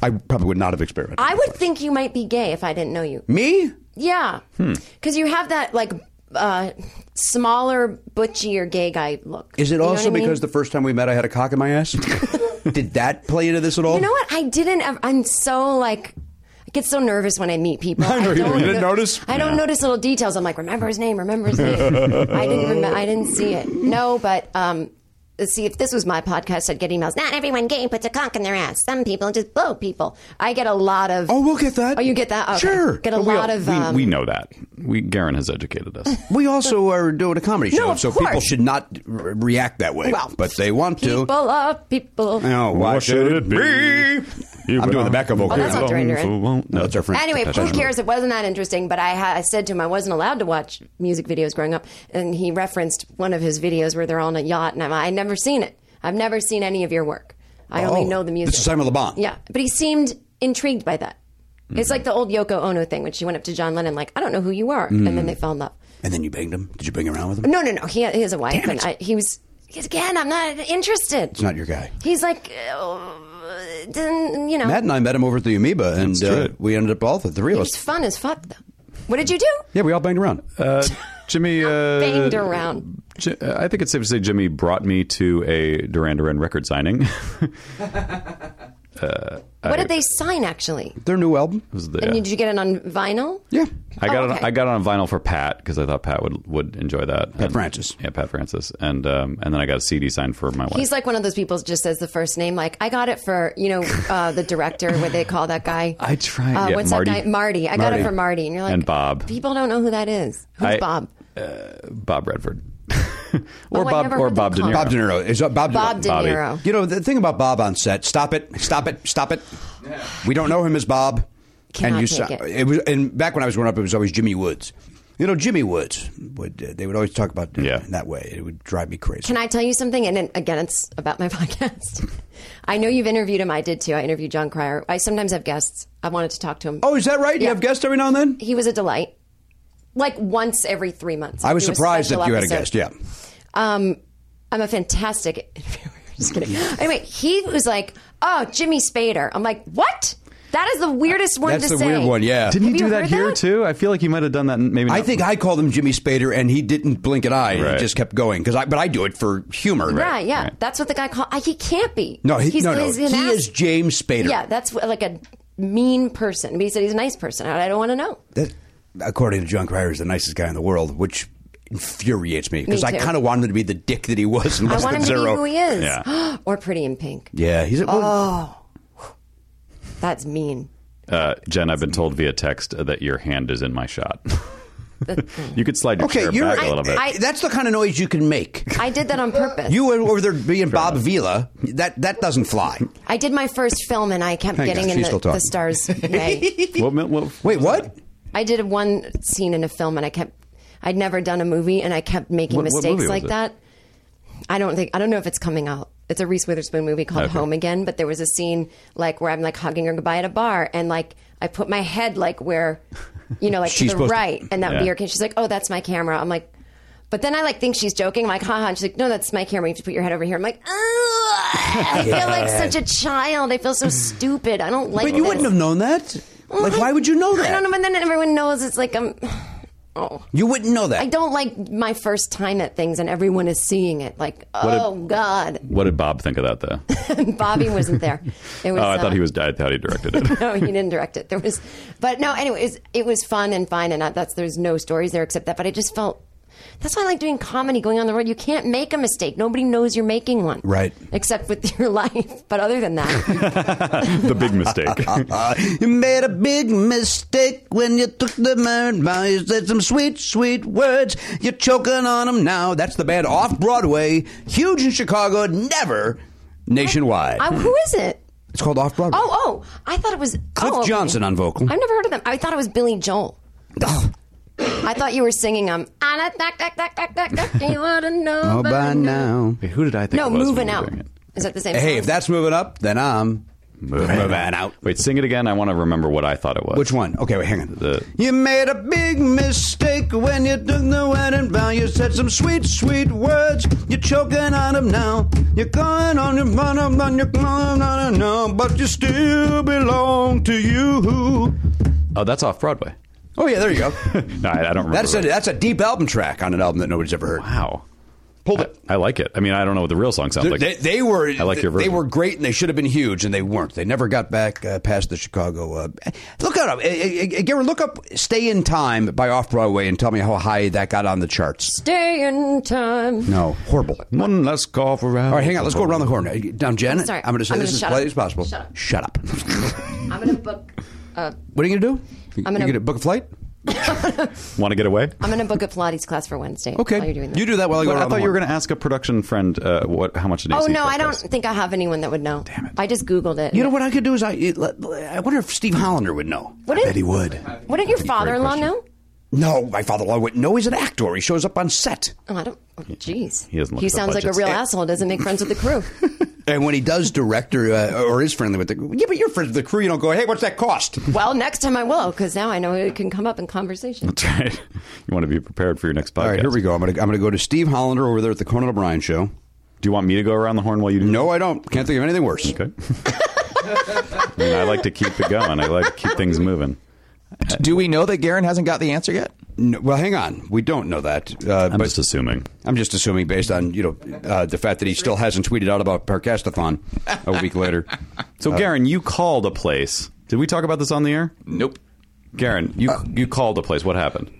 Speaker 1: I probably would not have experimented.
Speaker 7: I would think you might be gay if I didn't know you.
Speaker 1: me?
Speaker 7: Yeah,
Speaker 1: Hmm.
Speaker 7: because you have that like uh, smaller, butchier gay guy look.
Speaker 1: Is it
Speaker 7: You know
Speaker 1: also
Speaker 7: what I mean?
Speaker 1: because the first time we met, I had a cock in my ass? Did that play into this at all?
Speaker 7: You know what? I didn't. ev- I'm so like. I get so nervous when I meet people.
Speaker 1: I know you-
Speaker 7: don't
Speaker 1: you didn't
Speaker 7: no-
Speaker 1: notice?
Speaker 7: I don't
Speaker 2: Yeah.
Speaker 7: notice little details. I'm like, remember his name, remember his name. I didn't remember. I didn't see it. No, but um, let's see, if this was my podcast, I'd get emails. Not everyone gay puts a cock in their ass. Some people just blow people. I get a lot of.
Speaker 1: Oh, we'll get that.
Speaker 7: Oh, you get that? Okay.
Speaker 1: Sure.
Speaker 7: Get a
Speaker 2: But we
Speaker 7: lot
Speaker 2: all-
Speaker 7: of.
Speaker 2: we,
Speaker 7: um,
Speaker 2: we know that. We Garen has educated us.
Speaker 1: We also are doing a comedy show,
Speaker 7: No, of
Speaker 1: so people
Speaker 7: course.
Speaker 1: should not re- react that way.
Speaker 7: Well,
Speaker 1: but they want to.
Speaker 7: People are people.
Speaker 1: Oh, why should it be? I'm doing the backup vocal.
Speaker 7: Oh, that's not Duran Duran.
Speaker 2: No,
Speaker 1: No, that's our friend.
Speaker 7: Anyway,
Speaker 1: Depeche
Speaker 7: who
Speaker 1: Mode.
Speaker 7: cares? It wasn't that interesting, but I, ha- I said to him I wasn't allowed to watch music videos growing up, and he referenced one of his videos where they're on a yacht, and I'm, I'd never seen it. I've never seen any of your work. I only
Speaker 1: Oh,
Speaker 7: know the music.
Speaker 1: This is Simon Hmm. Le Bon.
Speaker 7: yeah, but he seemed intrigued by that. It's like the old Yoko Ono thing when she went up to John Lennon, like, I don't know who you are. And
Speaker 1: Hmm.
Speaker 7: then they fell in love.
Speaker 1: And then you banged him? Did you bang around with him?
Speaker 7: No, no, no. He, he has a wife,
Speaker 1: Damn
Speaker 7: and
Speaker 1: it.
Speaker 7: I, he was, he's, again, I'm not interested.
Speaker 1: It's not your guy.
Speaker 7: He's like, uh, didn't, you know,
Speaker 1: Matt and I met him over at the Amoeba, and uh,
Speaker 2: true.
Speaker 1: we ended up all the three of
Speaker 7: it was
Speaker 1: us.
Speaker 7: fun as fuck, though. What did you do?
Speaker 1: Yeah, we all banged around.
Speaker 2: Uh, Jimmy uh,
Speaker 7: Banged around.
Speaker 2: Ji- I think it's safe to say Jimmy brought me to a Duran Duran record signing. it
Speaker 7: What did they sign actually?
Speaker 1: Their new album.
Speaker 2: was the-
Speaker 7: And did you get it on vinyl?
Speaker 1: Yeah.
Speaker 2: I got
Speaker 7: Oh,
Speaker 2: it.
Speaker 7: okay.
Speaker 2: I got it on vinyl for Pat because I thought Pat would would enjoy that. Pat
Speaker 1: Francis.
Speaker 2: Yeah, Pat Francis, and um, and then I got a CD signed for my wife.
Speaker 7: He's like one of those people who just says the first name. Like I got it for you know uh, the director. What they call that guy?
Speaker 2: I try and
Speaker 7: Uh,
Speaker 2: get
Speaker 7: what's
Speaker 2: Marty.
Speaker 7: that guy? Marty. I got
Speaker 1: Marty.
Speaker 7: it for Marty. And you're like
Speaker 2: And Bob.
Speaker 7: People don't know who that is. Who's
Speaker 2: I-
Speaker 7: Bob?
Speaker 2: Bob Redford, or
Speaker 7: Oh, I
Speaker 2: Bob
Speaker 7: never
Speaker 2: or
Speaker 7: heard them
Speaker 2: Bob De
Speaker 7: called.
Speaker 2: Niro.
Speaker 1: Bob De Niro. Is that Bob De
Speaker 7: Bob
Speaker 1: Niro?
Speaker 7: De
Speaker 2: Bobby.
Speaker 7: Niro.
Speaker 1: You know, the thing about Bob on set, stop it, stop it, stop it. We don't know him as Bob.
Speaker 7: Cannot
Speaker 1: you
Speaker 7: take it.
Speaker 1: was and back when I was growing up it was always Jimmy Woods. You know, Jimmy Woods would uh, they would always talk about it
Speaker 2: Yeah.
Speaker 1: in that way. It would drive me crazy.
Speaker 7: Can I tell you something? And then, again, it's about my podcast. I know you've interviewed him. I did too. I interviewed John Cryer. I sometimes have guests. I wanted to talk to him.
Speaker 1: oh, is that right? You
Speaker 7: Yeah.
Speaker 1: have guests every now and then?
Speaker 7: he was a delight. Like once every three months.
Speaker 1: I was
Speaker 7: Do a
Speaker 1: surprised that
Speaker 7: special
Speaker 1: you had a guest,
Speaker 7: episode.
Speaker 1: yeah.
Speaker 7: Um, I'm a fantastic interviewer. Just kidding. Anyway, he was like, "Oh, Jimmy Spader." I'm like, "What? That is the weirdest one
Speaker 1: That's
Speaker 7: to
Speaker 1: the
Speaker 7: say."
Speaker 1: weird one, yeah.
Speaker 2: Didn't
Speaker 7: Have
Speaker 2: he
Speaker 7: you
Speaker 2: do that
Speaker 7: heard
Speaker 2: here
Speaker 7: that?
Speaker 2: too? I feel like he might have done that. in- Maybe
Speaker 1: I
Speaker 2: not-
Speaker 1: think I called him Jimmy Spader and he didn't blink an eye. He
Speaker 2: Right.
Speaker 1: just kept going cuz I but I do it for humor.
Speaker 7: Yeah, yeah.
Speaker 2: right.
Speaker 7: That's what the guy called. I, he can't be.
Speaker 1: No, he,
Speaker 7: he's,
Speaker 1: no, no.
Speaker 7: he's
Speaker 1: He
Speaker 7: an ass-
Speaker 1: is James Spader.
Speaker 7: Yeah, that's what- like a mean person. But he said he's a nice person. I don't want to know.
Speaker 1: That, according to John Cryer, is the nicest guy in the world, which infuriates me because
Speaker 7: Me
Speaker 1: I
Speaker 7: too.
Speaker 1: kind of want him to be the dick that he was in
Speaker 7: I
Speaker 1: Less
Speaker 7: want
Speaker 1: Than
Speaker 7: him to
Speaker 1: Zero.
Speaker 7: be who he is,
Speaker 2: Yeah.
Speaker 7: or pretty in pink.
Speaker 1: Yeah, he's a, well,
Speaker 7: That's mean.
Speaker 2: Uh, Jen, I've been told via text uh, that your hand is in my shot. you could slide your
Speaker 1: okay.
Speaker 2: chair
Speaker 1: You're
Speaker 2: back
Speaker 1: I-
Speaker 2: a little bit.
Speaker 1: I- that's the kind of noise you can make.
Speaker 7: I did that on purpose.
Speaker 1: You were over there being Bob Vila. That that doesn't fly.
Speaker 7: I did my first film, and I kept
Speaker 1: Hang on,
Speaker 7: getting in
Speaker 1: she's
Speaker 7: the,
Speaker 1: still talking.
Speaker 7: the stars' way.
Speaker 2: What- what- what-
Speaker 1: Wait, what?
Speaker 7: I did one scene in a film, and I kept. I'd never done a movie, and I kept making
Speaker 2: What- what
Speaker 7: mistakes
Speaker 2: movie
Speaker 7: like
Speaker 2: was it?
Speaker 7: that. I don't think. I don't know if it's coming out. it's a Reese Witherspoon movie called
Speaker 2: Okay.
Speaker 7: Home Again, but there was a scene like where I'm like hugging her goodbye at a bar, and like I put my head like where, you know, like
Speaker 1: She's
Speaker 7: to the
Speaker 1: supposed to-
Speaker 7: right, and that would be
Speaker 2: Yeah.
Speaker 7: her kid. She's like, oh, that's my camera. I'm like. But then I like think she's joking. I'm like, haha. And she's like, no, that's my camera. You have to put your head over here. I'm like, oh, I feel like
Speaker 1: Yeah.
Speaker 7: such a child. I feel so stupid. I don't like
Speaker 1: But you
Speaker 7: this.
Speaker 1: wouldn't have known that. Like,
Speaker 7: I-
Speaker 1: why would you know that?
Speaker 7: Mm-hmm. I don't know. But then everyone knows it's like, um, oh.
Speaker 1: You wouldn't know that.
Speaker 7: I don't like my first time at things and everyone is seeing it. Like, oh, God.
Speaker 2: What did Bob think of that though?
Speaker 7: Bobby wasn't there. It was,
Speaker 2: oh, I
Speaker 7: uh,
Speaker 2: thought he was. I thought he directed it.
Speaker 7: No, he didn't direct it. There was, but no. Anyways, it was fun and fine, and I, that's there's no stories there except that. But I just felt that's why I like doing comedy, going on the road. You can't make a mistake. Nobody knows you're making one,
Speaker 1: Right.
Speaker 7: Except with your life. But other than that,
Speaker 2: the big mistake.
Speaker 1: You made a big mistake when you took the moon by you said some sweet, sweet words. You're choking on them now. That's the band off Broadway, huge in Chicago, never nationwide.
Speaker 7: I, who is it?
Speaker 1: it's called Off Broadway.
Speaker 7: Oh, oh, I thought it was
Speaker 1: Cliff
Speaker 7: oh, okay.
Speaker 1: Johnson on vocal.
Speaker 7: I've never heard of them. I thought it was Billy Joel.
Speaker 1: Ugh.
Speaker 7: I thought you were singing um. "And I duck, duck, duck, duck, duck, duck, You ought to know
Speaker 1: Oh,
Speaker 7: by
Speaker 1: by now.
Speaker 2: Who did I think?
Speaker 7: No,
Speaker 2: it was when
Speaker 7: moving
Speaker 2: we were
Speaker 7: out.
Speaker 2: doing it?
Speaker 7: Is that the same?
Speaker 1: Hey,
Speaker 7: song?
Speaker 1: if that's moving up, then I'm
Speaker 2: Moving
Speaker 1: out.
Speaker 2: Wait, sing it again. I want to remember what I thought it was.
Speaker 1: Which one? Okay, wait, hang on.
Speaker 2: The-
Speaker 1: you made a big mistake when you took the wedding vow. You said some sweet, sweet words. You're choking on them now. You're going on your run up on your on on now, but you still belong to you.
Speaker 2: Oh, that's off Broadway.
Speaker 1: Oh yeah, there you go.
Speaker 2: No, I, I don't remember.
Speaker 1: that's a
Speaker 2: it.
Speaker 1: that's a deep album track on an album that nobody's ever heard.
Speaker 2: Wow. Hold it. I like it. I mean, I don't know what the real song sounds
Speaker 1: They,
Speaker 2: like.
Speaker 1: they, they were
Speaker 2: I like your
Speaker 1: they
Speaker 2: version.
Speaker 1: were great and they should have been huge and they weren't. They never got back uh, past the Chicago. Uh, look up, uh, uh, Garen, look up "Stay in Time" by Off Broadway and tell me how high that got on the charts.
Speaker 7: Stay in time.
Speaker 1: No, horrible.
Speaker 2: One less golf around.
Speaker 1: All right, hang on. Let's go around the horn. Uh, Down, Jen.
Speaker 7: sorry.
Speaker 1: I'm going to say
Speaker 7: I'm
Speaker 1: this
Speaker 7: gonna
Speaker 1: as
Speaker 7: shut
Speaker 1: politely
Speaker 7: up.
Speaker 1: as possible.
Speaker 7: Shut up.
Speaker 1: Shut up.
Speaker 7: I'm gonna book. Uh,
Speaker 1: what are you going to do?
Speaker 7: I'm gonna-
Speaker 1: you going to book a flight?
Speaker 2: Want to get away?
Speaker 7: I'm gonna book a Pilates class for Wednesday.
Speaker 1: Okay.
Speaker 7: While you're doing that.
Speaker 1: You do that while I go
Speaker 2: But
Speaker 1: around
Speaker 2: I
Speaker 1: the
Speaker 2: thought you were
Speaker 1: horn.
Speaker 2: going to ask a production friend uh, what how much an AC
Speaker 7: Oh no,
Speaker 2: truck
Speaker 7: I don't
Speaker 2: costs.
Speaker 7: think I have anyone that would know. Damn it! I just googled it.
Speaker 1: You know what I could do is I. I wonder if Steve Hollander would know.
Speaker 7: What
Speaker 1: I
Speaker 7: is-
Speaker 1: bet he would.
Speaker 7: Wouldn't your father-in-law
Speaker 2: question.
Speaker 7: know?
Speaker 1: No, my father-in-law wouldn't know. He's an actor. He shows up on set,
Speaker 7: Oh, I don't. oh, Jeez.
Speaker 2: He doesn't look at the
Speaker 7: sounds like a
Speaker 2: budgets.
Speaker 7: real asshole. Doesn't make friends with the crew.
Speaker 1: and when he does direct or, uh, or is friendly with the yeah, but you're friends with the crew. You don't go, hey, what's that cost?
Speaker 7: well, next time I will, because now I know it can come up in conversation.
Speaker 2: That's right. You want to be prepared for your next podcast.
Speaker 1: All right, here we go. I'm going to I'm going to go to Steve Hollander over there at the Conan O'Brien show.
Speaker 2: Do you want me to go around the horn while you do?
Speaker 1: No, I don't. Can't think of anything worse.
Speaker 2: Okay. I, mean, I like to keep it going. I like to keep things moving.
Speaker 5: Do we know that Garen hasn't got the answer yet?
Speaker 1: No, well, hang on. We don't know that. Uh,
Speaker 2: I'm
Speaker 1: but
Speaker 2: just assuming.
Speaker 1: I'm just assuming based on you know uh, the fact that he still hasn't tweeted out about Parkastathon a week later.
Speaker 2: So, Garen, you called a place. Did we talk about this on the air?
Speaker 5: Nope.
Speaker 2: Garen, you you called a place. What happened?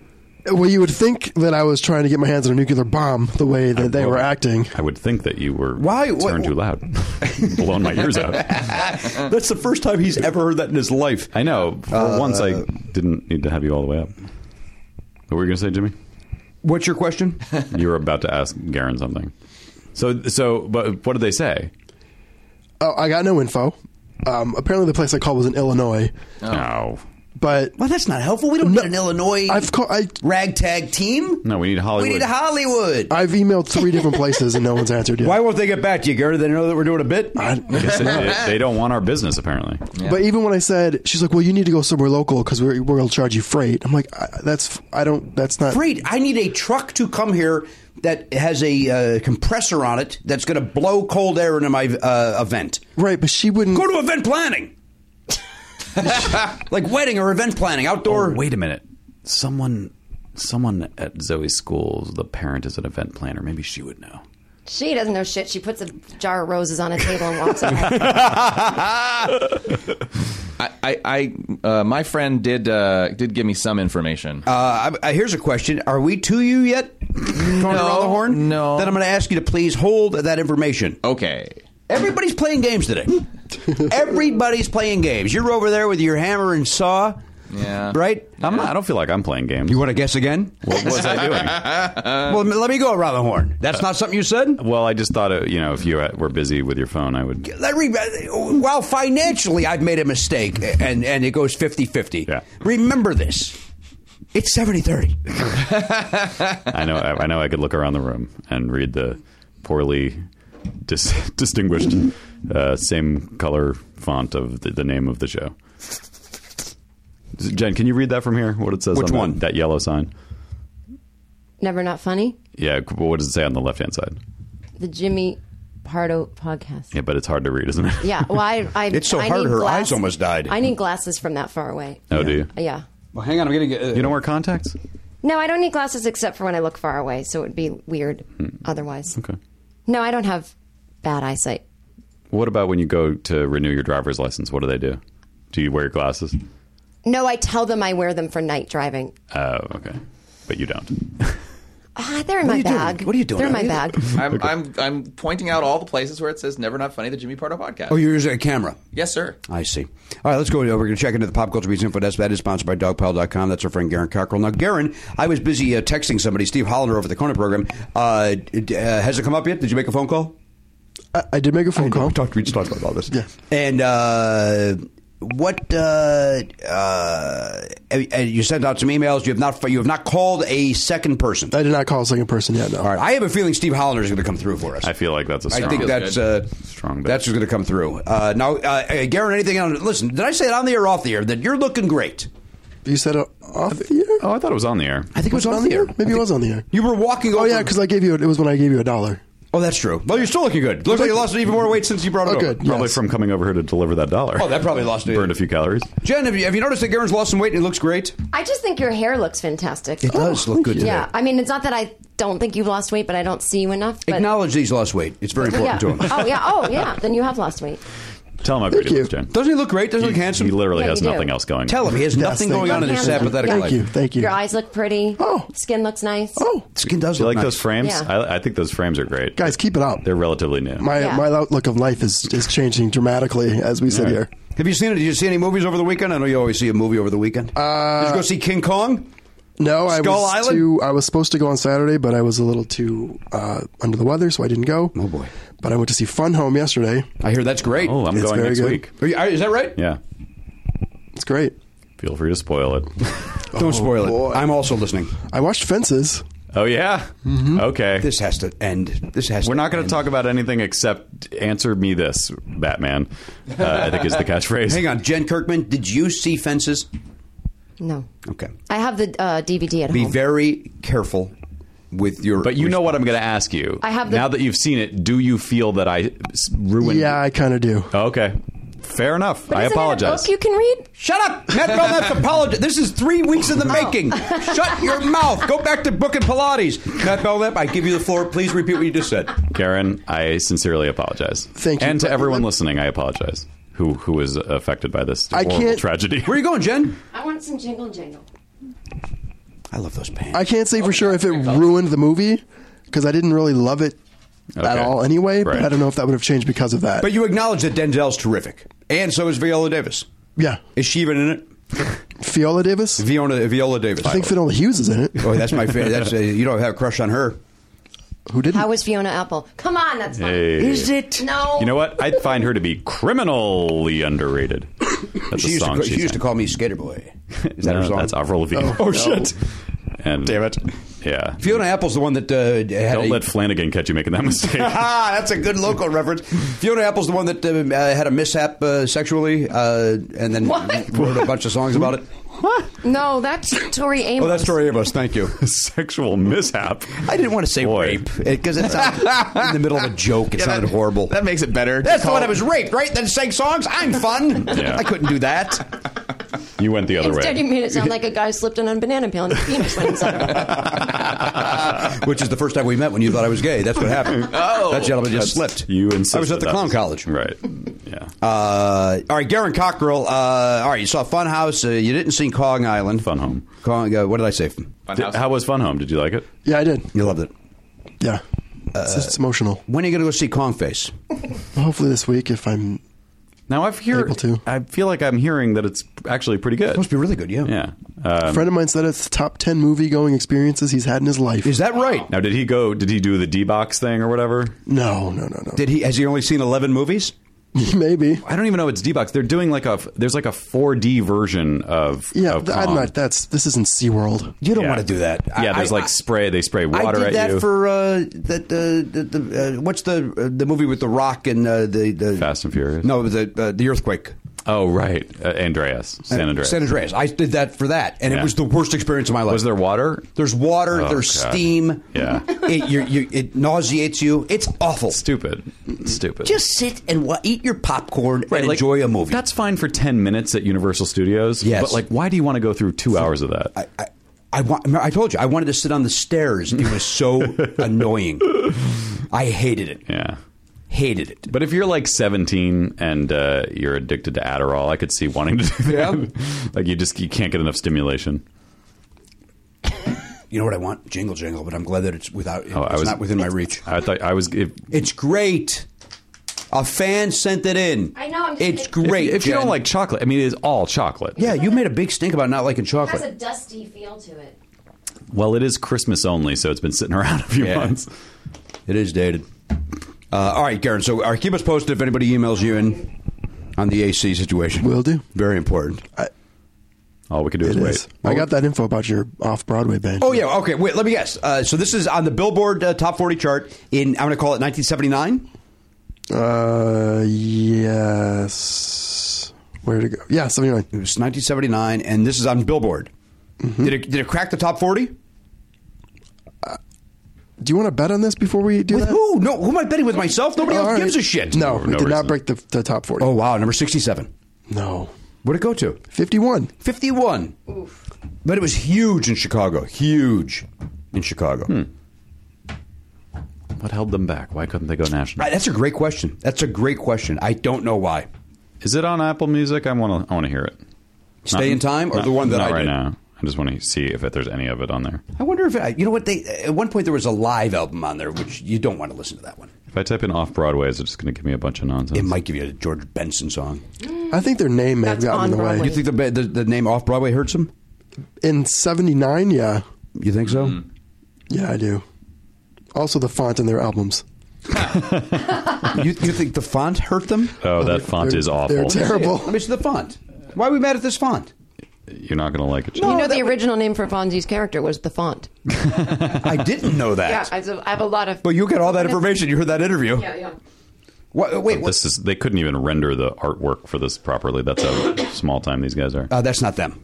Speaker 6: Well, you would think that I was trying to get my hands on a nuclear bomb the way that they were acting.
Speaker 2: I would think that you were
Speaker 1: Why-
Speaker 2: turned
Speaker 1: what-
Speaker 2: too loud, blown my ears out.
Speaker 1: That's the first time he's ever heard that in his life. Uh,
Speaker 2: I know. For once, I didn't need to have you all the way up. What were you going to say, Jimmy?
Speaker 1: What's your question?
Speaker 2: You were about to ask Garen something. So, so, but what did they say?
Speaker 6: Oh, I got no info. Um, apparently, the place I called was in Illinois,
Speaker 2: No,
Speaker 6: but
Speaker 1: well, that's not helpful. We don't
Speaker 6: No,
Speaker 1: need an Illinois
Speaker 6: I've called. I,
Speaker 1: ragtag team.
Speaker 2: no, we need Hollywood.
Speaker 1: we need Hollywood.
Speaker 6: I've emailed three different places and no one's answered yet.
Speaker 1: Why won't they get back to you, Gary? They know that we're doing a bit.
Speaker 2: I guess they, they- they don't want our business apparently.
Speaker 6: But even when I said, she's like, "Well, you need to go somewhere local because we're we'll charge you freight." I'm like, I, "That's I don't. That's not
Speaker 1: Great. I need a truck to come here that has a uh, compressor on it that's going to blow cold air into my uh, event.
Speaker 6: right." But she wouldn't.
Speaker 1: Go to event planning. like wedding or event planning,
Speaker 6: Oh,
Speaker 1: outdoor.
Speaker 2: Wait a minute. Someone, someone at Zoe's school, the parent is an event planner. Maybe she would know.
Speaker 7: She doesn't know shit. She puts a jar of roses on a table and walks away.
Speaker 5: I, I, I uh, my friend did uh, did give me some information.
Speaker 1: Uh, I, I, here's a question: Are we to you yet? Going around the horn?
Speaker 5: no.
Speaker 1: Then I'm going to ask you to please hold that information.
Speaker 5: okay.
Speaker 1: Everybody's playing games today. Everybody's playing games. You're over there with your hammer and saw.
Speaker 5: Yeah.
Speaker 1: Right.
Speaker 2: I'm not, I don't feel like I'm playing games.
Speaker 1: You want to guess again?
Speaker 2: what was I doing?
Speaker 1: well, let me go around the horn. That's not something you said.
Speaker 2: Well, I just thought, uh, you know, if you were busy with your phone, I would.
Speaker 1: Let me- while financially I've made a mistake and, and it goes 50 50,
Speaker 2: Yeah.
Speaker 1: remember this. It's 70 30.
Speaker 2: I know. I know. I could look around the room and read the poorly dis- distinguished uh, same color font of the, the name of the show. Jen, can you read that from here? What it says
Speaker 1: Which
Speaker 2: on that-
Speaker 1: one?
Speaker 2: That, yellow sign.
Speaker 7: Never not funny.
Speaker 2: Yeah, c- what does it say on the left hand side?
Speaker 7: The Jimmy Pardo podcast.
Speaker 2: Yeah, but it's hard to read, isn't it?
Speaker 7: Yeah. Well, I, I
Speaker 1: It's so
Speaker 7: I
Speaker 1: hard,
Speaker 7: need
Speaker 1: her
Speaker 7: glass-
Speaker 1: eyes almost died.
Speaker 7: I need glasses from that far away.
Speaker 2: Oh, do you?
Speaker 7: Yeah.
Speaker 1: Well, hang on, I'm gonna get. Uh,
Speaker 2: You don't wear contacts?
Speaker 7: No, I don't need glasses except for when I look far away, so it would be weird
Speaker 1: Hmm.
Speaker 7: otherwise.
Speaker 2: Okay.
Speaker 7: No, I don't have bad eyesight.
Speaker 2: What about when you go to renew your driver's license? What do they do? Do you wear your glasses?
Speaker 7: No, I tell them I wear them for night driving.
Speaker 2: Oh, okay. But you don't.
Speaker 7: Ah, they're in
Speaker 1: are
Speaker 7: my
Speaker 1: you doing?
Speaker 7: bag.
Speaker 1: What are you doing?
Speaker 7: They're in
Speaker 1: Are
Speaker 7: my
Speaker 1: you-
Speaker 7: bag.
Speaker 5: I'm, I'm I'm pointing out all the places where it says "Never Not Funny," the Jimmy Pardo podcast.
Speaker 1: oh, you're using a camera.
Speaker 5: yes, sir.
Speaker 1: I see. All right, let's go. We're going to check into the Pop Culture Beats Info Desk. That is sponsored by dogpile.com. That's our friend Garen Cockrell. Now, Garen, I was busy uh, texting somebody, Steve Hollander, over the Kona program. Uh, d- uh, has it come up yet? Did you make a phone call?
Speaker 6: I, I did make a phone call.
Speaker 1: We talked, we just talked about all this.
Speaker 6: Yeah.
Speaker 1: And uh, what uh, uh, uh, you sent out some emails. You have not you have not called a second person.
Speaker 6: I did not call a second person yet. No.
Speaker 1: All right, I have a feeling Steve Hollander is going to come through for us.
Speaker 2: I feel like that's a strong.
Speaker 1: I think that's uh,
Speaker 2: Strong bet.
Speaker 1: That's who's going to come through. Uh, now, uh, uh, Garen, anything on? Listen, did I say it on the air or off the air that you're looking great?
Speaker 6: You said it off the air.
Speaker 2: Oh, I thought it was on the air.
Speaker 1: I think it was on the air. I
Speaker 6: Maybe
Speaker 1: think-
Speaker 6: it was on the air.
Speaker 1: You were walking
Speaker 6: Oh
Speaker 1: over.
Speaker 6: yeah, because I gave you. It was when I gave you a dollar.
Speaker 1: oh, that's true. Well, you're still looking good. Looks like you lost even more weight since you brought it
Speaker 6: Oh,
Speaker 1: over.
Speaker 6: good.
Speaker 2: Probably
Speaker 6: Yes.
Speaker 2: from coming over here to deliver that dollar.
Speaker 1: Oh, that probably lost it.
Speaker 2: burned a few calories.
Speaker 1: Jen, have you, have you noticed that Garen's lost some weight and he looks great?
Speaker 7: I just think your hair looks fantastic.
Speaker 1: It does look good today.
Speaker 7: Yeah. I mean, it's not that I don't think you've lost weight, but I don't see you enough. But,
Speaker 1: Acknowledge that he's lost weight. It's very
Speaker 7: yeah.
Speaker 1: important to him.
Speaker 7: Oh, yeah. Oh, yeah. Then you have lost weight.
Speaker 2: Tell him how great he
Speaker 6: you.
Speaker 2: looks, Jen.
Speaker 1: Doesn't he look great? Doesn't he
Speaker 2: He,
Speaker 1: look handsome?
Speaker 2: he literally
Speaker 7: Yeah,
Speaker 2: has
Speaker 7: you do.
Speaker 2: nothing else going.
Speaker 1: Tell him he has
Speaker 6: Yes,
Speaker 1: nothing
Speaker 6: thank
Speaker 1: going
Speaker 6: you.
Speaker 1: on in his
Speaker 7: Handsome.
Speaker 1: apathetic
Speaker 7: Yeah.
Speaker 6: Thank
Speaker 1: life.
Speaker 6: you. Thank you.
Speaker 7: Your eyes look pretty.
Speaker 6: Oh.
Speaker 7: Skin looks nice.
Speaker 6: Oh,
Speaker 1: Skin does
Speaker 2: Do you
Speaker 1: look
Speaker 2: like
Speaker 1: nice.
Speaker 2: those frames?
Speaker 7: Yeah.
Speaker 2: I, I think those frames are great.
Speaker 6: guys, keep it up.
Speaker 2: They're relatively new.
Speaker 6: My
Speaker 7: Yeah.
Speaker 6: my outlook of life is is changing dramatically as we sit here.
Speaker 1: Have you seen it? Did you see any movies over the weekend? I know you always see a movie over the weekend. Uh, Did you go see King Kong?
Speaker 6: No, I
Speaker 1: Skull
Speaker 6: was
Speaker 1: Island?
Speaker 6: too. I was supposed to go on Saturday, but I was a little too uh, under the weather, so I didn't go.
Speaker 1: Oh, boy.
Speaker 6: But I went to see Fun Home yesterday.
Speaker 1: I hear that's great.
Speaker 2: oh, I'm
Speaker 6: It's
Speaker 2: going
Speaker 6: very
Speaker 2: next
Speaker 6: good.
Speaker 2: week.
Speaker 1: Are you- are- is that right?
Speaker 2: Yeah.
Speaker 6: It's great.
Speaker 2: Feel free to spoil it.
Speaker 1: Don't spoil
Speaker 6: Oh, boy.
Speaker 1: it. I'm also listening.
Speaker 6: I watched Fences.
Speaker 2: oh yeah. Okay.
Speaker 1: Mm-hmm. This has to end. This has.
Speaker 2: We're
Speaker 1: to
Speaker 2: not going to
Speaker 1: end.
Speaker 2: talk about anything except answer me this, Batman. Uh, I think is the catchphrase.
Speaker 1: Hang on, Jen Kirkman. Did you see Fences?
Speaker 7: No.
Speaker 1: Okay.
Speaker 7: I have the uh, DVD at
Speaker 1: Be
Speaker 7: home.
Speaker 1: very careful with your.
Speaker 2: But you know what I'm going to ask you.
Speaker 7: I have the-
Speaker 2: now that you've seen it. Do you feel that I s- ruined? Oh,
Speaker 6: Yeah, I kind of do.
Speaker 1: Oh.
Speaker 2: Okay. Fair enough.
Speaker 7: But
Speaker 2: I
Speaker 7: isn't
Speaker 2: apologize.
Speaker 7: It a book you can read?
Speaker 1: Shut up! Matt Belknap's apology. This is three weeks in the making. Shut your mouth. Go back to book and Pilates. Matt Belknap, I give you the floor. Please repeat what you just said.
Speaker 2: Karen, I sincerely apologize.
Speaker 6: Thank you.
Speaker 2: And to
Speaker 6: But-
Speaker 2: everyone listening, I apologize. Who who was affected by this
Speaker 6: I
Speaker 2: horrible
Speaker 6: can't-
Speaker 2: tragedy?
Speaker 1: Where are you going, Jen?
Speaker 7: I want some jingle jingle.
Speaker 1: I love those pants.
Speaker 6: I can't say for sure if it ruined the movie because I didn't really love it at
Speaker 2: Okay.
Speaker 6: all anyway.
Speaker 2: Right.
Speaker 6: But I don't know if that would have changed because of that.
Speaker 1: but you acknowledge that Denzel's terrific, and so is Viola Davis.
Speaker 6: yeah,
Speaker 1: Is she even in it?
Speaker 6: Fiola Davis.
Speaker 1: Viola Viola Davis.
Speaker 6: I think Fiola Hughes is in it.
Speaker 1: Oh, that's my favorite. That's uh, you don't have a crush on her.
Speaker 6: Who didn't?
Speaker 7: How was Fiona Apple? Come on, that's fine.
Speaker 2: Hey. Is
Speaker 7: it? No.
Speaker 2: You know what? I find her to be criminally underrated. That's
Speaker 1: She
Speaker 2: a
Speaker 1: used,
Speaker 2: song
Speaker 1: to,
Speaker 2: she
Speaker 1: she used to
Speaker 2: sang.
Speaker 1: call me Skater Boy. Is that
Speaker 2: No,
Speaker 1: her song?
Speaker 2: That's Avril Lavigne.
Speaker 6: Oh, Oh, no. shit.
Speaker 2: And
Speaker 1: Damn it.
Speaker 2: Yeah.
Speaker 1: Fiona Apple's the one that uh, had
Speaker 2: Don't
Speaker 1: a,
Speaker 2: let Flanagan catch you making that mistake.
Speaker 1: ah, that's a good local reference. Fiona Apple's the one that uh, had a mishap uh, sexually, uh, and then
Speaker 7: What?
Speaker 1: wrote a bunch of songs about it.
Speaker 7: No, that's Tori Amos.
Speaker 1: Oh, that's Tori Amos. Thank you.
Speaker 2: Sexual mishap.
Speaker 1: I didn't want to say
Speaker 2: Boy.
Speaker 1: rape because it sounded in the middle of a joke. It sounded horrible.
Speaker 5: That makes it better.
Speaker 1: that's the
Speaker 5: Call-
Speaker 1: one I was raped, right? Then sang songs. I'm fun.
Speaker 2: Yeah.
Speaker 1: I couldn't do that.
Speaker 2: You went the other
Speaker 7: Instead,
Speaker 2: way.
Speaker 7: you made it sound like a guy slipped on a banana peel and his penis went inside. of it.
Speaker 1: Which is the first time we met when you thought I was gay. That's what happened.
Speaker 5: Oh.
Speaker 1: that gentleman just slipped.
Speaker 2: You insisted.
Speaker 1: I was at the
Speaker 2: that
Speaker 1: clown college.
Speaker 2: Right. Yeah.
Speaker 1: Uh, all right, Garen Cockrell. Uh, all right, you saw Funhouse. Uh, you didn't see Kong Island.
Speaker 2: Fun Home.
Speaker 1: Kong, uh, what did I say?
Speaker 2: Did- how was Fun Home? Did you like it?
Speaker 6: yeah, I did.
Speaker 1: You loved it.
Speaker 6: Yeah,
Speaker 1: Uh,
Speaker 6: it's, it's emotional.
Speaker 1: When are you going to go see Kong Face?
Speaker 6: Hopefully this week, if I'm
Speaker 2: Now I've hear,
Speaker 6: Able to.
Speaker 2: I feel like I'm hearing that it's actually pretty good.
Speaker 1: Must be really good, yeah.
Speaker 2: Yeah. Uh,
Speaker 1: um,
Speaker 6: a friend of mine said it's the top ten movie going experiences he's had in his life.
Speaker 1: Is that right?
Speaker 2: now, did he go? Did he do the D box thing or whatever?
Speaker 6: no, no, no, no.
Speaker 1: Did he? Has he only seen eleven movies?
Speaker 6: Maybe.
Speaker 2: I don't even know it's D-Box. They're doing like a there's like a 4D version of
Speaker 6: Yeah,
Speaker 1: Oh,
Speaker 2: of
Speaker 6: th- I'm
Speaker 2: Kong.
Speaker 6: not. That's this isn't SeaWorld.
Speaker 1: You don't
Speaker 2: Yeah.
Speaker 1: want to do that.
Speaker 2: Yeah,
Speaker 1: I-
Speaker 2: there's like
Speaker 1: I-
Speaker 2: spray. They spray water
Speaker 1: I did
Speaker 2: at
Speaker 1: that
Speaker 2: you.
Speaker 1: for uh, that uh, the, the uh, what's the uh, the movie with the Rock and uh, the the
Speaker 2: Fast and Furious.
Speaker 1: No, the uh, the earthquake.
Speaker 2: Oh right, uh, Andreas, San Andreas.
Speaker 1: San Andreas. I did that for that, and it
Speaker 2: Yeah.
Speaker 1: was the worst experience of my life.
Speaker 2: Was there water?
Speaker 1: There's water.
Speaker 2: Oh,
Speaker 1: there's
Speaker 2: God.
Speaker 1: steam.
Speaker 2: Yeah.
Speaker 1: It, you you, it nauseates you. It's awful.
Speaker 2: Stupid. Stupid.
Speaker 1: Just sit and wa- eat your popcorn and
Speaker 2: like,
Speaker 1: enjoy a movie.
Speaker 2: That's fine for 10 minutes at Universal Studios.
Speaker 1: Yes.
Speaker 2: But, like, why do you want to go through two hours of that?
Speaker 1: I, I, I want. remember, I told you I wanted to sit on the stairs. It was so annoying. I hated it.
Speaker 2: yeah.
Speaker 1: Hated it.
Speaker 2: But if you're like 17 and uh, you're addicted to Adderall, I could see wanting to do that. like, you just you can't get enough stimulation.
Speaker 1: You know what I want? Jingle jingle. But I'm glad that it's without. It's
Speaker 2: Oh, I was-
Speaker 1: not within my reach.
Speaker 2: I thought I was. If,
Speaker 1: It's great. A fan sent it in.
Speaker 7: I know, I'm-
Speaker 1: it's
Speaker 7: it-
Speaker 1: great.
Speaker 2: if, if you
Speaker 1: Jen.
Speaker 2: don't like chocolate, I mean, it is all chocolate.
Speaker 1: yeah, you made a big stink about not liking
Speaker 7: It has a
Speaker 1: chocolate.
Speaker 7: dusty feel to it.
Speaker 2: Well, it is Christmas only, so it's been sitting around a few
Speaker 1: Yeah.
Speaker 2: months.
Speaker 1: It is dated. Uh, all right, Garen. So, uh, keep us posted if anybody emails you in on the AC situation.
Speaker 6: Will do.
Speaker 1: Very important.
Speaker 2: All we can do is
Speaker 6: It is.
Speaker 2: wait.
Speaker 6: I got that info about your off Broadway band.
Speaker 1: Oh yeah. Okay. Wait. Let me guess. Uh, so this is on the Billboard uh, Top 40 chart in I'm going to call it 1979.
Speaker 6: Uh, yes. Where to go? Yeah, seventy nine.
Speaker 1: It was 1979, and this is on Billboard.
Speaker 6: Mm-hmm.
Speaker 1: Did it did it crack the top 40?
Speaker 6: Do you want to bet on this before we do
Speaker 1: With
Speaker 6: that?
Speaker 1: who? No. Who am I betting with? Myself. Nobody else
Speaker 6: All right.
Speaker 1: gives a shit.
Speaker 2: No,
Speaker 6: No, we
Speaker 2: no
Speaker 6: did
Speaker 2: reason.
Speaker 6: not break the, the top forty.
Speaker 1: Oh wow. Number 67.
Speaker 6: no,
Speaker 1: What would it go to?
Speaker 6: fifty one.
Speaker 1: 51. But it was huge in Chicago. Huge in Chicago.
Speaker 6: Hmm.
Speaker 2: What held them back? Why couldn't they go national?
Speaker 1: Right, that's a great question. That's a great question. I don't know why.
Speaker 2: Is it on Apple Music? I want to. I want to hear it.
Speaker 1: Stay
Speaker 2: Not-
Speaker 1: in time or
Speaker 2: not-
Speaker 1: the one that
Speaker 2: not
Speaker 1: I
Speaker 2: right
Speaker 1: did?
Speaker 2: now. I just want to see if it, there's any of it on there.
Speaker 1: I wonder if I, you know what they at one point there was a live album on there which you don't want to listen to that one.
Speaker 2: If I type in off Broadway, is it just going to give me a bunch of nonsense?
Speaker 1: It might give you a George Benson song.
Speaker 6: I think their name may have
Speaker 7: That's
Speaker 6: gotten in
Speaker 7: on
Speaker 6: the
Speaker 7: Broadway.
Speaker 1: You
Speaker 6: way.
Speaker 1: think the the, the name Off Broadway hurts him?
Speaker 6: In seventy nine, yeah,
Speaker 1: You think so?
Speaker 2: Mm-hmm.
Speaker 6: yeah, I do. Also, the font in their albums.
Speaker 1: you, you think the font hurt them?
Speaker 2: Oh, that font
Speaker 6: they're-
Speaker 2: is
Speaker 6: they're
Speaker 2: awful.
Speaker 6: terrible.
Speaker 1: Let me see the font. Why are we mad at this font?
Speaker 2: You're not going to like it.
Speaker 7: you
Speaker 2: Jeff.
Speaker 7: know,
Speaker 1: that
Speaker 7: the
Speaker 1: would-
Speaker 7: original name for Fonzie's character was the font.
Speaker 1: I didn't know that.
Speaker 7: yeah, I so I have a lot of.
Speaker 1: but you got all that information. You heard that interview.
Speaker 7: Yeah, yeah.
Speaker 1: What, wait, what,
Speaker 2: This is they couldn't even render the artwork for this properly. That's how small time these guys are.
Speaker 1: uh, that's not them.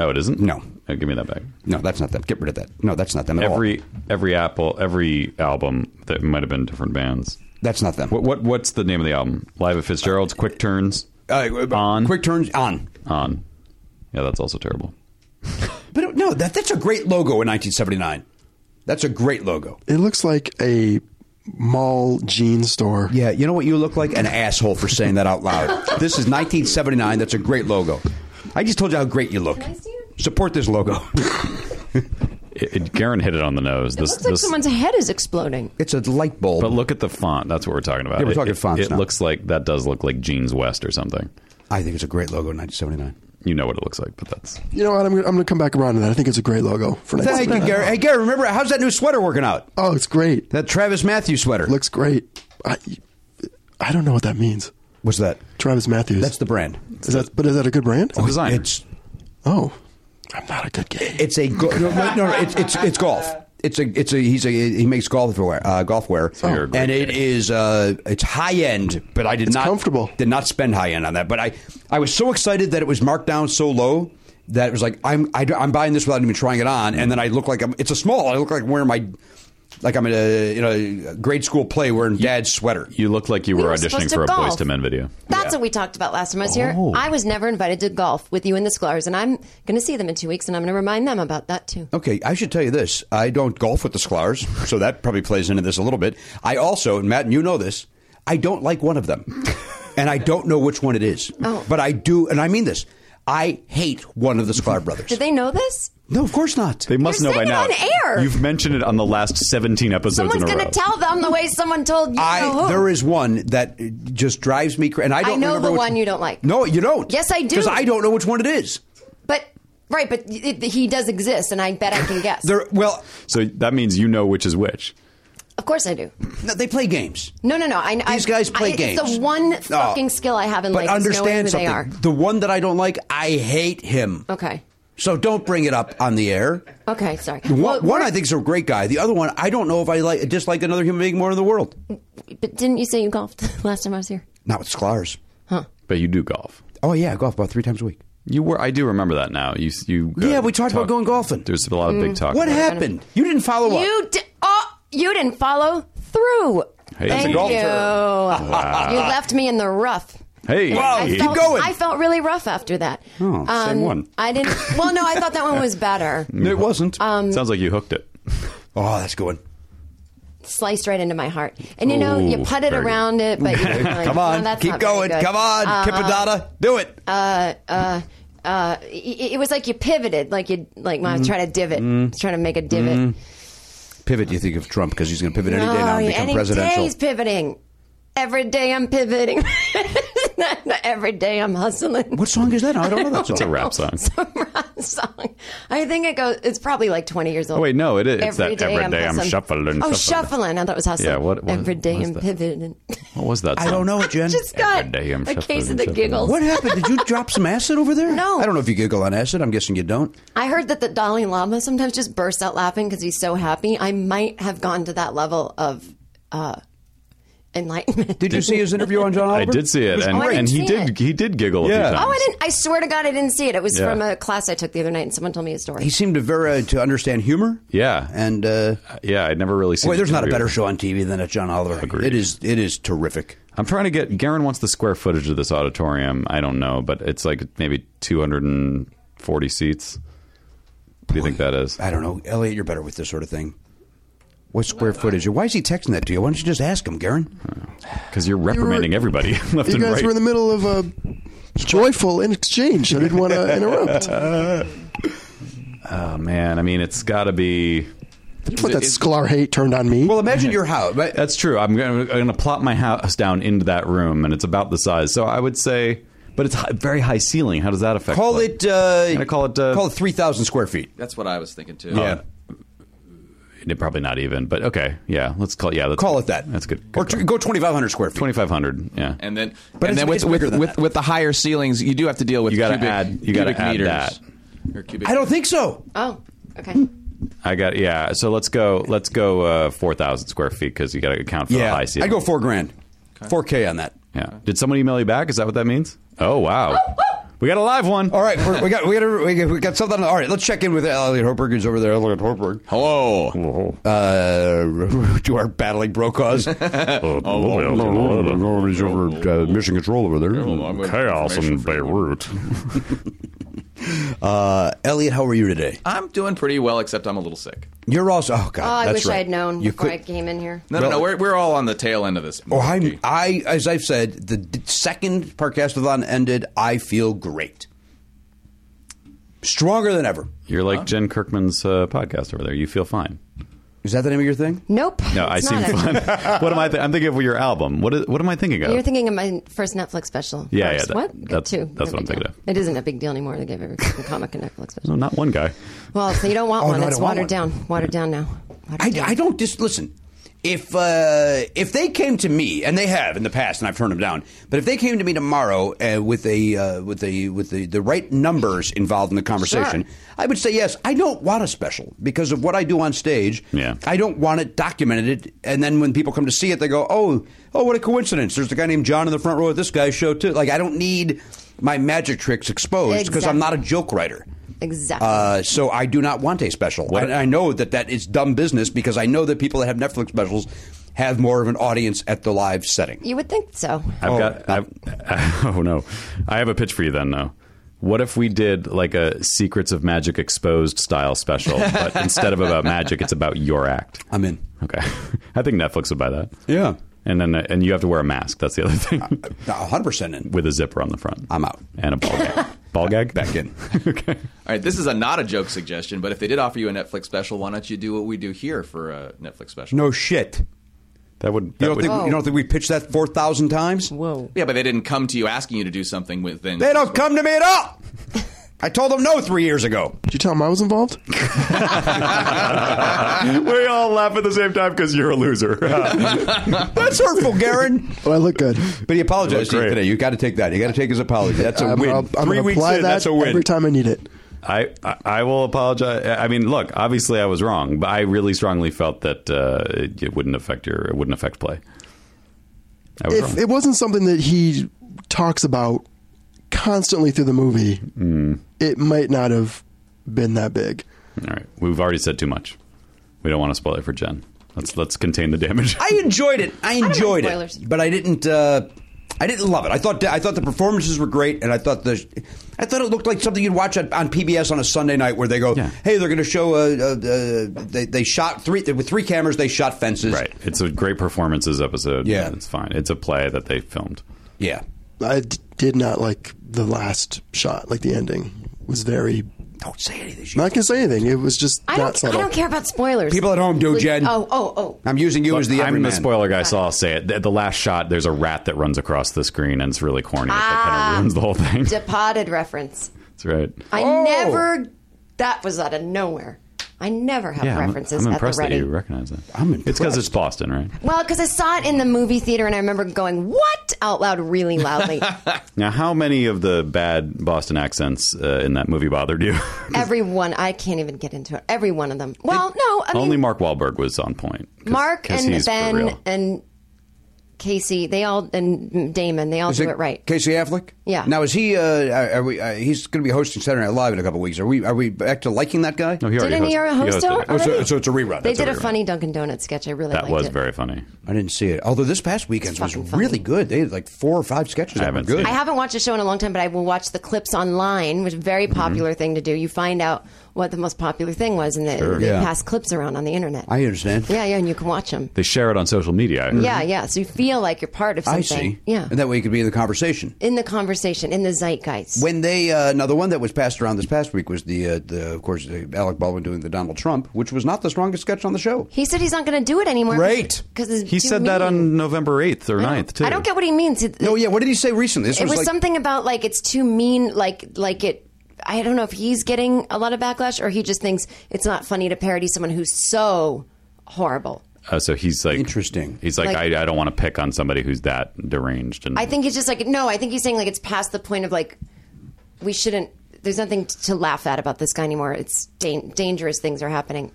Speaker 2: oh, it isn't.
Speaker 1: no.
Speaker 2: Oh, give me that back.
Speaker 1: No, that's not them. Get rid of that. No, that's not them at all.
Speaker 2: Every every Apple every album that might have been different bands.
Speaker 1: That's not them.
Speaker 2: What, what what's the name of the album? Live at Fitzgerald's, Quick Turns,
Speaker 1: Uh,
Speaker 2: On.
Speaker 1: Quick turns on.
Speaker 2: on. Yeah, that's also terrible.
Speaker 1: But no, that that's a great logo in 1979. That's a great logo.
Speaker 6: It looks like a mall jean store.
Speaker 1: Yeah, you know what? You look like an asshole for saying that out loud. this is 1979. That's a great logo. I just told you how great you look.
Speaker 7: Can I see it?
Speaker 1: Support this logo.
Speaker 2: It, it, Garen hit it on the nose.
Speaker 7: It
Speaker 2: This,
Speaker 7: looks like
Speaker 2: this-
Speaker 7: someone's head is exploding.
Speaker 1: it's a light bulb.
Speaker 2: But look at the font. That's what we're talking about.
Speaker 1: Yeah, we're
Speaker 2: It-
Speaker 1: talking
Speaker 2: it,
Speaker 1: fonts
Speaker 2: It
Speaker 1: now.
Speaker 2: looks like that does look like Jeans West or something.
Speaker 1: I think it's a great logo in 1979.
Speaker 2: You know what it looks like, but that's
Speaker 6: You know what? I'm gonna, I'm gonna come back around to that. I think it's a great logo for next.
Speaker 1: Thank you,
Speaker 6: time.
Speaker 1: Gary. Hey, Gary, remember how's that new sweater working out?
Speaker 6: Oh, it's great.
Speaker 1: That Travis Matthews sweater.
Speaker 6: Looks great. I I don't know what that means.
Speaker 1: What's that?
Speaker 6: Travis Matthews.
Speaker 1: That's the brand.
Speaker 6: Is that? But is that a good brand?
Speaker 2: the design.
Speaker 1: It's
Speaker 6: Oh, I'm not a good gay.
Speaker 1: it's a go- no, no, no, no, it's it's it's golf. It's a it's a he's a he makes golf wear uh, golf wear
Speaker 2: you're a great
Speaker 1: and it
Speaker 2: guy.
Speaker 1: is uh it's high end but I did not
Speaker 6: comfortable.
Speaker 1: did not spend high end on that but I I was so excited that it was marked down so low that it was like I'm I, am i am buying this without even trying it on and then I look like I'm it's a small I look like I'm wearing my like I'm in a you know grade school play wearing dad's sweater
Speaker 2: You look like you were,
Speaker 7: were
Speaker 2: auditioning
Speaker 7: supposed to
Speaker 2: for a
Speaker 7: golf.
Speaker 2: Boys to Men video.
Speaker 7: That's what we talked about last time I was here.
Speaker 1: Oh.
Speaker 7: I was never invited to golf with you and the Sklar's, and I'm going to see them in two weeks, and I'm going to remind them about that too.
Speaker 1: Okay, I should tell you this. I don't golf with the Sklars, so that probably plays into this a little bit. I also, and Matt, and you know this, I don't like one of them. and I don't know which one it is.
Speaker 7: Oh.
Speaker 1: But I do, and I mean this. I hate one of the Sklar brothers.
Speaker 7: Did they know this?
Speaker 1: no, of course not.
Speaker 2: They must
Speaker 7: You're
Speaker 2: know by
Speaker 7: saying
Speaker 2: now.
Speaker 7: it on air.
Speaker 2: You've mentioned it on the last 17 episodes in
Speaker 7: Someone's
Speaker 2: a
Speaker 7: going
Speaker 2: row.
Speaker 7: to tell them the way someone told you. know
Speaker 1: I
Speaker 7: who.
Speaker 1: there is one that just drives me crazy, and I don't
Speaker 7: Oh, know
Speaker 1: remember
Speaker 7: the
Speaker 1: which-
Speaker 7: one you don't like.
Speaker 1: No, you don't.
Speaker 7: Yes, I do.
Speaker 1: Because I don't know which one it is.
Speaker 7: but right, but it, he does exist, and I bet I can guess.
Speaker 1: There, well,
Speaker 2: So that means you know which is which.
Speaker 7: Of course I do.
Speaker 1: No, they play games.
Speaker 7: No, no, no. I,
Speaker 1: These
Speaker 7: I,
Speaker 1: guys
Speaker 7: I-
Speaker 1: play
Speaker 7: it's
Speaker 1: games.
Speaker 7: the one
Speaker 1: No.
Speaker 7: fucking skill I have in
Speaker 1: But
Speaker 7: life. is knowing
Speaker 1: understand
Speaker 7: who
Speaker 1: something.
Speaker 7: They are.
Speaker 1: The one that I don't like, I hate him.
Speaker 7: Okay.
Speaker 1: So don't bring it up on the air.
Speaker 7: Okay. Sorry.
Speaker 1: One,
Speaker 7: Well,
Speaker 1: one
Speaker 7: we're-
Speaker 1: I think is a great guy. The other one, I don't know if I like dislike another human being more in the world.
Speaker 7: But didn't you say you golfed last time I was here?
Speaker 1: Not with Sklar's.
Speaker 2: But you do golf.
Speaker 1: Oh yeah, I golf about three times a week.
Speaker 2: You were. I do remember that now. You. you uh,
Speaker 1: Yeah, we talked about going golfing.
Speaker 2: There's a lot of
Speaker 7: Mm.
Speaker 2: big talk.
Speaker 1: What
Speaker 2: about it.
Speaker 1: happened? You didn't follow up.
Speaker 7: You di- oh, you didn't follow through.
Speaker 2: Hey. That's a
Speaker 7: Thank
Speaker 2: golf
Speaker 7: you.
Speaker 2: term.
Speaker 7: You left me in the rough.
Speaker 2: Hey,
Speaker 1: Wow.
Speaker 7: I
Speaker 1: Keep
Speaker 7: felt,
Speaker 1: going.
Speaker 7: I felt really rough after that. Um,
Speaker 1: Oh, same one. Mm.
Speaker 7: I didn't. Well, no, I thought that one was better.
Speaker 1: It wasn't.
Speaker 7: Um,
Speaker 2: sounds like you hooked it.
Speaker 1: oh, that's good.
Speaker 7: Sliced right into my heart. And you know, you
Speaker 2: Ooh,
Speaker 7: put it
Speaker 2: very good.
Speaker 7: around it, but you don't really-
Speaker 1: Come
Speaker 7: no,
Speaker 1: on,
Speaker 7: that's
Speaker 1: keep
Speaker 7: not very
Speaker 1: going.
Speaker 7: good.
Speaker 1: Come on,
Speaker 7: Uh,
Speaker 1: Kipadada, do it.
Speaker 7: uh, it, it was like you pivoted, like you like when I was trying to divot,
Speaker 1: Mm-hmm.
Speaker 7: trying to make a divot.
Speaker 1: pivot? You think of Trump because he's going to pivot Mm-hmm. any day
Speaker 7: No,
Speaker 1: now and become
Speaker 7: Oh, any
Speaker 1: presidential.
Speaker 7: day he's pivoting. Every day I'm pivoting. Every day I'm hustling.
Speaker 1: what song is that? I don't know that song.
Speaker 2: It's a
Speaker 7: Oh.
Speaker 2: rap song.
Speaker 7: song. I think it goes. It's probably like 20 years old.
Speaker 2: Oh, wait, no, it is. It's
Speaker 7: Every
Speaker 2: that every day I'm
Speaker 7: hustling.
Speaker 2: shuffling,
Speaker 7: Oh,
Speaker 2: shuffling.
Speaker 7: shuffling. I thought it was hustling.
Speaker 2: Yeah, what- what-
Speaker 7: Every day
Speaker 2: what is
Speaker 7: I'm
Speaker 2: that?
Speaker 7: pivoting.
Speaker 2: What was that?
Speaker 1: I
Speaker 2: Song?
Speaker 1: don't know it, Jen.
Speaker 7: Just got
Speaker 2: Every day I'm
Speaker 7: a
Speaker 2: shuffling,
Speaker 7: case of the
Speaker 2: shuffling.
Speaker 7: giggles.
Speaker 1: What happened? Did you drop some acid over there?
Speaker 7: No.
Speaker 1: I don't know if you giggle on acid. I'm guessing you don't.
Speaker 7: I heard that the Dalai Lama sometimes just bursts out laughing because he's so happy. I might have gone to that level of uh, enlightenment.
Speaker 1: Did you see his interview on John
Speaker 2: I
Speaker 1: Oliver?
Speaker 2: did see it,
Speaker 1: was
Speaker 2: and,
Speaker 7: great.
Speaker 2: and he
Speaker 7: Oh, I didn't
Speaker 2: did.
Speaker 7: see it.
Speaker 2: He did giggle a
Speaker 1: Yeah.
Speaker 2: few times.
Speaker 7: Oh, I didn't. I swear to God, I didn't see it. It was
Speaker 2: Yeah.
Speaker 7: from a class I took the other night, and someone told me a story.
Speaker 1: He seemed to very uh, to understand humor.
Speaker 2: Yeah.
Speaker 1: and uh,
Speaker 2: Yeah, I'd never really seen.
Speaker 1: boy, there's
Speaker 2: it
Speaker 1: not a
Speaker 2: before.
Speaker 1: better show on TV than a John Oliver.
Speaker 2: Agreed.
Speaker 1: It is. It is terrific.
Speaker 2: I'm trying to get. Garen wants the square footage of this auditorium. I don't know, but it's like maybe 240 seats. What do you think that is?
Speaker 1: I don't know, Elliot. You're better with this sort of thing. What square footage? Why is he texting that to you? Why don't you just ask him, Garen?
Speaker 2: Because you're reprimanding everybody left
Speaker 6: You
Speaker 2: and
Speaker 6: guys
Speaker 2: right.
Speaker 6: were in the middle of a joyful exchange. I didn't want to interrupt.
Speaker 2: oh man, I mean, it's got to be.
Speaker 6: But that Sklar hate turned on me.
Speaker 1: Well, imagine your house. But
Speaker 2: That's true. I'm going I'm going to plop my house down into that room, and it's about the size. So I would say, but it's hi- very high ceiling. How does that affect?
Speaker 1: call
Speaker 2: play?
Speaker 1: it. Uh,
Speaker 2: Can I call it, uh,
Speaker 1: call it three thousand square feet.
Speaker 5: That's what I was thinking too. Um,
Speaker 1: Yeah.
Speaker 2: It- probably not even, but okay, yeah. Let's call yeah. That's
Speaker 1: Call it that.
Speaker 2: That's good.
Speaker 1: or
Speaker 2: good
Speaker 1: t- go twenty five hundred square feet.
Speaker 2: Twenty five hundred. Yeah.
Speaker 5: And then,
Speaker 1: But it's-
Speaker 5: and then
Speaker 1: it's
Speaker 5: with
Speaker 1: bigger
Speaker 5: with,
Speaker 1: than
Speaker 5: with
Speaker 1: that.
Speaker 5: with the higher ceilings, you do have to deal with
Speaker 2: You gotta
Speaker 5: cubic,
Speaker 2: add- you gotta
Speaker 5: cubic
Speaker 2: add
Speaker 5: meters.
Speaker 2: that.
Speaker 5: Or cubic-
Speaker 1: I don't think so.
Speaker 7: oh, okay.
Speaker 2: Hmm. I got yeah. So let's go. Let's go uh, four thousand square feet because you got to account for the
Speaker 1: Yeah,
Speaker 2: high ceiling.
Speaker 1: I'd go four grand, four k on that.
Speaker 2: Yeah. Did someone email you back? Is that what that means? Oh wow. we got a live one.
Speaker 1: All right, we're, we got we got we got, we got something. All right, let's check in with Elliot Hoberg, who's over there. Elliot Hoberg,
Speaker 5: Hello.
Speaker 1: uh, to our battling bro cause. He's over uh, mission control over there.
Speaker 8: Chaos in Beirut.
Speaker 1: Uh, Elliot, how are you today?
Speaker 5: I'm doing pretty well, except I'm a little sick.
Speaker 1: You're also oh god,
Speaker 7: Oh, I
Speaker 1: that's
Speaker 7: wish
Speaker 1: right.
Speaker 7: I had known
Speaker 1: You
Speaker 7: before
Speaker 1: could-
Speaker 7: I came in here.
Speaker 5: No, no, no. We're, we're all on the tail end of this.
Speaker 1: Oh, I'm, I, as I've said, the d- second Parkastathon ended. I feel great, stronger than ever.
Speaker 2: You're like Jen Kirkman's uh, podcast over there. You feel fine.
Speaker 1: Is that the name of your thing?
Speaker 7: Nope.
Speaker 2: No, I
Speaker 7: it's
Speaker 2: seem
Speaker 7: not actually.
Speaker 2: fine. what am I? Th- I'm thinking of your album. What? Is, what am I thinking of?
Speaker 7: You're thinking of my first Netflix special.
Speaker 2: Oh. Yeah,
Speaker 7: first.
Speaker 2: yeah, that-
Speaker 7: what?
Speaker 2: that's-
Speaker 7: Two.
Speaker 2: that's what
Speaker 7: No
Speaker 2: I'm
Speaker 7: big
Speaker 2: thinking
Speaker 7: deal.
Speaker 2: of.
Speaker 7: It isn't a big deal anymore. They give every fucking comic a Netflix
Speaker 2: no,
Speaker 7: special.
Speaker 2: not one guy.
Speaker 7: Well, so you don't want
Speaker 1: Oh,
Speaker 7: one.
Speaker 1: no, I
Speaker 7: It's
Speaker 1: don't want
Speaker 7: watered
Speaker 1: one.
Speaker 7: down. Watered down now. Watered
Speaker 1: I,
Speaker 7: down.
Speaker 1: I don't just listen. If uh, if they came to me, and they have in the past, and I've turned them down, but if they came to me tomorrow uh, with a uh, with a with the, the right numbers involved in the conversation,
Speaker 7: Sure.
Speaker 1: I would say yes. I don't want a special because of what I do on stage.
Speaker 2: Yeah.
Speaker 1: I don't want it documented. And then when people come to see it, they go, "Oh, oh, what a coincidence! There's a guy named John in the front row at this guy's show too." Like I don't need my magic tricks exposed because I'm
Speaker 7: Exactly.
Speaker 1: not a joke writer.
Speaker 7: Exactly.
Speaker 1: Uh, so I do not want a special.
Speaker 2: What-
Speaker 1: I, I know that that is dumb business because I know that people that have Netflix specials have more of an audience at the live setting.
Speaker 7: you would think so.
Speaker 2: I've
Speaker 1: Oh,
Speaker 2: got.
Speaker 1: uh,
Speaker 2: I've, oh no, I have a pitch for you then. Though, what if we did like a Secrets of Magic Exposed style special, but instead of about magic, it's about your act.
Speaker 1: I'm in.
Speaker 2: Okay, I think Netflix would buy that.
Speaker 1: Yeah.
Speaker 2: and then and you have to wear a mask. That's the other thing,
Speaker 1: No, 100% in.
Speaker 2: with a zipper on the front.
Speaker 1: I'm out.
Speaker 2: and a ball gag. Ball gag
Speaker 1: Back in.
Speaker 2: okay.
Speaker 5: All right, this is a not a joke suggestion, but if they did offer you a Netflix special, why don't you do what we do here for a Netflix special?
Speaker 1: No shit.
Speaker 2: That would.
Speaker 1: You
Speaker 2: that
Speaker 1: don't
Speaker 2: would-
Speaker 1: think you don't think we pitched that 4,000 times?
Speaker 7: Whoa.
Speaker 5: Yeah, but they didn't come to you asking you to do something within.
Speaker 1: They don't come to me at all. I told them no three years ago.
Speaker 6: Did you tell him I was involved?
Speaker 2: we all laugh at the same time because you're a loser.
Speaker 1: That's hurtful, Garen.
Speaker 6: Oh, I look good.
Speaker 1: But he apologized to you
Speaker 2: great.
Speaker 1: today. You got to take that. You got to take his apology. That's a
Speaker 6: I'm,
Speaker 1: win.
Speaker 6: I'll- I'm
Speaker 1: Three
Speaker 6: gonna
Speaker 1: weeks
Speaker 6: apply
Speaker 1: in,
Speaker 6: that
Speaker 1: that's a win.
Speaker 6: every time I need it.
Speaker 2: I, I I will apologize. I mean, look, obviously I was wrong, but I really strongly felt that uh, it, it wouldn't affect your it wouldn't affect play. I was
Speaker 6: If
Speaker 2: wrong.
Speaker 6: it wasn't something that he talks about constantly through the movie,
Speaker 5: Hmm.
Speaker 6: it might not have been that big.
Speaker 2: all right, we've already said too much. We don't want to spoil it for Jen. Let's let's contain the damage.
Speaker 1: I enjoyed it. I
Speaker 7: mind
Speaker 1: enjoyed
Speaker 7: spoilers.
Speaker 1: it, but I didn't. Uh, I didn't love it. I thought I thought the performances were great, and I thought the I thought it looked like something you'd watch on, on PBS on a Sunday night, where they go,
Speaker 2: Yeah.
Speaker 1: "Hey, they're going to show." Uh, uh, uh, they they shot three with three cameras. They shot fences.
Speaker 2: right, it's a great performances episode.
Speaker 1: Yeah.
Speaker 2: and it's fine. It's a play that they filmed.
Speaker 1: Yeah.
Speaker 6: I d- did not like the last shot, like the ending was very.
Speaker 1: Don't say anything. She-
Speaker 6: Not gonna say anything. It was just not
Speaker 7: I don't. I
Speaker 6: subtle.
Speaker 7: don't care about spoilers.
Speaker 1: People at home do,
Speaker 7: Please-
Speaker 1: Jen.
Speaker 7: Oh, oh, oh.
Speaker 1: I'm using you as the
Speaker 2: I'm
Speaker 1: everyman.
Speaker 2: the spoiler guy, so I'll say it. The, the last shot, there's a rat that runs across the screen, and it's really corny. It kind
Speaker 7: Ah. Uh,
Speaker 2: of ruins the whole thing.
Speaker 7: Depotted reference.
Speaker 2: That's right.
Speaker 7: I
Speaker 1: Oh.
Speaker 7: never. That was out of nowhere. I never have
Speaker 2: I'm-
Speaker 7: references
Speaker 2: I'm,
Speaker 7: at the
Speaker 2: impressed
Speaker 7: ready.
Speaker 2: that you recognize that. I'm It's because it's Boston, right?
Speaker 7: Well, because I saw it in the movie theater and I remember going, what? out loud really loudly.
Speaker 2: Now, how many of the bad Boston accents uh, in that movie bothered you?
Speaker 7: Every one. I can't even get into it. Every one of them. Well, no. I mean,
Speaker 2: Only Mark Wahlberg was on point. 'cause-
Speaker 7: Mark
Speaker 2: 'cause
Speaker 7: and
Speaker 2: he's for
Speaker 7: Ben
Speaker 2: real.
Speaker 7: and Casey, they all, and Damon, they all
Speaker 1: Is
Speaker 7: do
Speaker 1: it
Speaker 7: it right.
Speaker 1: Casey Affleck.
Speaker 7: Yeah.
Speaker 1: Now is he? Uh, are, are we? Uh, he's going to be hosting Saturday Night Live in a couple weeks. Are we? Are we back to liking that guy?
Speaker 2: No, he already
Speaker 7: Didn't he
Speaker 2: hosted-
Speaker 7: already
Speaker 2: hosted
Speaker 7: host it
Speaker 2: it.
Speaker 1: Oh, so,
Speaker 7: already?
Speaker 1: so it's a rerun.
Speaker 7: They
Speaker 1: That's
Speaker 7: did
Speaker 1: a
Speaker 7: a
Speaker 1: rerun.
Speaker 7: funny Dunkin' Donuts sketch. I really
Speaker 2: That
Speaker 7: liked
Speaker 2: was
Speaker 7: it.
Speaker 2: very funny.
Speaker 1: I didn't see it. Although this past weekend's was
Speaker 7: fucking funny.
Speaker 1: really good. They had like four or five sketches that were
Speaker 2: haven't seen
Speaker 1: good.
Speaker 2: it.
Speaker 7: I haven't watched a show in a long time, but I will watch the clips online, which is a very
Speaker 2: Mm-hmm.
Speaker 7: popular thing to do. You find out what the most popular thing was, and they, they
Speaker 1: Yeah.
Speaker 7: pass clips around on the internet.
Speaker 1: I Mm-hmm. understand.
Speaker 7: yeah, yeah, and you can watch them.
Speaker 2: They share it on social media. I heard.
Speaker 7: Yeah, yeah. So you feel like you're part of something.
Speaker 1: I see.
Speaker 7: Yeah.
Speaker 1: And that way you could be in the conversation.
Speaker 7: in the conversation, in the zeitgeist.
Speaker 1: When they uh, now the one that was passed around this past week was the uh, the of course uh, Alec Baldwin doing the Donald Trump, which was not the strongest sketch on the show.
Speaker 7: he said he's not going to do it anymore.
Speaker 1: Great.
Speaker 7: Because
Speaker 2: He said that on November 8th or 9th, too.
Speaker 7: I don't get what he means. It,
Speaker 1: No, Oh, yeah. What did he say recently? This
Speaker 7: it was
Speaker 1: like,
Speaker 7: something about like it's too mean. Like like it. I don't know if he's getting a lot of backlash or he just thinks it's not funny to parody someone who's so horrible.
Speaker 2: Uh, so he's like.
Speaker 1: Interesting.
Speaker 2: He's like,
Speaker 7: Like-
Speaker 2: I, I don't want to pick on somebody who's that deranged. And
Speaker 7: I think he's just like no. I think he's saying like it's past the point of like we shouldn't. There's nothing t- to laugh at about this guy anymore. It's dan- dangerous things are happening.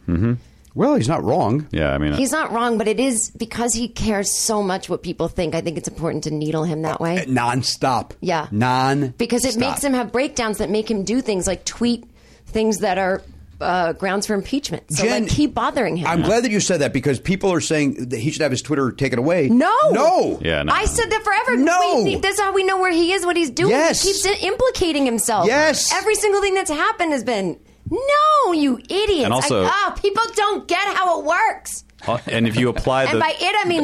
Speaker 1: well, he's not wrong.
Speaker 2: Yeah, I mean,
Speaker 7: He's not wrong, but it is because he cares so much what people think. I think it's important to needle him that way.
Speaker 1: Non-stop.
Speaker 7: Yeah.
Speaker 1: Non.
Speaker 7: because it makes him have breakdowns that make him do things like tweet things that are uh, grounds for impeachment. So
Speaker 1: Jen,
Speaker 7: like keep bothering him.
Speaker 1: I'm glad that you said that because people are saying that he should have his Twitter taken away.
Speaker 7: No.
Speaker 1: No.
Speaker 2: Yeah, no.
Speaker 7: I said that forever.
Speaker 1: No.
Speaker 7: We need- that's how we know where he is, what he's doing.
Speaker 1: Yes.
Speaker 7: He keeps i- implicating himself.
Speaker 1: Yes.
Speaker 7: Every single thing that's happened has been, no, you idiots.
Speaker 2: And also-
Speaker 7: I- ah, people don't get how it works.
Speaker 2: uh, and if you apply the.
Speaker 7: And by it, I mean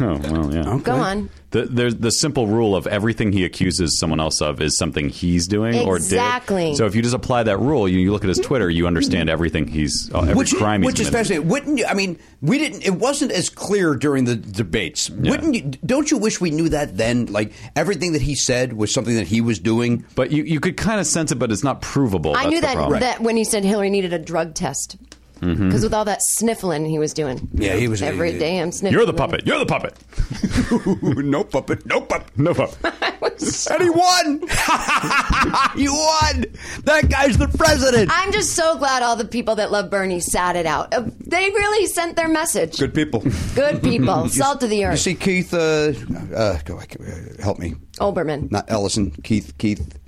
Speaker 2: Oh, well, yeah.
Speaker 7: Go on.
Speaker 2: The, there's the simple rule of everything he accuses someone else of is something he's doing or did.
Speaker 7: Exactly.
Speaker 2: So if you just apply that rule, you, you look at his Twitter, you understand everything he's uh, every
Speaker 1: which,
Speaker 2: crime he's
Speaker 1: which is
Speaker 2: committed.
Speaker 1: fascinating. Wouldn't you, I mean we didn't? It wasn't as clear during the debates. Wouldn't you? Don't you wish we knew that then? Like everything that he said was something that he was doing.
Speaker 2: But you, you could kind of sense it, but it's not provable.
Speaker 7: I
Speaker 2: That's
Speaker 7: knew
Speaker 2: the
Speaker 7: that,
Speaker 2: problem.
Speaker 7: that when he said Hillary needed a drug test. Because
Speaker 1: Mm-hmm.
Speaker 7: with all that sniffling he was doing.
Speaker 1: Yeah, he was-
Speaker 7: Every
Speaker 1: he-
Speaker 7: damn sniffling.
Speaker 2: You're the puppet. You're the puppet.
Speaker 1: no puppet. No puppet.
Speaker 2: No puppet.
Speaker 1: And he won. he won. That guy's the president.
Speaker 7: I'm just so glad all the people that love Bernie sat it out. Uh, They really sent their message.
Speaker 1: Good people.
Speaker 7: Good people. Salt of the
Speaker 1: You
Speaker 7: earth.
Speaker 1: see, Keith. Uh, uh, go- uh, help me.
Speaker 7: Olbermann.
Speaker 1: Not Ellison. Keith. Keith.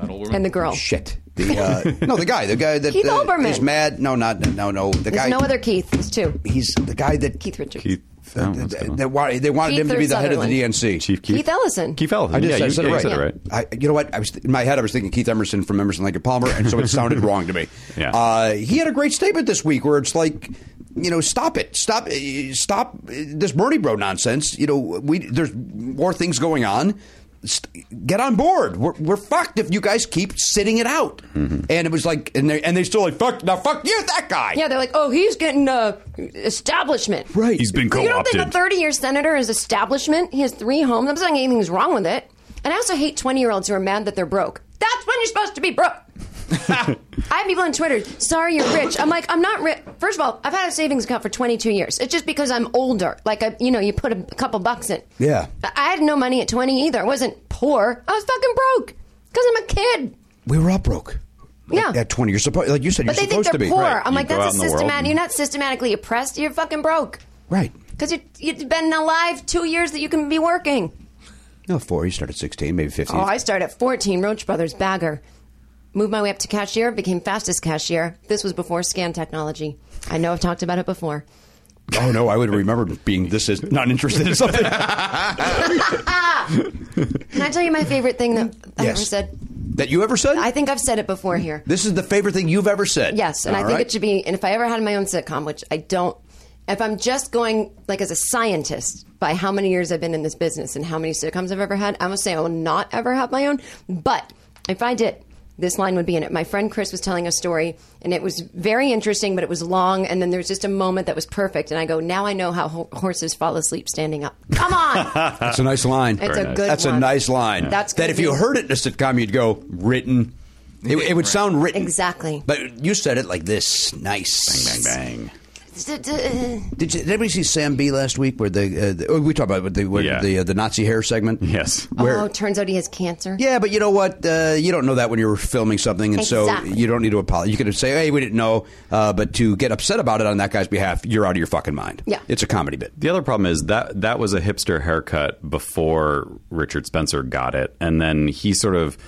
Speaker 7: and the girl.
Speaker 1: Shit. The uh, no, the guy. The guy that
Speaker 7: Oh. Keith
Speaker 1: uh,
Speaker 7: Olbermann.
Speaker 1: is mad. No, not no, no. The
Speaker 7: There's
Speaker 1: guy.
Speaker 7: no other Keith. There's two.
Speaker 1: He's the guy that
Speaker 7: Keith Richards.
Speaker 2: Keith.
Speaker 1: Uh,
Speaker 2: oh, that's a good one.
Speaker 1: they, wa- they wanted
Speaker 7: Keith
Speaker 1: him to
Speaker 7: or
Speaker 1: be the head of the
Speaker 7: Sutherland?
Speaker 1: DNC.
Speaker 2: Chief Keith.
Speaker 7: Keith Ellison.
Speaker 2: Keith Ellison.
Speaker 1: I just
Speaker 2: yeah,
Speaker 1: I
Speaker 2: you,
Speaker 1: said
Speaker 2: yeah,
Speaker 1: it
Speaker 2: you
Speaker 1: right.
Speaker 2: said it right.
Speaker 1: I, you know what? I was in my head. I was thinking Keith Emerson from Emerson, Lake and Palmer, and so it sounded wrong to me.
Speaker 2: Yeah.
Speaker 1: Uh, he had a great statement this week where it's like, you know, stop it, stop, eh, stop eh, this Bernie bro nonsense. You know, we there's more things going on. St- Get on board. We're, we're fucked if you guys keep sitting it out.
Speaker 2: Mm-hmm.
Speaker 1: And it was like, and they and they still like fuck now. Fuck you, that guy.
Speaker 7: Yeah, they're like, oh, he's getting uh, establishment.
Speaker 1: Right.
Speaker 2: He's been
Speaker 7: You don't
Speaker 2: co-opted.
Speaker 7: think a 30 year senator is establishment? He has three homes. I'm not saying anything's wrong with it. And I also hate 20 year olds who are mad that they're broke. That's when you're supposed to be broke. I have people on Twitter. Sorry, you're rich. I'm like, I'm not rich. First of all, I've had a savings account for 22 years. It's just because I'm older. Like, I, you know, you put a couple bucks in.
Speaker 1: Yeah.
Speaker 7: I I had no money at 20 either. I wasn't poor. I was fucking broke because I'm a kid.
Speaker 1: We were all broke.
Speaker 7: Yeah.
Speaker 1: At 20, you're supposed like you said, you're
Speaker 7: but they think
Speaker 1: supposed
Speaker 7: they're
Speaker 1: to be
Speaker 7: poor.
Speaker 1: Right.
Speaker 7: I'm
Speaker 2: You
Speaker 7: like,
Speaker 2: go
Speaker 7: that's a
Speaker 2: out in the world
Speaker 7: systematic.
Speaker 2: and-
Speaker 7: You're not systematically oppressed. You're fucking broke
Speaker 1: right.
Speaker 7: because you've been alive two years that you can be working.
Speaker 1: No, four. You started 16, maybe 15.
Speaker 7: Oh, I started at 14, Roach Brothers bagger. Moved my way up to cashier, became fastest cashier. This was before scan technology. I know I've talked about it before.
Speaker 1: Oh, no, I would remember being this is not interested in something.
Speaker 7: Can I tell you my favorite thing that I
Speaker 1: Yes.
Speaker 7: ever said?
Speaker 1: that you ever said?
Speaker 7: I think I've said it before here.
Speaker 1: this is the favorite thing you've ever said.
Speaker 7: Yes, and I
Speaker 1: All
Speaker 7: think
Speaker 1: right.
Speaker 7: it should be. And if I ever had my own sitcom, which I don't, if I'm just going like as a scientist by how many years I've been in this business and how many sitcoms I've ever had, I must say I will not ever have my own. But if I did, this line would be in it. My friend Chris was telling a story, and it was very interesting, but it was long. And then there was just a moment that was perfect, and I go, now I know how ho- horses fall asleep standing up. Come on,
Speaker 1: That's a nice line.
Speaker 7: it's a
Speaker 2: Uh, nice.
Speaker 7: good.
Speaker 1: That's
Speaker 7: one.
Speaker 1: a nice line.
Speaker 7: That's
Speaker 1: that
Speaker 7: gonna
Speaker 1: if you
Speaker 7: be-
Speaker 1: heard it in a sitcom, you'd go written. It, it would sound written
Speaker 7: Exactly.
Speaker 1: but you said it like this. Nice.
Speaker 2: Bang.
Speaker 1: Did, you, did anybody see Sam B last week? Where the, uh, the oh, we talked about the where
Speaker 2: Yeah.
Speaker 1: the uh, the Nazi hair segment?
Speaker 2: Yes.
Speaker 1: Where
Speaker 7: Oh, turns out he has cancer.
Speaker 1: Yeah, but you know what? Uh, you don't know that when you're filming something, and so
Speaker 7: Exactly.
Speaker 1: you don't need to apologize. You could say, "Hey, we didn't know," uh, but to get upset about it on that guy's behalf, you're out of your fucking mind.
Speaker 7: Yeah.
Speaker 1: it's a comedy bit.
Speaker 2: The other problem is that that was a hipster haircut before Richard Spencer got it, and then he sort of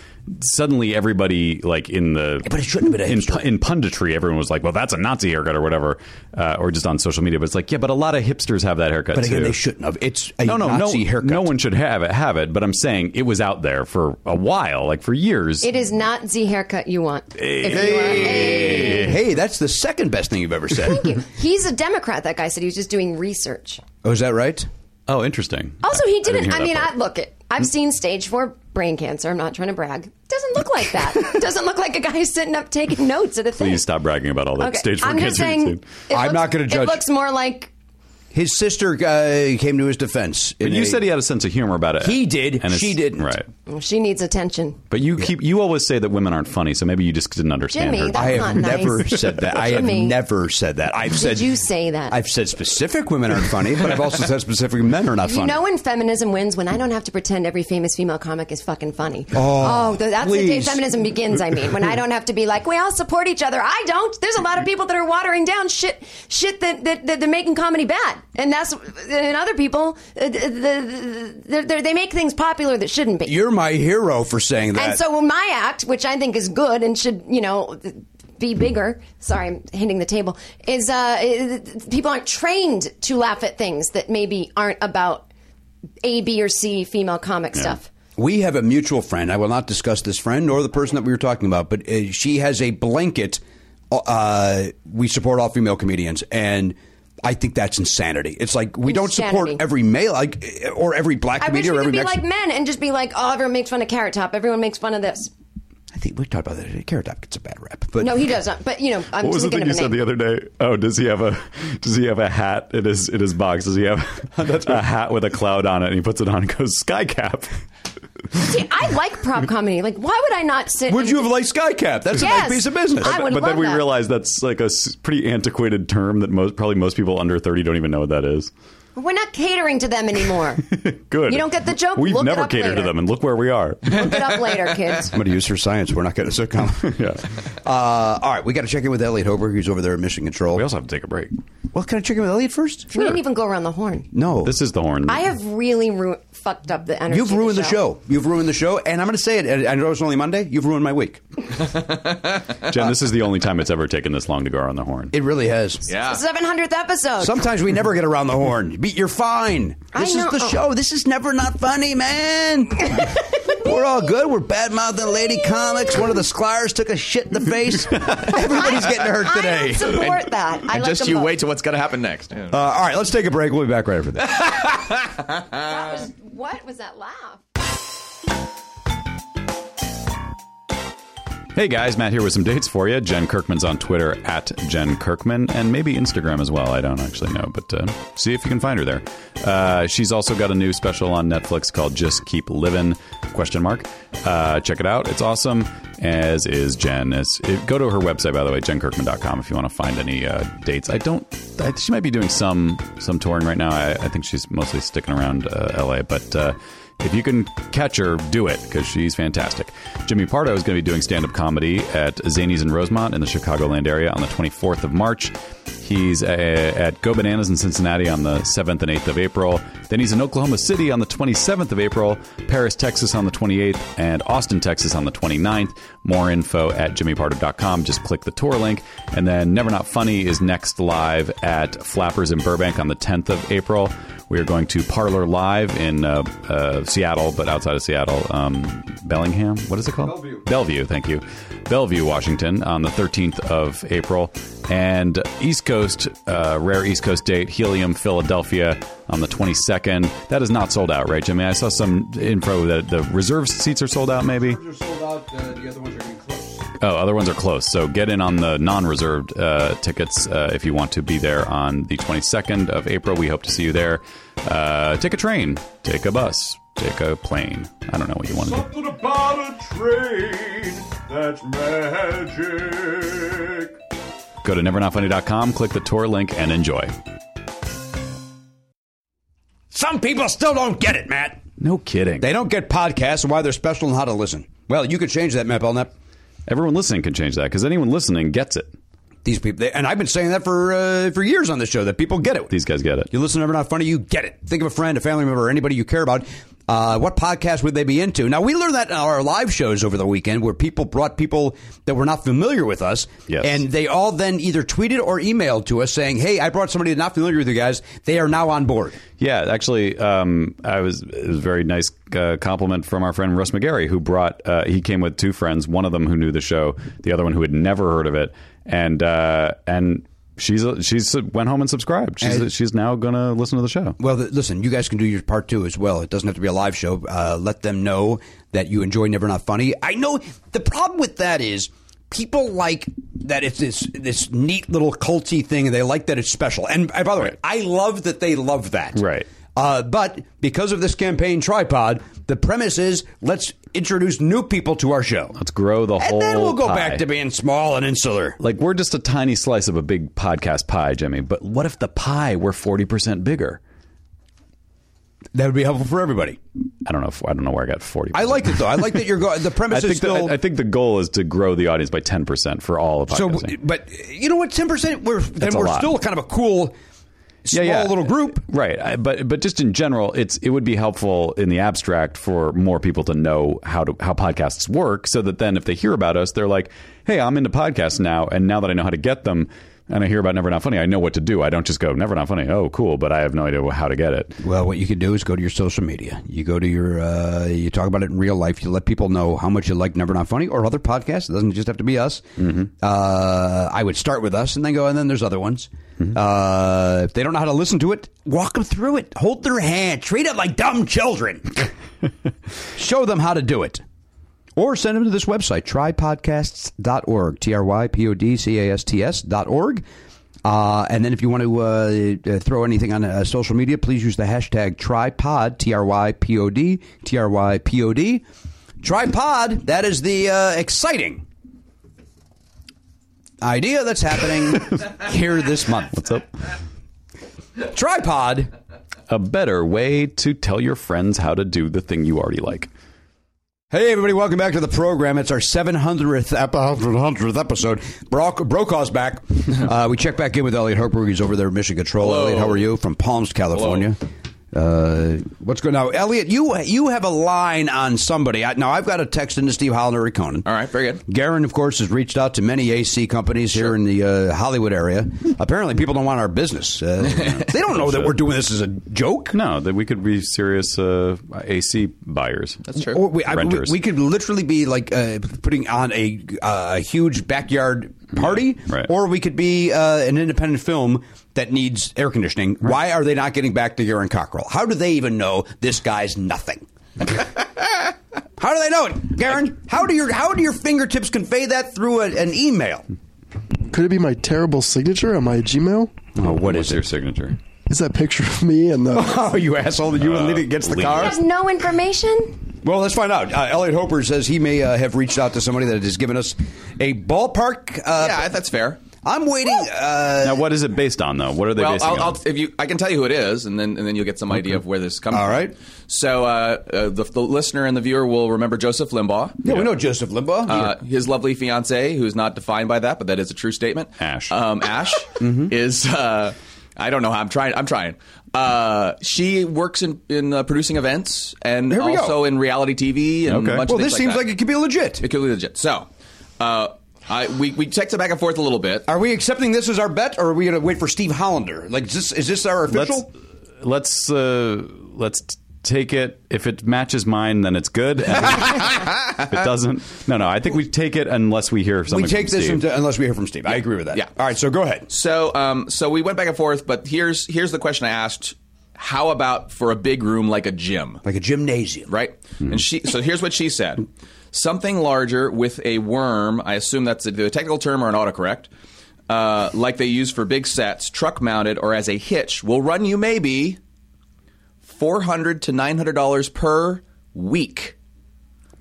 Speaker 2: suddenly everybody like in the
Speaker 1: But it shouldn't have been a
Speaker 2: in,
Speaker 1: hipster.
Speaker 2: in punditry everyone was like, well, that's a Nazi haircut or whatever, uh, or just on social media. But it's like, yeah, but a lot of hipsters have that haircut.
Speaker 1: But again,
Speaker 2: too.
Speaker 1: they shouldn't have. It's a
Speaker 2: no, no,
Speaker 1: Nazi
Speaker 2: no,
Speaker 1: haircut.
Speaker 2: no one should have it. Have it, but I'm saying it was out there for a while, like for years.
Speaker 7: It is not the haircut you want. If you are-
Speaker 1: Hey, that's the second best thing you've ever said.
Speaker 7: He's a Democrat. That guy said he was just doing research.
Speaker 1: Oh, is that right?
Speaker 2: oh, interesting.
Speaker 7: Also, he didn't.
Speaker 2: hear
Speaker 7: I,
Speaker 2: that
Speaker 7: mean,
Speaker 2: part. Hmm?
Speaker 7: I, look it. I've seen stage four brain cancer. I'm not trying to brag. Doesn't look like that. Doesn't look like a guy who's sitting up taking notes at a thing.
Speaker 2: Please stop bragging about all that
Speaker 7: Okay,
Speaker 2: stage four
Speaker 7: I'm
Speaker 2: cancer
Speaker 7: just saying.
Speaker 2: routine.
Speaker 7: it
Speaker 1: I'm
Speaker 7: looks-
Speaker 1: not gonna judge.
Speaker 7: It looks more like
Speaker 1: His sister uh, came to his defense.
Speaker 2: But you said he had a sense of humor about it.
Speaker 1: He did.
Speaker 2: it's-
Speaker 1: She didn't.
Speaker 2: Right.
Speaker 7: well, she needs attention.
Speaker 2: But you keep you always say that women aren't funny, so maybe you just didn't understand
Speaker 7: Jimmy,
Speaker 2: her.
Speaker 7: that-
Speaker 1: I
Speaker 7: That's
Speaker 1: have
Speaker 7: not nice.
Speaker 1: never said that. I have
Speaker 7: Jimmy.
Speaker 1: never said that. I've said
Speaker 7: Did you say that?
Speaker 1: I've said specific women aren't funny, but I've also said specific men are not
Speaker 7: You
Speaker 1: funny.
Speaker 7: know when feminism wins when I don't have to pretend every famous female comic is fucking funny.
Speaker 1: Oh,
Speaker 7: th- that's the day
Speaker 1: please.
Speaker 7: feminism begins. I mean, when I don't have to be like, we all support each other. I don't. There's a lot of people that are watering down shit, shit that that, that they're making comedy bad, and that's and other people uh, th- th- they're, they're, they make things popular that shouldn't be.
Speaker 1: You're my hero for saying that.
Speaker 7: and so my act, which I think is good and should, you know. Be bigger. Sorry, I'm hitting the table. Is uh, is- people aren't trained to laugh at things that maybe aren't about A, B, or C female comic stuff.
Speaker 1: We have a mutual friend. I will not discuss this friend nor the person that we were talking about, but uh, she has a blanket. Uh, we support all female comedians, and I think that's insanity. It's like we don't support
Speaker 7: Insanity.
Speaker 1: every male, like eh, or every black
Speaker 7: I wish
Speaker 1: comedian
Speaker 7: we
Speaker 1: or
Speaker 7: could
Speaker 1: every
Speaker 7: be
Speaker 1: Mexican.
Speaker 7: like men and just be like, oh, everyone makes fun of Carrot Top. Everyone makes fun of this.
Speaker 1: I think we talked about that. Carrot Top gets a bad rap, but
Speaker 7: No, he doesn't. But you know, I'm
Speaker 2: what was the
Speaker 7: thinking
Speaker 2: thing you
Speaker 7: of a
Speaker 2: said the
Speaker 7: name.
Speaker 2: other day? Oh, does he have a does he have a hat in his in his box? Does he have a hat with a cloud on it? And he puts it on and goes sky cap.
Speaker 7: See, I like prop comedy. Like, why would I not sit?
Speaker 1: Would
Speaker 7: and-
Speaker 1: you have liked Skycap? That's a
Speaker 7: Yes.
Speaker 1: nice piece of business.
Speaker 7: I would
Speaker 2: but then
Speaker 7: love
Speaker 2: we
Speaker 7: that.
Speaker 2: realized that's like a s- pretty antiquated term that most probably most people under thirty don't even know what that is.
Speaker 7: We're not catering to them anymore.
Speaker 2: Good.
Speaker 7: You don't get the joke?
Speaker 2: We've
Speaker 7: Look it
Speaker 2: never
Speaker 7: up
Speaker 2: catered to
Speaker 7: later.
Speaker 2: them, and look where we are.
Speaker 7: Look it up later, kids.
Speaker 1: I'm going to use her science. We're not going to sitcom.
Speaker 2: yeah.
Speaker 1: Uh, all right, we got to check in with Elliot Hober, who's over there at Mission Control.
Speaker 2: We also have to take a break.
Speaker 1: well, can I check in with Elliot first?
Speaker 7: We didn't even go around the horn.
Speaker 1: No,
Speaker 2: This is the horn.
Speaker 7: I have really ru- fucked up the energy.
Speaker 1: You've
Speaker 7: of
Speaker 1: ruined the
Speaker 7: the
Speaker 1: show. You've ruined the show, and I'm going to say it. and I know it's only Monday. You've ruined my week.
Speaker 2: Jen, this is the only time it's ever taken this long to go around the horn.
Speaker 1: It really has.
Speaker 5: Yeah.
Speaker 7: Seven hundredth episode.
Speaker 1: Sometimes we never get around the horn. Beat, you're fine.
Speaker 7: I
Speaker 1: This is
Speaker 7: know. Oh.
Speaker 1: the show. This is never not funny, man. We're all good. We're bad mouthing Lady Comics. One of the Sklyrs took a shit in the face. Everybody's getting hurt
Speaker 7: I
Speaker 1: today.
Speaker 7: don't support that. I
Speaker 5: And
Speaker 7: like
Speaker 5: just
Speaker 7: them
Speaker 5: you
Speaker 7: both.
Speaker 5: wait till what's going to happen next. Yeah.
Speaker 1: Uh, all right, let's take a break. We'll be back right after this.
Speaker 5: Ah.
Speaker 7: That was, what was that laugh?
Speaker 2: Hey guys, Matt here with some dates for you. Jen Kirkman's on Twitter at Jen Kirkman and maybe Instagram as well. I don't actually know, but uh, see if you can find her there. Uh, she's also got a new special on Netflix called Just Keep Living? Question mark. Uh, check it out. It's awesome. As is Jen. It's, it, go to her website by the way, jenkirkman.com, if you want to find any uh, dates. I don't. I, she might be doing some some touring right now. I, I think she's mostly sticking around uh, LA, but. Uh, if you can catch her, do it because she's fantastic. Jimmy Pardo is going to be doing stand up comedy at Zanies in Rosemont in the Chicagoland area on the 24th of March. He's uh, at Go Bananas in Cincinnati on the 7th and 8th of April. Then he's in Oklahoma City on the 27th of April, Paris, Texas on the 28th, and Austin, Texas on the 29th. More info at jimmypardo.com. Just click the tour link. And then Never Not Funny is next live at Flappers in Burbank on the 10th of April. We are going to Parlor Live in uh, uh, Seattle, but outside of Seattle, um, Bellingham. What is it called? Bellevue. Bellevue, thank you. Bellevue, Washington, on the 13th of April. And East Coast, uh, rare East Coast date, Helium, Philadelphia, on the 22nd. That is not sold out, right, Jimmy? I saw some info that the reserve seats are sold out, maybe?
Speaker 1: Those are sold out. Uh, the other ones are getting close.
Speaker 2: Oh, other ones are close. So get in on the non-reserved uh, tickets uh, if you want to be there on the 22nd of April. We hope to see you there. Uh, take a train, take a bus, take a plane. I don't know what you want to do.
Speaker 9: Something about a train that's magic.
Speaker 2: Go to nevernotfunny.com, click the tour link, and enjoy.
Speaker 1: Some people still don't get it, Matt.
Speaker 2: No kidding.
Speaker 1: They don't get podcasts and why they're special and how to listen. Well, you can change that, Matt Belknap.
Speaker 2: Everyone listening can change that because anyone listening gets it.
Speaker 1: These people, they, and I've been saying that for uh, for years on this show that people get it.
Speaker 2: These guys get it.
Speaker 1: You listen to Never Not Funny, you get it. Think of a friend, a family member, or anybody you care about. Uh, what podcast would they be into? Now, we learned that in our live shows over the weekend where people brought people that were not familiar with us.
Speaker 2: Yes.
Speaker 1: And they all then either tweeted or emailed to us saying, hey, I brought somebody that's not familiar with you guys. They are now on board.
Speaker 2: Yeah, actually, um, I was it was a very nice uh, compliment from our friend Russ McGarry, who brought uh, he came with two friends, one of them who knew the show, the other one who had never heard of it, and uh, and she's she's went home and subscribed. She's
Speaker 1: And-
Speaker 2: she's now gonna listen to the show.
Speaker 1: Well, th- listen, you guys can do your part too as well. It doesn't have to be a live show. Uh, let them know that you enjoy Never Not Funny. I know the problem with that is people like that it's this this neat little culty thing, and they like that it's special. And uh, by the way,
Speaker 2: Right.
Speaker 1: I love that they love that.
Speaker 2: Right.
Speaker 1: Uh, but because of this campaign tripod, the premise is let's introduce new people to our show.
Speaker 2: Let's grow the whole.
Speaker 1: and then we'll go
Speaker 2: pie.
Speaker 1: back to being small and insular.
Speaker 2: like we're just a tiny slice of a big podcast pie, Jimmy. But what if the pie were forty percent bigger?
Speaker 1: That would be helpful for everybody.
Speaker 2: I don't know. If, I don't know where I got forty.
Speaker 1: I like it though. I like that you're going. The
Speaker 2: I
Speaker 1: premise
Speaker 2: think,
Speaker 1: is still.
Speaker 2: the, I, I think the goal is to grow the audience by ten percent for all of
Speaker 1: So,
Speaker 2: podcasting.
Speaker 1: but you know what? Ten percent. We're then
Speaker 2: a
Speaker 1: we're
Speaker 2: lot.
Speaker 1: still kind of a cool, small little group.
Speaker 2: right? I, but but just in general, it's it would be helpful in the abstract for more people to know how to how podcasts work, so that then if they hear about us, they're like, "Hey, I'm into podcasts now, and now that I know how to get them." And I hear about Never Not Funny. I know what to do. I don't just go Never Not Funny. Oh, cool, but I have no idea how to get it.
Speaker 1: Well, what you can do is go to your social media. You go to your, uh, you talk about it in real life. You let people know how much you like Never Not Funny or other podcasts. It doesn't just have to be us. Uh, I would start with us and then go, and then there's other ones. Uh, if they don't know how to listen to it, walk them through it. Hold their hand. Treat it like dumb children. Show them how to do it. Or send them to this website, trypodcasts.org, T R Y P O D C A S T S dot org. Uh, and then if you want to uh, uh, throw anything on uh, social media, please use the hashtag tripod, T R Y P O D, T R Y P O D. Tripod, that is the uh, exciting idea that's happening here this month.
Speaker 2: What's up?
Speaker 1: Tripod.
Speaker 2: A better way to tell your friends how to do the thing you already like.
Speaker 1: Hey, everybody, welcome back to the program. It's our 700th, ep- 100th episode. Brock, Brokaw's back. uh, we check back in with Elliot Hochberg. He's over there in Mission Control.
Speaker 5: Hello.
Speaker 1: Elliot, how are you? From Palms, California. Uh, what's going on? Elliot, you you have a line on somebody. I, now, I've got a text into Steve Hollander at Conan.
Speaker 5: All right, very good.
Speaker 1: Garen, of course, has reached out to many AC companies here in the uh, Hollywood area. Apparently, people don't want our business. Uh, they don't know that we're doing this as a joke.
Speaker 2: No, that we could be serious uh, AC buyers. That's
Speaker 5: true.
Speaker 1: Or we, I- we,
Speaker 2: Renters.
Speaker 1: we could literally be like uh, putting on a, uh, a huge backyard party,
Speaker 2: Right.
Speaker 1: or we could be uh, an independent film that needs air conditioning. Why are they not getting back to Garen Cockrell? How do they even know this guy's nothing? How do they know it, Garen? How do your how do your fingertips convey that through a, an email?
Speaker 6: Could it be my terrible signature on my Gmail?
Speaker 2: Oh, what is your signature?
Speaker 6: Is that picture of me and the?
Speaker 1: Oh, you asshole! That you were leaning against the
Speaker 2: lean.
Speaker 1: car.
Speaker 7: Have no information?
Speaker 1: Well, let's find out. Uh, Elliot Hopper says he may uh, have reached out to somebody that has given us a ballpark. Uh,
Speaker 5: yeah, that's fair.
Speaker 1: I'm waiting. Uh,
Speaker 2: Now, what is it based on, though? What are they
Speaker 5: Well,
Speaker 2: basing
Speaker 5: I'll,
Speaker 2: it
Speaker 5: I'll,
Speaker 2: on?
Speaker 5: if you, I can tell you who it is, and then and then you'll get some idea of where this is coming.
Speaker 1: All
Speaker 5: from.
Speaker 1: right.
Speaker 5: So uh, uh, the, the listener and the viewer will remember Joseph Limbaugh.
Speaker 1: yeah, we know Joseph Limbaugh.
Speaker 5: Uh, his lovely fiance, who is not defined by that, but that is a true statement.
Speaker 2: Ash.
Speaker 5: Um, Ash
Speaker 1: Mm-hmm.
Speaker 5: is. Uh, I don't know how I'm trying. I'm trying. Uh, she works in in uh, producing events and
Speaker 1: Here we go.
Speaker 5: also in reality TV and
Speaker 2: Okay.
Speaker 5: a bunch
Speaker 1: well,
Speaker 5: of things
Speaker 1: this seems
Speaker 5: that.
Speaker 1: like it could be legit.
Speaker 5: it could be legit. So, uh, I we we texted back and forth a little bit.
Speaker 1: Are we accepting this as our bet, or are we going to wait for Steve Hollander? Like, is this, is this our
Speaker 2: Let's
Speaker 1: official?
Speaker 2: let's uh, let's t- take it. If it matches mine, then it's good. And if it doesn't, no, no. I think we take it unless we hear
Speaker 1: we
Speaker 2: something.
Speaker 1: take
Speaker 2: from
Speaker 1: this
Speaker 2: Steve.
Speaker 1: into, unless we hear from Steve. I agree with that.
Speaker 5: Yeah.
Speaker 1: All right, so go ahead.
Speaker 5: So, um, so we went back and forth, but here's here's the question I asked: How about for a big room like a gym,
Speaker 1: Like a gymnasium.
Speaker 5: right? And she, so here's what she said: something larger with a worm. I assume that's a, the technical term or an autocorrect, uh, like they use for big sets, truck mounted or as a hitch, will run you maybe four hundred to nine hundred dollars per week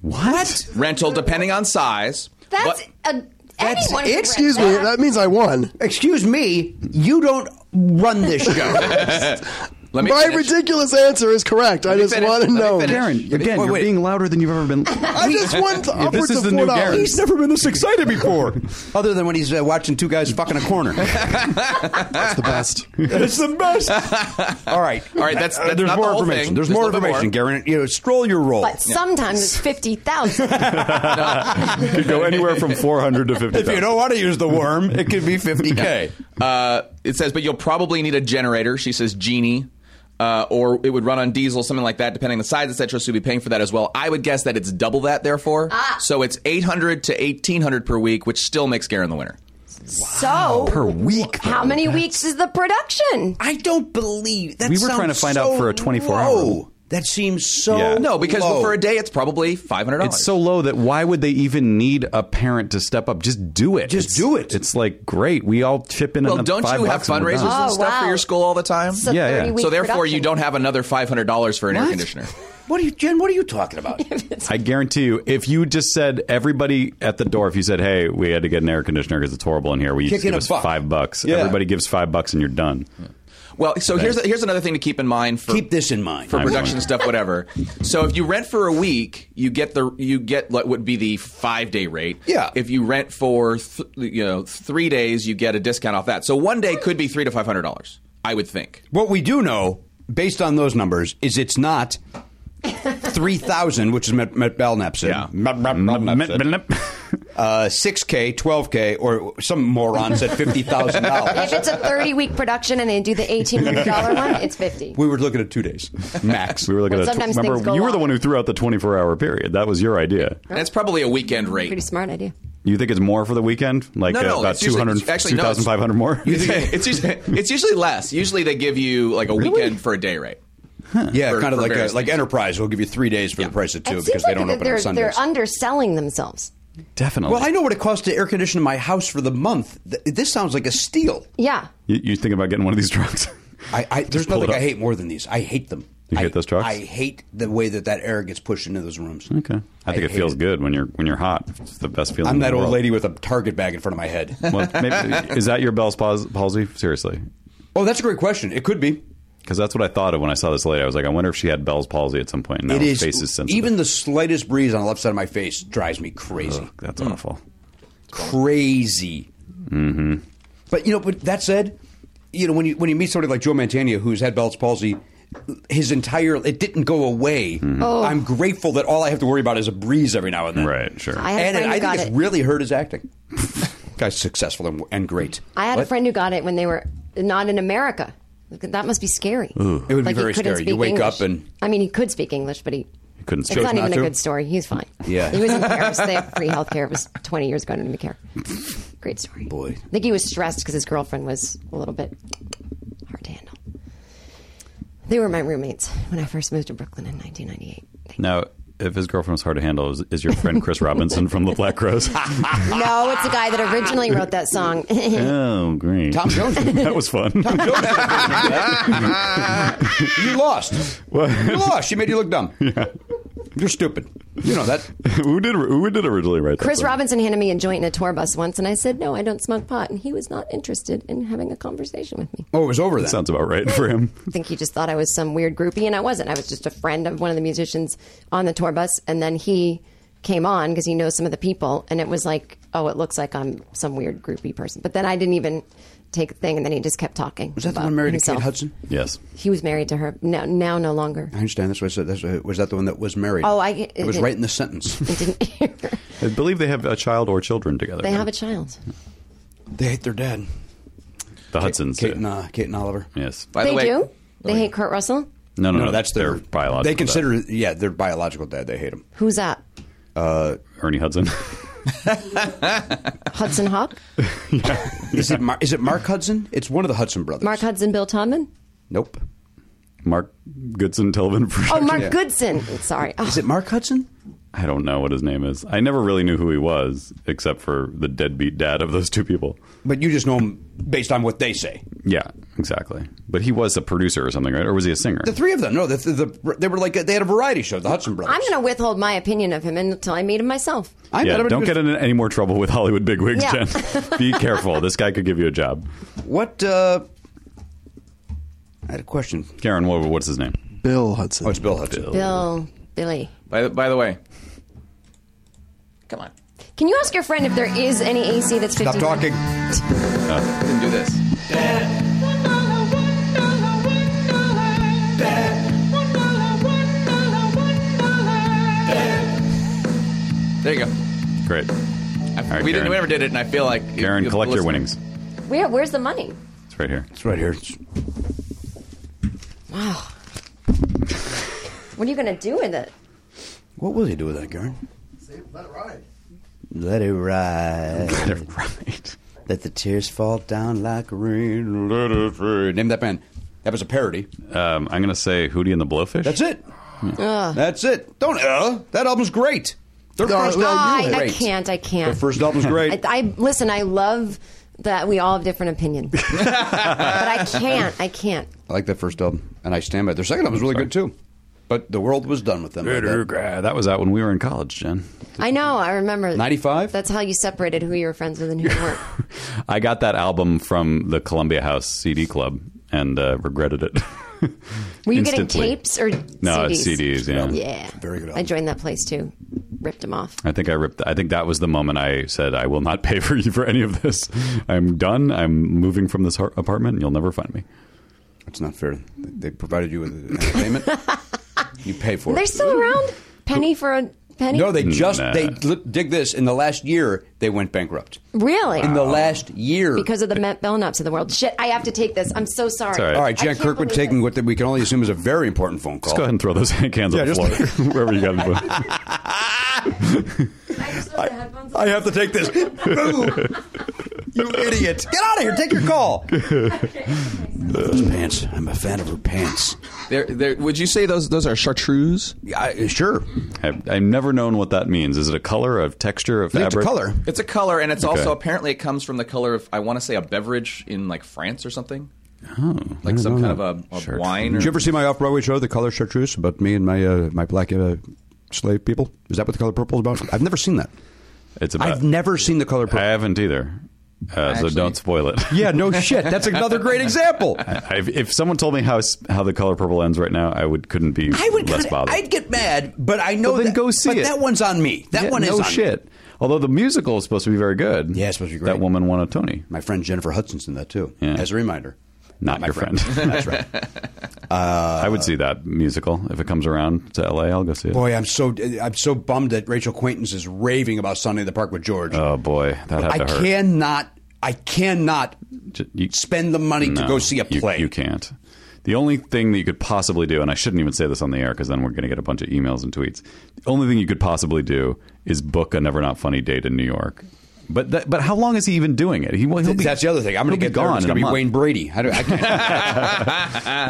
Speaker 2: what?
Speaker 5: rental, depending on size.
Speaker 7: That's
Speaker 5: But-
Speaker 7: a, anyone.
Speaker 1: it?
Speaker 7: could
Speaker 6: Excuse me.
Speaker 7: rent
Speaker 6: That means I won.
Speaker 1: Excuse me, you don't run this show.
Speaker 5: let me
Speaker 6: My
Speaker 5: finish.
Speaker 6: ridiculous answer is correct. I
Speaker 5: me
Speaker 6: just
Speaker 5: finish.
Speaker 6: want to
Speaker 5: Let me
Speaker 6: know.
Speaker 5: finish.
Speaker 2: Aaron, again,
Speaker 1: wait,
Speaker 2: you're
Speaker 1: wait.
Speaker 2: being louder than you've ever been.
Speaker 6: I just want
Speaker 2: Yeah,
Speaker 6: upwards
Speaker 2: this is
Speaker 6: of
Speaker 2: the
Speaker 6: four
Speaker 2: new
Speaker 6: dollars.
Speaker 2: Garen.
Speaker 1: He's never been this excited before. Other than when he's uh, watching two guys fucking a corner.
Speaker 6: That's the best.
Speaker 1: it's the best. All right. Uh,
Speaker 5: All right, that's- that's
Speaker 1: There's
Speaker 5: not
Speaker 1: more
Speaker 5: the whole
Speaker 1: information.
Speaker 5: thing.
Speaker 1: There's,
Speaker 5: Just a
Speaker 1: more
Speaker 5: little bit
Speaker 1: information, Garen. You know, stroll your role.
Speaker 7: But sometimes it's fifty thousand.
Speaker 2: You could go anywhere from 400 to 50.
Speaker 1: if you don't want to use the worm, it could be 50K.
Speaker 5: Uh, it says, but you'll probably need a generator. She says, genie. Uh, or it would run on diesel, something like that, depending on the size, etc. So you'd be paying for that as well. I would guess that it's double that, therefore.
Speaker 7: Ah.
Speaker 5: So it's eight hundred to eighteen hundred per week, which still makes Garen the winner.
Speaker 7: so per week. How many weeks is the production?
Speaker 1: I don't believe that.
Speaker 2: We were
Speaker 1: sounds
Speaker 2: trying to find
Speaker 1: so
Speaker 2: out for a 24 hour
Speaker 1: low.
Speaker 2: rule.
Speaker 1: That seems so
Speaker 2: Yeah.
Speaker 5: No, because
Speaker 1: low.
Speaker 5: for a day it's probably five hundred dollars.
Speaker 2: It's so low that why would they even need a parent to step up? Just do it.
Speaker 1: Just
Speaker 2: It's-
Speaker 1: do it.
Speaker 2: It's like great. We all chip in.
Speaker 5: well.
Speaker 2: enough
Speaker 5: Don't
Speaker 2: five
Speaker 5: you have
Speaker 2: bucks and we're
Speaker 5: fundraisers
Speaker 2: done.
Speaker 7: Oh,
Speaker 5: and stuff for
Speaker 7: wow.
Speaker 5: your school all the time?
Speaker 7: It's a
Speaker 2: Yeah, yeah.
Speaker 7: 30-week
Speaker 5: So therefore, you
Speaker 7: production.
Speaker 5: don't have another five hundred dollars for an air conditioner.
Speaker 1: What are you, Jen? What are you talking about?
Speaker 2: I guarantee you, if you just said everybody at the door, if you said, "Hey, we had to get an air conditioner because it's horrible in here," we
Speaker 1: Kick
Speaker 2: just
Speaker 1: in
Speaker 2: give
Speaker 1: a
Speaker 2: us
Speaker 1: buck.
Speaker 2: five bucks.
Speaker 1: Yeah.
Speaker 2: Everybody gives five bucks, and you're done.
Speaker 5: Well, so here's here's another thing to keep in mind for
Speaker 1: Keep this in mind.
Speaker 5: for
Speaker 2: I'm
Speaker 5: production
Speaker 2: going.
Speaker 5: stuff, whatever. So if you rent for a week, you get the you get what would be the five day rate.
Speaker 1: Yeah.
Speaker 5: If you rent for th- you know three days, you get a discount off that. So one day could be three to five hundred dollars. I would think.
Speaker 1: What we do know, based on those numbers, is it's not three thousand, which is Met, Met Belknap said.
Speaker 5: Yeah.
Speaker 2: mm,
Speaker 1: Met, Met, Belknap said. Uh, 6K, 12K, or some moron said $50,000.
Speaker 7: If it's a thirty-week production and they do the eighteen hundred dollar one, it's fifty.
Speaker 1: we were looking at two days, max.
Speaker 2: we were looking
Speaker 7: Well,
Speaker 2: at.
Speaker 7: sometimes
Speaker 2: remember,
Speaker 7: things go
Speaker 2: you were the
Speaker 7: long.
Speaker 2: one who threw out the 24 hour period. That was your idea.
Speaker 5: And it's probably a weekend
Speaker 7: Pretty
Speaker 5: rate.
Speaker 7: smart idea.
Speaker 2: You think it's more for the weekend? Like
Speaker 5: No,
Speaker 2: uh,
Speaker 5: no,
Speaker 2: about
Speaker 5: it's usually-
Speaker 2: 200,
Speaker 5: actually, no, it's-
Speaker 2: 2,500 more?
Speaker 5: it's usually it's usually less. Usually they give you like a weekend for a day rate.
Speaker 1: yeah,
Speaker 5: For-
Speaker 1: kind of
Speaker 5: for
Speaker 1: like a,
Speaker 5: various
Speaker 1: like
Speaker 5: things.
Speaker 1: Enterprise will give you three days for the price of two because
Speaker 7: it seems
Speaker 1: they
Speaker 7: like
Speaker 1: don't
Speaker 7: that
Speaker 1: open
Speaker 7: they're,
Speaker 1: on Sundays.
Speaker 7: they're underselling themselves.
Speaker 2: Definitely.
Speaker 1: well, I know what it costs to air condition my house for the month. Th- This sounds like a steal.
Speaker 7: Yeah.
Speaker 2: You, you think about getting one of these trucks?
Speaker 1: I, I there's
Speaker 2: pull it
Speaker 1: nothing I
Speaker 2: up.
Speaker 1: hate more than these. I hate them.
Speaker 2: You
Speaker 1: I,
Speaker 2: hate those trucks?
Speaker 1: I hate the way that that air gets pushed into those rooms.
Speaker 2: Okay. I think it
Speaker 1: hate
Speaker 2: feels
Speaker 1: it.
Speaker 2: good when you're when you're hot. It's the best feeling.
Speaker 1: I'm
Speaker 2: in
Speaker 1: that
Speaker 2: the
Speaker 1: old
Speaker 2: world.
Speaker 1: lady with a target bag in front of my head.
Speaker 2: Well, maybe, is that your Bell's pals- palsy? Seriously,
Speaker 1: oh, that's a great question. It could be.
Speaker 2: because that's what I thought of when I saw this lady. I was like, I wonder if she had Bell's palsy at some point. And now
Speaker 1: It
Speaker 2: her
Speaker 1: is
Speaker 2: face is sensitive.
Speaker 1: even the slightest breeze on the left side of my face drives me crazy,
Speaker 2: that's awful.
Speaker 1: crazy. Mm-hmm. But you know, but that said, you know when you when you meet somebody like Joe Mantegna who's had Bell's palsy. His entire it didn't go away.
Speaker 2: Mm-hmm.
Speaker 7: Oh.
Speaker 1: I'm grateful that all I have to worry about is a breeze every now and then.
Speaker 2: Right. Sure.
Speaker 7: I
Speaker 1: and
Speaker 7: had a
Speaker 1: it- I
Speaker 7: friend who
Speaker 1: think
Speaker 7: got
Speaker 1: it's
Speaker 7: it.
Speaker 1: really hurt his acting. Guy's successful and, and great.
Speaker 7: I had a
Speaker 1: What?
Speaker 7: friend who got it when they were not in America. That must be scary.
Speaker 1: It would
Speaker 7: Like,
Speaker 1: be
Speaker 7: he
Speaker 1: very
Speaker 7: couldn't
Speaker 1: scary.
Speaker 7: speak
Speaker 1: You wake
Speaker 7: English.
Speaker 1: up and
Speaker 7: I mean, he could speak English, but he.
Speaker 2: Couldn't
Speaker 7: It's
Speaker 2: speak.
Speaker 7: not even
Speaker 1: not
Speaker 7: a
Speaker 1: to?
Speaker 7: good story. He's fine.
Speaker 1: Yeah.
Speaker 7: he was in Paris. They have free health care. It was twenty years ago. I didn't even care. Great story.
Speaker 1: Boy.
Speaker 7: I think he was stressed because his girlfriend was a little bit hard to handle. They were my roommates when I first moved to Brooklyn in 1998. They-
Speaker 2: Now, if his girlfriend was hard to handle, is, is your friend Chris Robinson from the Black Crowes?
Speaker 7: No, it's the guy that originally wrote that song.
Speaker 2: oh, great.
Speaker 1: Tom Jones.
Speaker 2: that was fun.
Speaker 1: you lost. You lost. She made you look dumb. You're stupid. You know that.
Speaker 2: who did who did originally write that?
Speaker 7: Chris
Speaker 2: song?
Speaker 7: Robinson handed me a joint in a tour bus once, and I said, No, I don't smoke pot. And he was not interested in having a conversation with me.
Speaker 1: Oh, it was over then.
Speaker 2: Sounds about right for him.
Speaker 7: I think he just thought I was some weird groupie, and I wasn't. I was just a friend of one of the musicians on the tour bus, and then he came on because he knows some of the people, and it was like, Oh, it looks like I'm some weird groupie person. But then I didn't even take a thing, and then he just kept talking.
Speaker 1: was that the
Speaker 7: about
Speaker 1: one married to
Speaker 7: himself.
Speaker 1: Kate Hudson?
Speaker 2: Yes.
Speaker 7: He was married to her. Now, now no longer.
Speaker 1: I understand. That's what I said. That's what, was that the one that was married?
Speaker 7: Oh, I-
Speaker 1: It was right in the sentence.
Speaker 7: I didn't hear.
Speaker 2: I believe they have a child or children together.
Speaker 7: They have a child.
Speaker 1: they hate their dad.
Speaker 2: the Hudsons.
Speaker 1: Kate
Speaker 2: do.
Speaker 1: and uh, Kate and Oliver.
Speaker 2: Yes.
Speaker 5: By
Speaker 7: They
Speaker 5: the way,
Speaker 7: do? They hate Kurt Russell?
Speaker 2: No, no,
Speaker 1: No,
Speaker 2: no,
Speaker 1: that's their,
Speaker 2: biological.
Speaker 1: They
Speaker 2: dad.
Speaker 1: consider yeah, their biological dad. They hate him.
Speaker 7: Who's that?
Speaker 2: uh, Ernie Hudson.
Speaker 7: Hudson Hawk?
Speaker 1: Is it Mar- is it Mark Hudson? It's one of the Hudson brothers.
Speaker 7: Mark Hudson, Bill Tomlin?
Speaker 1: Nope.
Speaker 2: Mark Goodson Television
Speaker 7: Oh,
Speaker 2: Production.
Speaker 7: Mark Goodson. Sorry. Oh,
Speaker 1: Is it Mark Hudson?
Speaker 2: I don't know what his name is. I never really knew who he was, except for the deadbeat dad of those two people.
Speaker 1: But you just know him based on what they say.
Speaker 2: Yeah, exactly. But he was a producer or something, right? Or was he a singer?
Speaker 1: The three of them. No, the, the, the, they were like they had a variety show. The Hudson brothers.
Speaker 7: I'm going to withhold my opinion of him until I meet him myself.
Speaker 1: I'm
Speaker 2: yeah,
Speaker 1: not- I'm
Speaker 2: don't
Speaker 1: just-
Speaker 2: get in any more trouble with Hollywood bigwigs,
Speaker 7: Yeah.
Speaker 2: Jen. Be careful. This guy could give you a job.
Speaker 1: What? Uh, I had a question.
Speaker 2: Karen, what, what's his name?
Speaker 6: Bill Hudson.
Speaker 1: Oh, it's Bill Hudson.
Speaker 7: Bill, Billy.
Speaker 5: by the, by the way, come on,
Speaker 7: Can you ask your friend if there is any AC that's 50?
Speaker 1: Stop talking.
Speaker 5: I can do this. There you go.
Speaker 2: Great.
Speaker 5: I,
Speaker 2: right,
Speaker 5: we
Speaker 2: Karen.
Speaker 5: didn't. We never did it, and I feel like you-
Speaker 2: Karen,
Speaker 5: you-
Speaker 2: collect your
Speaker 5: listen-
Speaker 2: winnings.
Speaker 7: Where, where's the money?
Speaker 2: It's right here.
Speaker 1: It's right here. It's-
Speaker 7: What are you going to do with it?
Speaker 1: What will you do with that, Garen? Let it
Speaker 2: Uh,
Speaker 1: ride. Let it ride.
Speaker 2: Right.
Speaker 1: Let the tears fall down like rain. Let it rain. Name that band. That was a parody.
Speaker 2: Um, I'm going to say Hootie and the Blowfish.
Speaker 1: That's it. That's it. Don't. Uh, that album's great. Their first
Speaker 6: no,
Speaker 1: album
Speaker 7: I, I
Speaker 1: great.
Speaker 7: can't. I can't.
Speaker 1: Their first album's
Speaker 7: I,
Speaker 1: great.
Speaker 7: I listen. I love that we all have different opinions, but I can't. I can't.
Speaker 1: I like that first album, and I stand by. it. Their second album was really good too, but the world was done with them. by then.
Speaker 2: Uh, That was out when we were in college, Jen.
Speaker 7: I know. I remember.
Speaker 1: 95?
Speaker 7: That's how you separated who you were friends with and who you weren't.
Speaker 2: I got that album from the Columbia House CD Club and uh, regretted it.
Speaker 7: Were you getting
Speaker 2: Instantly.
Speaker 7: tapes or
Speaker 2: No,
Speaker 7: CDs?
Speaker 2: it's CDs. Yeah.
Speaker 7: Yeah,
Speaker 1: Very good
Speaker 7: I
Speaker 1: album.
Speaker 7: joined that place too. Ripped them off.
Speaker 2: I think I ripped. I think that was the moment I said, "I will not pay for you for any of this. I'm done. I'm moving from this har- apartment. and You'll never find me."
Speaker 1: It's not fair. They provided you with entertainment. you pay for it.
Speaker 7: They're still around. Penny for a penny.
Speaker 1: No, they just
Speaker 2: Nah.
Speaker 1: they li- dig this. In the last year, they went bankrupt.
Speaker 7: really
Speaker 1: In the last year,
Speaker 7: because of the Met Belknaps of the world. Shit, I have to take this. I'm so sorry.
Speaker 2: all right.
Speaker 1: all right,
Speaker 7: I
Speaker 1: Jan
Speaker 7: can't
Speaker 1: Kirkwood
Speaker 7: believe
Speaker 1: taking
Speaker 7: it.
Speaker 1: what we can only assume is a very important phone call.
Speaker 2: Just go ahead and throw those cans
Speaker 1: Yeah,
Speaker 2: on the floor
Speaker 1: just-
Speaker 2: wherever you got them.
Speaker 7: I just left the headphones
Speaker 1: I have to take this. Boo. you idiot! Get out of here. Take your call. Those pants. I'm a fan of her pants.
Speaker 5: There, there. Would you say those those are chartreuse?
Speaker 1: I, sure,
Speaker 2: I've, I've never known what that means. Is it a color, a texture, a
Speaker 1: it's a
Speaker 2: fabric?
Speaker 1: color.
Speaker 5: It's a color, and it's also apparently it comes from the color of I want to say a beverage in like France or something. Oh, like some kind of a, a
Speaker 2: Chartreuse.
Speaker 5: wine. Or,
Speaker 1: Did you ever see my off-Broadway show, The Color Chartreuse, about me and my uh, my black uh, slave people? Is that what The Color Purple is about? I've never seen that.
Speaker 2: It's about.
Speaker 1: I've never seen The Color
Speaker 2: Uh, I
Speaker 1: Purple.
Speaker 2: haven't either. Uh, so
Speaker 5: Actually-
Speaker 2: don't spoil it.
Speaker 1: Yeah, no shit. That's another great example.
Speaker 2: i if someone told me how s- how the color purple ends right now, I would couldn't be
Speaker 1: I would.
Speaker 2: less
Speaker 1: kinda-
Speaker 2: bothered.
Speaker 1: I'd get mad, but I know.
Speaker 2: Well, then
Speaker 1: that,
Speaker 2: go see
Speaker 1: but
Speaker 2: it.
Speaker 1: That one's on me. That
Speaker 2: Yeah,
Speaker 1: one
Speaker 2: no
Speaker 1: is on me.
Speaker 2: shit. Although the musical is supposed to be very good.
Speaker 1: Yeah, it's supposed to be great.
Speaker 2: That woman won a Tony.
Speaker 1: My friend Jennifer Hudson's in that too.
Speaker 2: Yeah.
Speaker 1: As a reminder,
Speaker 2: Not
Speaker 1: my
Speaker 2: your friend.
Speaker 1: That's right.
Speaker 2: I would see that musical if it comes around to LA. I'll go see it.
Speaker 1: Boy, I'm so I'm so bummed that Rachel Quaintance is raving about Sunday in the Park with George.
Speaker 2: Oh boy, that had
Speaker 1: I
Speaker 2: to hurt.
Speaker 1: cannot. I cannot
Speaker 2: J- you-
Speaker 1: spend the money to
Speaker 2: no,
Speaker 1: go see a
Speaker 2: you-
Speaker 1: play.
Speaker 2: You, can't. The only thing that you could possibly do, and I shouldn't even say this on the air because then we're going to get a bunch of emails and tweets. The only thing you could possibly do is book a Never Not Funny date in New York But that, but how long is he even doing it? He will be,
Speaker 1: That's the other thing. I'm going
Speaker 2: he'll
Speaker 1: to get
Speaker 2: be gone
Speaker 1: There. It's
Speaker 2: in a
Speaker 1: going to be
Speaker 2: month.
Speaker 1: Wayne Brady. I don't, I can't.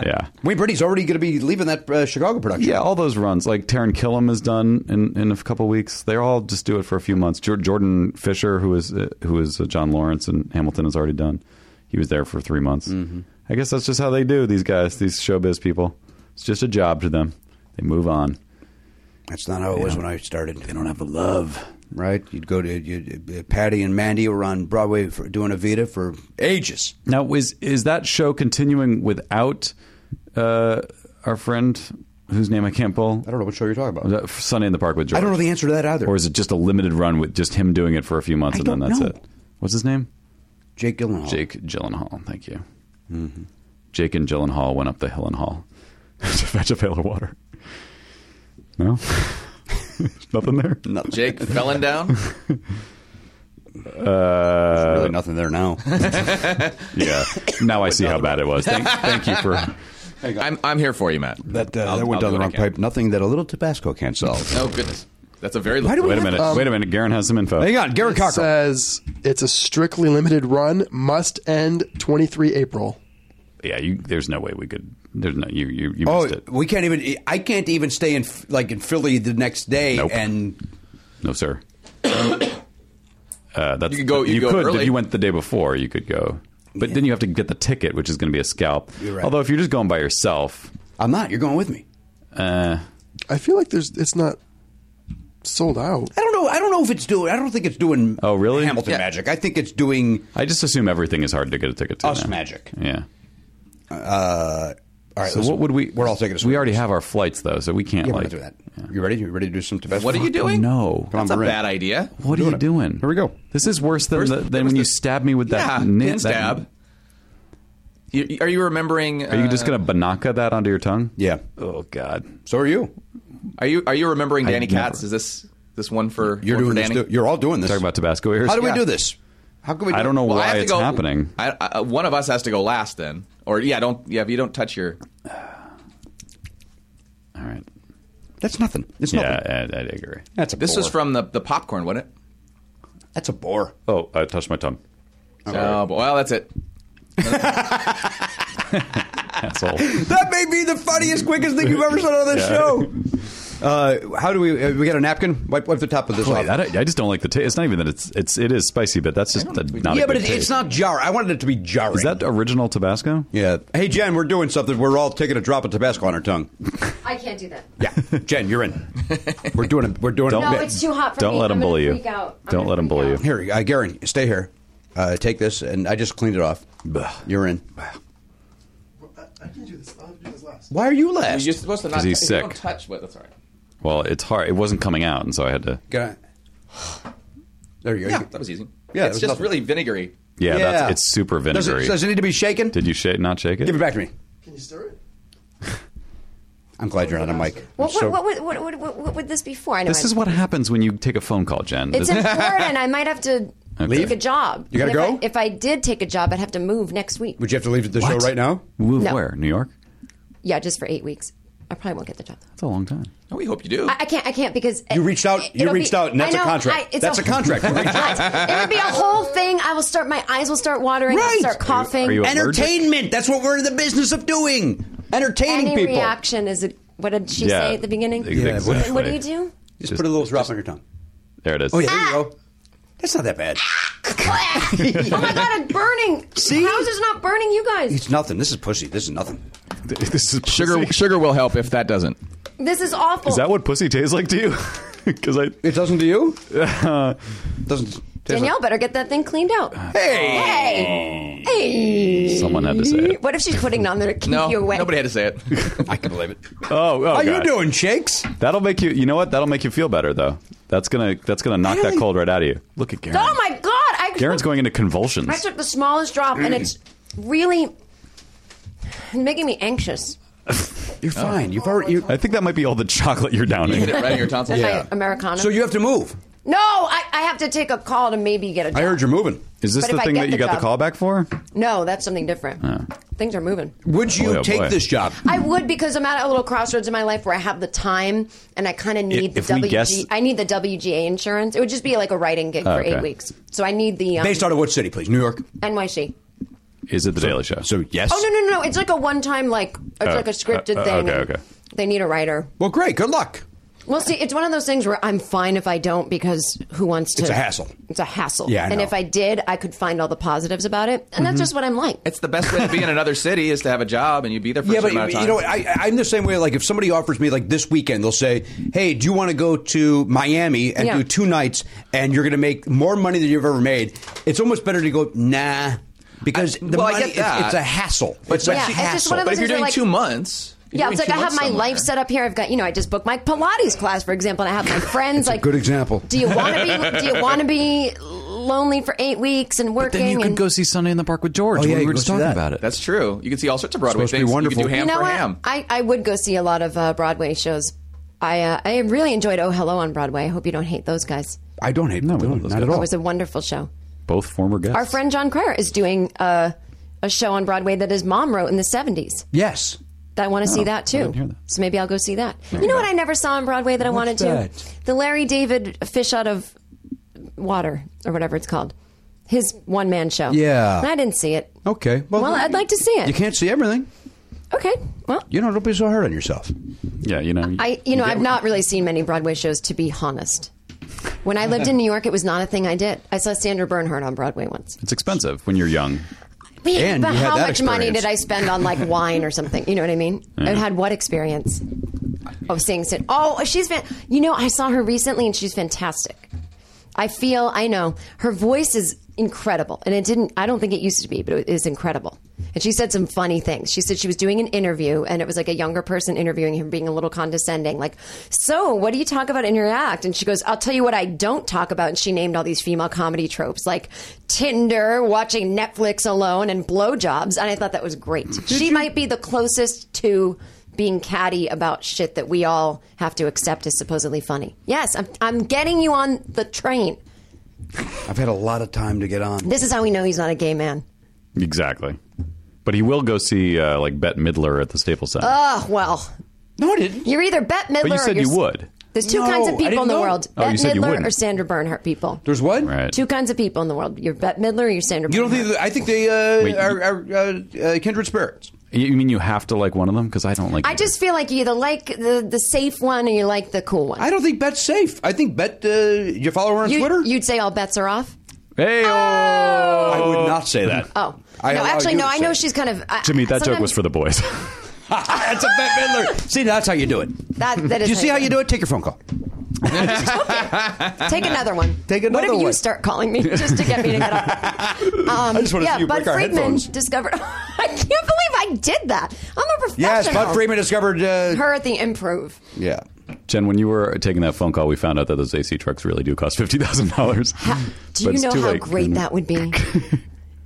Speaker 2: Yeah.
Speaker 1: Wayne Brady's already going to be leaving that uh, Chicago production.
Speaker 2: Yeah, all those runs, like Taron Killam has done in, in a couple weeks, they all just do it for a few months. Jor- Jordan Fisher, who is uh, who is uh, John Lawrence and Hamilton, has already done. He was there for three months.
Speaker 1: Mm-hmm.
Speaker 2: I guess that's just how they do these guys, these showbiz people. It's just a job to them. They move on.
Speaker 1: That's not how it was when I started. They don't have
Speaker 2: the love.
Speaker 1: right. You'd go to you'd, uh, Patty and Mandy were on Broadway for, doing Evita for ages.
Speaker 2: Now, is is that show continuing without uh, our friend whose name I can't pull?
Speaker 1: I don't know what show you're talking about.
Speaker 2: Uh, Sunday in the Park with George.
Speaker 1: I don't know the answer to that either.
Speaker 2: Or is it just a limited run with just him doing it for a few months
Speaker 1: I
Speaker 2: and then
Speaker 1: don't
Speaker 2: that's
Speaker 1: know.
Speaker 2: it? What's his name?
Speaker 1: Jake Gyllenhaal.
Speaker 2: Jake Gyllenhaal. Thank you. Jake and Gyllenhaal went up the hill and hall to fetch a pail of water. No, nothing there.
Speaker 1: No, Jake.
Speaker 5: Jake felling down.
Speaker 1: There's really nothing there now.
Speaker 2: Yeah. Now I see how bad it was. Thank, thank you for.
Speaker 5: I'm I'm here for you, Matt.
Speaker 1: that uh,
Speaker 5: I'll-
Speaker 1: that went down the
Speaker 5: I'll do what I
Speaker 1: wrong
Speaker 5: can.
Speaker 1: pipe. Nothing that a little Tabasco can't solve.
Speaker 5: Oh goodness, that's a very.
Speaker 1: Why do we
Speaker 2: Wait a
Speaker 1: have
Speaker 2: minute.
Speaker 1: that?
Speaker 2: Wait a minute. Garen has some info.
Speaker 1: Hang on, Garrett
Speaker 6: It
Speaker 1: Cockrell.
Speaker 6: says it's a strictly limited run, must end 23 April.
Speaker 2: Yeah. You, there's no way we could. There's no. You. You. You
Speaker 1: Oh,
Speaker 2: missed it.
Speaker 1: we can't even. I can't even stay in like in Philly the next day
Speaker 2: Nope.
Speaker 1: and
Speaker 2: No, sir. uh, that's,
Speaker 5: You could go- you go
Speaker 2: could
Speaker 5: early.
Speaker 2: if you went the day before. You could go, but then you have to get the ticket, which is going to be a scalp.
Speaker 1: right.
Speaker 2: Although if you're just going by yourself,
Speaker 1: I'm not. You're going with me.
Speaker 2: uh,
Speaker 6: I feel like there's it's not sold out.
Speaker 1: I don't know. I don't know if it's doing. I don't think it's doing.
Speaker 2: Oh, really?
Speaker 1: Hamilton
Speaker 2: Yeah.
Speaker 1: magic. I think it's doing
Speaker 2: I just assume everything is hard to get a ticket to.
Speaker 1: us
Speaker 2: now.
Speaker 1: magic.
Speaker 2: Yeah.
Speaker 1: Uh, all right.
Speaker 2: So
Speaker 1: listen.
Speaker 2: what would we?
Speaker 1: We're all taking. A
Speaker 2: We
Speaker 1: swing.
Speaker 2: already have our flights though, so we can't
Speaker 1: Yeah, we're
Speaker 2: like
Speaker 1: gonna do that. You ready? You ready to do some Tabasco?
Speaker 5: What are you doing?
Speaker 2: No.
Speaker 5: that's a
Speaker 1: Maroon.
Speaker 5: bad idea.
Speaker 2: What are you doing?
Speaker 1: Here we go.
Speaker 2: This is worse than
Speaker 5: Where's-
Speaker 2: the,
Speaker 5: where
Speaker 2: than
Speaker 5: was
Speaker 2: when you
Speaker 5: the-
Speaker 2: stabbed me with
Speaker 5: yeah,
Speaker 2: that knit.
Speaker 5: pin stab. You, are you remembering? uh,
Speaker 2: That, are you just going to banaka that onto your tongue?
Speaker 1: Yeah.
Speaker 2: Oh God.
Speaker 1: So are you?
Speaker 5: Are you are you remembering Danny
Speaker 2: never-
Speaker 5: Katz? Is this this one for
Speaker 1: You're
Speaker 5: one
Speaker 1: doing
Speaker 5: for
Speaker 1: this.
Speaker 5: Danny?
Speaker 1: too. You're all doing this.
Speaker 2: Talking about Tabasco ears.
Speaker 1: How do we
Speaker 2: Yeah.
Speaker 1: do this? How can we? Do
Speaker 2: I don't know
Speaker 1: it?
Speaker 5: Well, I
Speaker 2: why
Speaker 5: have to
Speaker 2: it's
Speaker 5: go-
Speaker 2: happening.
Speaker 5: I, I, one of us has to go last then, or yeah, don't yeah. If you don't touch your,
Speaker 2: All right.
Speaker 1: That's nothing. It's nothing.
Speaker 2: Yeah, I, I agree.
Speaker 1: That's a.
Speaker 5: this was
Speaker 1: bore.
Speaker 5: from the the popcorn, wasn't it?
Speaker 1: That's a bore.
Speaker 2: Oh, I touched my tongue.
Speaker 5: Oh, but, well, that's it.
Speaker 2: Asshole.
Speaker 1: That may be the funniest, quickest thing you've ever said on this
Speaker 2: Yeah.
Speaker 1: show. Uh, how do we? Uh, we got a napkin. Wipe, wipe the top of this
Speaker 2: Boy,
Speaker 1: off.
Speaker 2: that- I, just don't like the taste. It's not even that it's it's it is spicy, but that's just a, not.
Speaker 1: yeah,
Speaker 2: a
Speaker 1: but
Speaker 2: good
Speaker 1: it,
Speaker 2: taste.
Speaker 1: it's not jar. I wanted it to be jarring.
Speaker 2: Is that original Tabasco?
Speaker 1: Yeah. Hey, Jen, we're doing something. We're all taking a drop of Tabasco on our tongue.
Speaker 7: I can't do that.
Speaker 1: Yeah, Jen, you're in. We're doing it. We're doing
Speaker 2: Don't-
Speaker 1: it.
Speaker 7: No,
Speaker 2: Yeah.
Speaker 7: it's too hot for
Speaker 2: Don't
Speaker 7: me.
Speaker 2: let 'em
Speaker 7: I'm gonna
Speaker 2: bully you.
Speaker 7: freak out. I'm
Speaker 2: Don't
Speaker 7: gonna
Speaker 2: let 'em
Speaker 7: freak
Speaker 2: bully
Speaker 7: out.
Speaker 2: you.
Speaker 1: Here, uh, Garen, stay here. Uh, take this, and I just cleaned it off. You're in.
Speaker 6: I can do this. I'll do this last.
Speaker 1: Why are you
Speaker 5: You're
Speaker 1: last?
Speaker 5: supposed to not.
Speaker 2: 'Cause he's
Speaker 5: if you don't
Speaker 2: sick.
Speaker 5: touch. What? That's all right.
Speaker 2: Well, it's hard. It wasn't coming out, and so I had to.
Speaker 1: Gonna- There you go.
Speaker 5: Yeah,
Speaker 1: You-
Speaker 5: that was easy.
Speaker 1: Yeah, it
Speaker 5: it's
Speaker 1: was
Speaker 5: just
Speaker 1: nothing.
Speaker 5: really vinegary.
Speaker 2: Yeah,
Speaker 1: Yeah.
Speaker 2: That's, it's super
Speaker 1: Does
Speaker 2: vinegary.
Speaker 1: it, does it need to be shaken?
Speaker 2: Did you shake? Not shake it?
Speaker 1: Give it back to me.
Speaker 6: Can you stir it?
Speaker 1: I'm glad you're on a mic.
Speaker 7: What,
Speaker 1: So-
Speaker 7: what, what, what, what, what, what would this be for? I know
Speaker 2: This
Speaker 7: I-
Speaker 2: is what happens when you take a phone call, Jen.
Speaker 7: It's
Speaker 2: This-
Speaker 7: in Florida, and I might have to
Speaker 2: Leave?
Speaker 7: take a job.
Speaker 1: You gotta
Speaker 7: And if
Speaker 1: go?
Speaker 7: I, if I did take a job, I'd have to move next week.
Speaker 1: Would you have to leave the show
Speaker 2: What?
Speaker 1: right now?
Speaker 2: Move
Speaker 7: No.
Speaker 2: where? New York.
Speaker 7: yeah, just for eight weeks. I probably won't get the job.
Speaker 2: That's a long time.
Speaker 5: Oh, we hope you do.
Speaker 7: I, I can't. I can't because
Speaker 1: You reached out. You
Speaker 7: it'll
Speaker 1: reached out, and that's
Speaker 7: I
Speaker 1: a
Speaker 7: know, I-
Speaker 1: contract.
Speaker 7: it's
Speaker 1: that's a, contract. You reached out.
Speaker 7: it would be a whole thing. I will start. My eyes will start watering.
Speaker 1: Right.
Speaker 7: I'll start
Speaker 1: Are
Speaker 7: coughing.
Speaker 2: are you allergic?
Speaker 1: Entertainment. That's what we're in the business of doing. Entertaining
Speaker 7: Any
Speaker 1: people.
Speaker 7: reaction is it? What did she
Speaker 2: yeah.
Speaker 7: say at the beginning?
Speaker 2: Ex-
Speaker 1: Yeah,
Speaker 2: Exactly.
Speaker 7: What do you do?
Speaker 1: Just, put a little drop on your tongue.
Speaker 2: There it is.
Speaker 1: Oh yeah,
Speaker 7: Ah!
Speaker 1: there you go. That's not that bad.
Speaker 7: oh my god! I'm burning.
Speaker 1: See?
Speaker 7: How's this not burning you guys?
Speaker 1: It's nothing. This is pussy. This is nothing.
Speaker 7: Ah!
Speaker 2: This is
Speaker 5: sugar
Speaker 2: pussy.
Speaker 5: sugar will help if that doesn't.
Speaker 7: This is awful.
Speaker 2: Is that what pussy tastes like to you? Because I.
Speaker 1: It doesn't to you? doesn't. taste
Speaker 7: Danielle better get that thing cleaned out.
Speaker 1: Hey!
Speaker 7: Hey, hey.
Speaker 2: Someone had to say it.
Speaker 7: What if she's putting it on there to keep
Speaker 5: No,
Speaker 7: you away?
Speaker 5: nobody had to say it.
Speaker 1: I can believe it.
Speaker 2: Oh, oh
Speaker 1: How you
Speaker 2: God.
Speaker 1: doing, shakes?
Speaker 2: That'll make you. You know what? That'll make you feel better, though. That's gonna. That's gonna knock that
Speaker 1: Really?
Speaker 2: cold right out of you. Look at Garen.
Speaker 7: Oh my god! I
Speaker 2: Garen's going into
Speaker 7: I
Speaker 2: convulsions.
Speaker 7: took the smallest drop, and it's really making me anxious.
Speaker 1: You're fine. You've already. You,
Speaker 2: I think that might be all the chocolate you're downing.
Speaker 5: Right in your tonsils.
Speaker 7: Americana.
Speaker 1: so you have to move.
Speaker 7: No, I, I have to take a call to maybe get a job.
Speaker 1: I heard you're moving.
Speaker 2: Is this
Speaker 7: But
Speaker 2: the
Speaker 7: if I
Speaker 2: thing
Speaker 7: get
Speaker 2: that you
Speaker 7: the
Speaker 2: got the call
Speaker 7: job-
Speaker 2: back for?
Speaker 7: No, that's something different. Things are moving.
Speaker 1: Would you
Speaker 2: Boy, oh,
Speaker 1: take
Speaker 2: boy.
Speaker 1: this job?
Speaker 7: I would because I'm at a little crossroads in my life where I have the time and I kind of need
Speaker 2: if
Speaker 7: the
Speaker 2: we
Speaker 7: WG.
Speaker 2: guess- Oh,
Speaker 7: I need the WGA insurance. It would just be like a writing gig for
Speaker 2: okay.
Speaker 7: eight weeks. So I need the um,
Speaker 1: Based out of what city, please? New York.
Speaker 7: NYC.
Speaker 2: Is it the Daily Show?
Speaker 1: So yes.
Speaker 7: Oh no no no! It's like a one time like it's like a scripted
Speaker 2: uh, uh,
Speaker 7: thing.
Speaker 2: okay, okay.
Speaker 7: They need a writer.
Speaker 1: Well, great. Good luck.
Speaker 7: Well, see, it's one of those things where I'm fine if I don't because who wants to?
Speaker 1: It's a hassle.
Speaker 7: It's a hassle.
Speaker 1: Yeah, I
Speaker 7: and
Speaker 1: know. Mm-hmm.
Speaker 7: if I did, I could find all the positives about it, and that's just what I'm like.
Speaker 5: It's the best way to be in another city is to have a job and you be there for
Speaker 1: Yeah,
Speaker 5: a
Speaker 1: but
Speaker 5: certain
Speaker 1: you,
Speaker 5: amount of time.
Speaker 1: you know, I, I'm the same way. Like, if somebody offers me like this weekend, they'll say, "Hey, do you want to go to Miami and
Speaker 7: Yeah.
Speaker 1: do two nights, and you're going to make more money than you've ever made?" It's almost better to go, "Nah," because the
Speaker 5: well, I
Speaker 1: money
Speaker 5: get
Speaker 1: it's-
Speaker 5: that.
Speaker 1: it's a hassle.
Speaker 5: But-
Speaker 1: it's a
Speaker 5: Yeah, it's
Speaker 1: hassle.
Speaker 7: just one of
Speaker 5: but
Speaker 7: those
Speaker 5: if you're
Speaker 7: things are
Speaker 5: doing
Speaker 7: like-
Speaker 5: two months, you're
Speaker 7: Yeah,
Speaker 5: doing
Speaker 7: it's like
Speaker 5: two
Speaker 7: I have
Speaker 5: months
Speaker 7: my
Speaker 5: somewhere.
Speaker 7: life set up here. I've got you know I just booked my Pilates class, for example, and I have my friends. like
Speaker 1: good example.
Speaker 7: Do you want to be? Do you want to be lonely for eight weeks and working?
Speaker 2: Then you could
Speaker 7: and-
Speaker 2: go see Sunday in the Park with George.
Speaker 1: Oh, yeah,
Speaker 2: when we
Speaker 1: you
Speaker 2: were
Speaker 1: go
Speaker 2: just
Speaker 1: see
Speaker 2: talking
Speaker 1: that.
Speaker 2: about it.
Speaker 5: That's true. You can see all sorts of Broadway
Speaker 1: Supposed to be
Speaker 5: things.
Speaker 1: wonderful.
Speaker 5: You can do
Speaker 7: you
Speaker 5: ham
Speaker 7: know
Speaker 5: for
Speaker 7: what?
Speaker 5: ham.
Speaker 7: I, I would go see a lot of uh, Broadway shows. I uh, I really enjoyed Oh Hello on Broadway. I hope you don't hate those guys.
Speaker 1: I don't hate no,
Speaker 2: we love
Speaker 1: not
Speaker 2: those
Speaker 1: at
Speaker 2: guys.
Speaker 1: all.
Speaker 7: It was a wonderful show.
Speaker 2: Both former guests.
Speaker 7: Our friend John Cryer is doing uh, a show on Broadway that his mom wrote in the seventies.
Speaker 1: yes,
Speaker 7: I want to see that too.
Speaker 2: hear that.
Speaker 7: So maybe I'll go see that. You know what I never saw on Broadway that I wanted
Speaker 1: that?
Speaker 7: to? The Larry David Fish Out of Water or whatever it's called. His one man show.
Speaker 1: Yeah.
Speaker 7: And I didn't see it.
Speaker 1: okay. Well,
Speaker 7: Well, I'd like to see it.
Speaker 1: You can't see everything.
Speaker 7: Okay. Well,
Speaker 1: You know, don't be so hard on yourself.
Speaker 2: Yeah, you know.
Speaker 7: I you know, I've not really seen many Broadway shows to be honest. When I lived in New York, it was not a thing I did. I saw Sandra Bernhardt on Broadway once.
Speaker 2: It's expensive when you're young.
Speaker 1: And
Speaker 7: but
Speaker 1: you had
Speaker 7: how
Speaker 1: that
Speaker 7: much
Speaker 1: experience.
Speaker 7: money
Speaker 1: Mm-hmm.
Speaker 7: did I spend on like wine or something? You know what I mean? I had what experience of seeing Sin? Oh, she's fan- you know I saw her recently and she's fantastic. I feel I know her voice is incredible, and it didn't. I don't think it used to be, but it is incredible. And she said some funny things. She said she was doing an interview, and it was like a younger person interviewing him, being a little condescending, like, "So, what do you talk about in your act?" And she goes, "I'll tell you what I don't talk about." And she named all these female comedy tropes, like Tinder, watching Netflix alone, and blowjobs. And I thought that was great. she might be the closest to being catty about shit that we all have to accept as supposedly funny. Yes, I'm, I'm getting you on the train.
Speaker 1: I've had a lot of time to get on.
Speaker 7: This is how we know he's not a gay man.
Speaker 2: Exactly. But he will go see uh, like Bette Midler at the Staples Center.
Speaker 7: Oh, well,
Speaker 1: No, I didn't.
Speaker 7: you're either Bette Midler
Speaker 2: but you
Speaker 7: or
Speaker 2: said
Speaker 7: you're
Speaker 2: you would.
Speaker 7: There's two
Speaker 1: No,
Speaker 7: kinds
Speaker 1: I
Speaker 7: of people
Speaker 1: didn't
Speaker 7: in the
Speaker 1: know.
Speaker 7: world.
Speaker 2: Oh, you
Speaker 7: Bette
Speaker 2: said you
Speaker 7: Midler
Speaker 2: wouldn't.
Speaker 7: or Sandra Bernhardt people.
Speaker 1: There's what?
Speaker 2: Right.
Speaker 7: Two kinds of people in the world. You're Bette Midler or you're Sandra
Speaker 1: You don't
Speaker 7: Bernhardt.
Speaker 1: think? I think they uh,
Speaker 2: Wait, you-
Speaker 1: are, are uh, uh, kindred spirits.
Speaker 2: You you mean you have to like one of them? Because I don't like.
Speaker 7: I just feel like you either like the, the safe one or you like the cool one.
Speaker 1: I don't think Bet's safe. I think Bet. Uh, you follow her on
Speaker 7: you,
Speaker 1: Twitter?
Speaker 7: You'd say all bets are off?
Speaker 2: Hey. oh!
Speaker 1: I would not say that.
Speaker 7: Oh.
Speaker 1: I
Speaker 7: no,
Speaker 1: allow
Speaker 7: actually,
Speaker 1: you
Speaker 7: no,
Speaker 1: to
Speaker 7: I
Speaker 1: say
Speaker 7: know
Speaker 1: it.
Speaker 7: she's kind of. I,
Speaker 2: Jimmy, that joke
Speaker 7: sometimes-
Speaker 2: was for the boys.
Speaker 1: that's a Bet Midler. See, that's how you do it.
Speaker 7: That, that is
Speaker 1: You see how you do it? Take your phone call.
Speaker 7: Take another one.
Speaker 1: Take another
Speaker 7: What if you
Speaker 1: one.
Speaker 7: start calling me just to get me to get up? Um, I
Speaker 1: just wanna
Speaker 7: yeah,
Speaker 1: see you
Speaker 7: Bud
Speaker 1: break our
Speaker 7: Friedman
Speaker 1: headphones.
Speaker 7: discovered. I can't believe I did that. I'm a professional.
Speaker 1: Yes, Bud Freeman discovered. Uh,
Speaker 7: Her at the improv.
Speaker 1: yeah.
Speaker 2: Jen, when you were taking that phone call, we found out that those AC trucks really do cost fifty thousand dollars.
Speaker 7: Do you know how great that would be?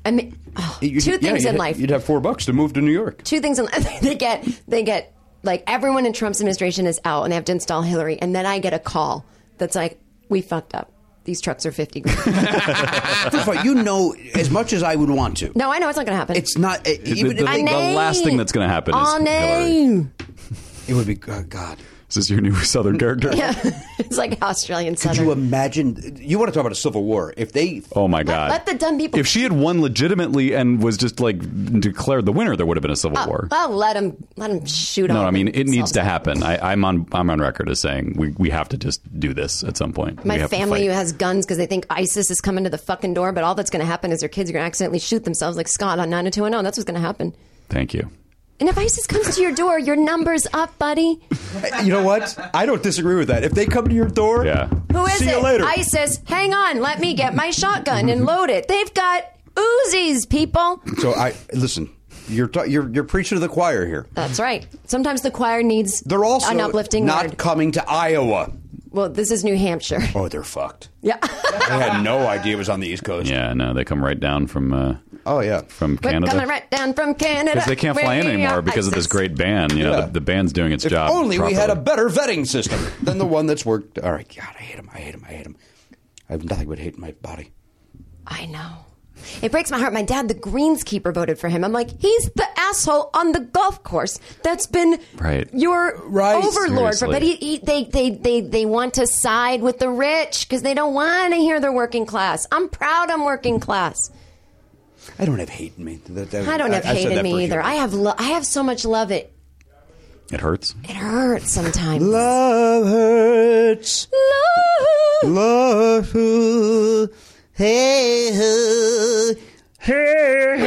Speaker 7: I mean, oh,
Speaker 1: You'd-
Speaker 7: two
Speaker 1: yeah,
Speaker 7: things
Speaker 1: you'd-
Speaker 7: in life.
Speaker 1: You'd have four bucks to move to New York.
Speaker 7: two things in life. they get they get like everyone in Trump's administration is out and they have to install Hillary, and then I get a call that's like, "We fucked up. These trucks are fifty grand."
Speaker 1: First of all, you know as much as I would want to.
Speaker 7: no, I know it's not going to happen.
Speaker 1: It's not. It,
Speaker 2: The,
Speaker 1: even
Speaker 2: the-
Speaker 1: if they-
Speaker 2: the
Speaker 7: know.
Speaker 2: last thing that's going to happen is
Speaker 7: Oh, no.
Speaker 2: Hillary.
Speaker 1: it would be. oh, God.
Speaker 2: Is this your new Southern character?
Speaker 7: it's like Australian
Speaker 1: Could you
Speaker 7: Southern.
Speaker 1: imagine? You want to talk about a civil war? If they.
Speaker 2: Oh my God!
Speaker 7: let the dumb people-
Speaker 2: If she had won legitimately and was just like declared the winner, there would have been a civil war.
Speaker 7: Well, let them let them shoot.
Speaker 2: no,
Speaker 7: all
Speaker 2: I mean it needs
Speaker 7: themselves.
Speaker 2: to happen. I, I'm on. I'm on record as saying we, we have to just do this at some point. We
Speaker 7: My
Speaker 2: have to
Speaker 7: family
Speaker 2: fight.
Speaker 7: has guns because they think ISIS is coming to the fucking door, but all that's going to happen is their kids are going to accidentally shoot themselves, like Scott on 90210. oh. That's what's going to happen.
Speaker 2: Thank you.
Speaker 7: And if ISIS comes to your door, your number's up, buddy.
Speaker 1: You know what? I don't disagree with that. If they come to your door.
Speaker 2: Yeah.
Speaker 7: Who is
Speaker 1: See
Speaker 7: it?
Speaker 1: you later.
Speaker 7: ISIS. Hang on. Let me get my shotgun and load it. They've got Uzis, people.
Speaker 1: So I listen. You're ta- you're you're preaching to the choir here.
Speaker 7: That's right. Sometimes the choir needs
Speaker 1: They're also
Speaker 7: an uplifting
Speaker 1: not
Speaker 7: word.
Speaker 1: coming to Iowa.
Speaker 7: well, this is New Hampshire.
Speaker 1: Oh, they're fucked.
Speaker 7: Yeah.
Speaker 1: I had no idea it was on the East Coast.
Speaker 2: Yeah. No, they come right down from uh,
Speaker 1: Oh yeah.
Speaker 2: from
Speaker 7: We're
Speaker 2: Canada.
Speaker 7: coming right down from Canada.
Speaker 2: because they can't fly in
Speaker 7: We
Speaker 2: anymore
Speaker 7: are
Speaker 2: because of this
Speaker 7: ISIS.
Speaker 2: great ban. You know,
Speaker 1: Yeah.
Speaker 2: the, the ban's doing its
Speaker 1: if
Speaker 2: job.
Speaker 1: only we had a better
Speaker 2: properly.
Speaker 1: vetting system than the one that's worked. All right, God, I hate him. I hate him. I hate him. I have nothing but hate in my body.
Speaker 7: I know. It breaks my heart. My dad, the greenskeeper, voted for him. I'm like, he's the asshole on the golf course that's been
Speaker 2: Right.
Speaker 7: your
Speaker 1: Right.
Speaker 7: overlord. For,
Speaker 2: Seriously.
Speaker 7: but he, he, they, they, they, they want to side with the rich because they don't want to hear they're working class. I'm proud I'm working class.
Speaker 1: I don't have hate in me. That- that-
Speaker 7: I don't have
Speaker 1: I said
Speaker 7: hate in
Speaker 1: that for
Speaker 7: me
Speaker 1: you.
Speaker 7: either. I have, lo- I have so much love. It,
Speaker 2: It hurts.
Speaker 7: it hurts sometimes.
Speaker 1: Love hurts.
Speaker 7: Love.
Speaker 1: Love hurts. Hey, hey, hey, you really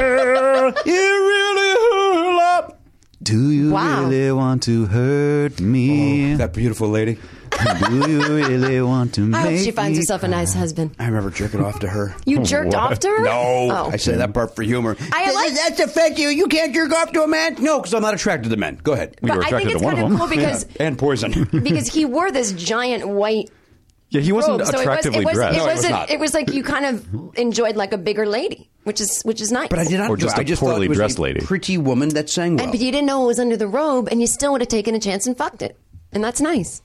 Speaker 1: hurt up.
Speaker 2: Do you
Speaker 7: Wow.
Speaker 2: really want to hurt me?
Speaker 1: Oh, That beautiful lady.
Speaker 2: Do you really want to
Speaker 7: I
Speaker 2: make
Speaker 7: hope she finds
Speaker 2: me-
Speaker 7: herself a nice husband.
Speaker 1: I remember jerking off to her.
Speaker 7: You jerked off to her?
Speaker 1: No,
Speaker 7: Oh.
Speaker 1: I say that part for humor.
Speaker 7: I
Speaker 1: Does
Speaker 7: like-
Speaker 1: that affect you. You can't jerk off to a man. No, because I'm not attracted to men. Go ahead.
Speaker 2: We were
Speaker 7: But I think
Speaker 2: attracted
Speaker 7: it's
Speaker 2: to one
Speaker 7: kind
Speaker 2: of them.
Speaker 7: of cool because
Speaker 1: And poison.
Speaker 7: because he wore this giant white
Speaker 2: Yeah, he wasn't
Speaker 7: robe, so it was
Speaker 2: attractively
Speaker 7: it was
Speaker 2: dressed.
Speaker 7: it
Speaker 1: No, it was
Speaker 7: wasn't it
Speaker 1: not.
Speaker 7: was, like you kind of enjoyed like a bigger lady, which is which is nice.
Speaker 1: but I did not.
Speaker 2: Or just
Speaker 1: do it.
Speaker 2: a
Speaker 1: I just
Speaker 2: poorly
Speaker 1: thought it was
Speaker 2: dressed
Speaker 1: a
Speaker 2: lady.
Speaker 1: pretty woman that sang well.
Speaker 7: And, but you didn't know it was under the robe, and you still would have taken a chance and fucked it, and that's nice.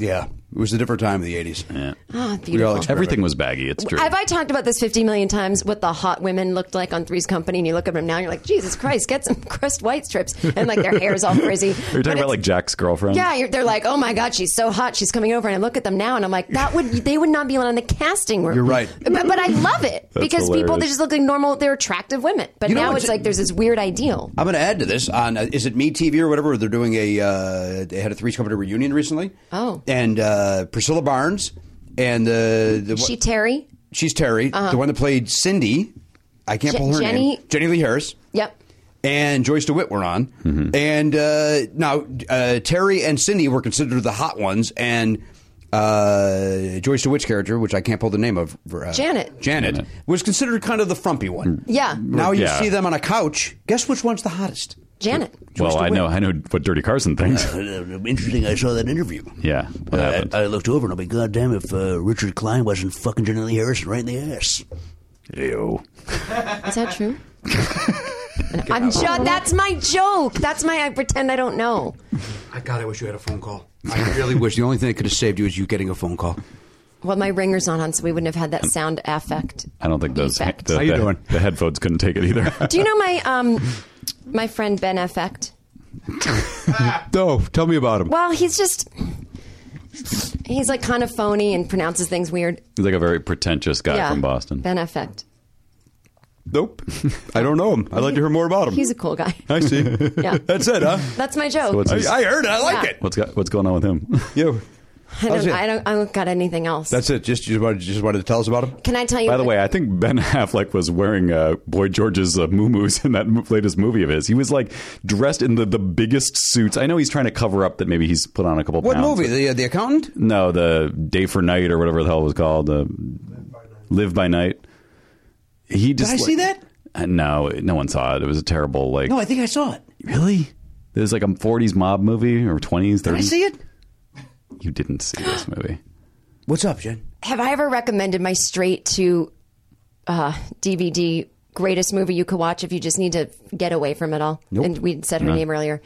Speaker 1: yeah, it was a different time in the '80s.
Speaker 7: Ah,
Speaker 1: We all
Speaker 7: beautiful.
Speaker 1: experienced
Speaker 2: Everything was baggy. It's true.
Speaker 7: Have I talked about this 50 million times? What the hot women looked like on Three's Company, and you look at them now, and you're like, Jesus Christ, get some crust white strips, and like their hair is all
Speaker 2: Are
Speaker 7: frizzy.
Speaker 2: you
Speaker 7: But
Speaker 2: talking about
Speaker 7: it's-
Speaker 2: like Jack's girlfriend?
Speaker 7: Yeah, you're, they're like, oh my god, she's so hot. She's coming over, and I look at them now, and I'm like, that would they would not be on the casting room.
Speaker 1: You're right.
Speaker 7: but, but I love it because people
Speaker 2: hilarious.
Speaker 7: they just look like normal. They're attractive women, but
Speaker 1: You know
Speaker 7: now
Speaker 1: what's-
Speaker 7: it's like there's this weird ideal.
Speaker 1: I'm going to add to this on uh, is it Me TV or whatever? They're doing a uh, they had a Three's Company reunion recently.
Speaker 7: Oh.
Speaker 1: and uh, Priscilla Barnes and the, the
Speaker 7: She Terry.
Speaker 1: she's Terry, the one that played Cindy. I can't
Speaker 7: Je-
Speaker 1: pull her
Speaker 7: Jenny-
Speaker 1: name. Jenny Lee Harris.
Speaker 7: Yep.
Speaker 1: And Joyce DeWitt were on, and uh, now uh, Terry and Cindy were considered the hot ones, and uh, Joyce DeWitt's character, which I can't pull the name of, uh,
Speaker 7: Janet. Mm.
Speaker 1: Janet was considered kind of the frumpy one.
Speaker 7: Yeah.
Speaker 1: Now you
Speaker 2: Yeah.
Speaker 1: see them on a couch. Guess which one's the hottest?
Speaker 7: Janet.
Speaker 2: Well,
Speaker 1: Just
Speaker 2: I
Speaker 1: away.
Speaker 2: know. I know what Dirty Carson thinks.
Speaker 1: Interesting. I saw that interview.
Speaker 2: yeah. What
Speaker 7: Uh,
Speaker 1: I,
Speaker 2: happened?
Speaker 1: I looked over and I'll be goddamn if uh, Richard Klein wasn't fucking Jenny Lee Harrison right in the ass.
Speaker 2: Ew.
Speaker 7: Is that true? I'm ju- that's my joke. That's my I pretend I don't know.
Speaker 1: I God, I wish you had a phone call. I really wish. The only thing that could have saved you is you getting a phone call.
Speaker 7: Well, my ringer's not on, so we wouldn't have had that sound affect.
Speaker 2: I don't think those.
Speaker 7: Effect.
Speaker 2: the-
Speaker 1: How you
Speaker 2: the-
Speaker 1: doing?
Speaker 2: The headphones couldn't take it either.
Speaker 7: Do you know my um my friend Ben Effect?
Speaker 1: No, tell me about him.
Speaker 7: Well, he's just he's like kind of phony and pronounces things weird.
Speaker 2: He's like a very pretentious guy from Boston.
Speaker 7: Ben Affect.
Speaker 1: Nope. I don't know him. I'd like to hear more about him.
Speaker 7: He's a cool guy.
Speaker 1: I see.
Speaker 7: Yeah.
Speaker 1: That's it, huh?
Speaker 7: That's my joke.
Speaker 2: what's his-
Speaker 1: I heard it. I like
Speaker 7: Yeah.
Speaker 1: it.
Speaker 2: What's got, what's going on with him?
Speaker 1: You.
Speaker 7: I,
Speaker 1: That's
Speaker 7: don't,
Speaker 1: it.
Speaker 7: I don't I don't got anything else.
Speaker 1: That's it. Just you wanted, just wanted to tell us about him.
Speaker 7: Can I tell you
Speaker 2: By the
Speaker 7: what-
Speaker 2: way, I think Ben Affleck was wearing uh, Boy George's uh, muumuus in that mo- latest movie of his. He was like dressed in the, the biggest suits. I know he's trying to cover up that maybe he's put on a couple
Speaker 1: What
Speaker 2: pounds.
Speaker 1: movie? The, uh, the accountant?
Speaker 2: No, the Day for Night or whatever the hell it was called. The Live by Night. He just
Speaker 1: I
Speaker 2: like-
Speaker 1: see that?
Speaker 2: Uh, No, no one saw it. It was a terrible like.
Speaker 1: No, I think I saw it.
Speaker 2: really. It was like a 40s mob movie or 20s, 30s.
Speaker 1: Did I see it?
Speaker 2: You didn't see this movie.
Speaker 1: What's up, Jen?
Speaker 7: have I ever recommended my straight to uh, DVD greatest movie you could watch if you just need to get away from it all? And we said her name earlier.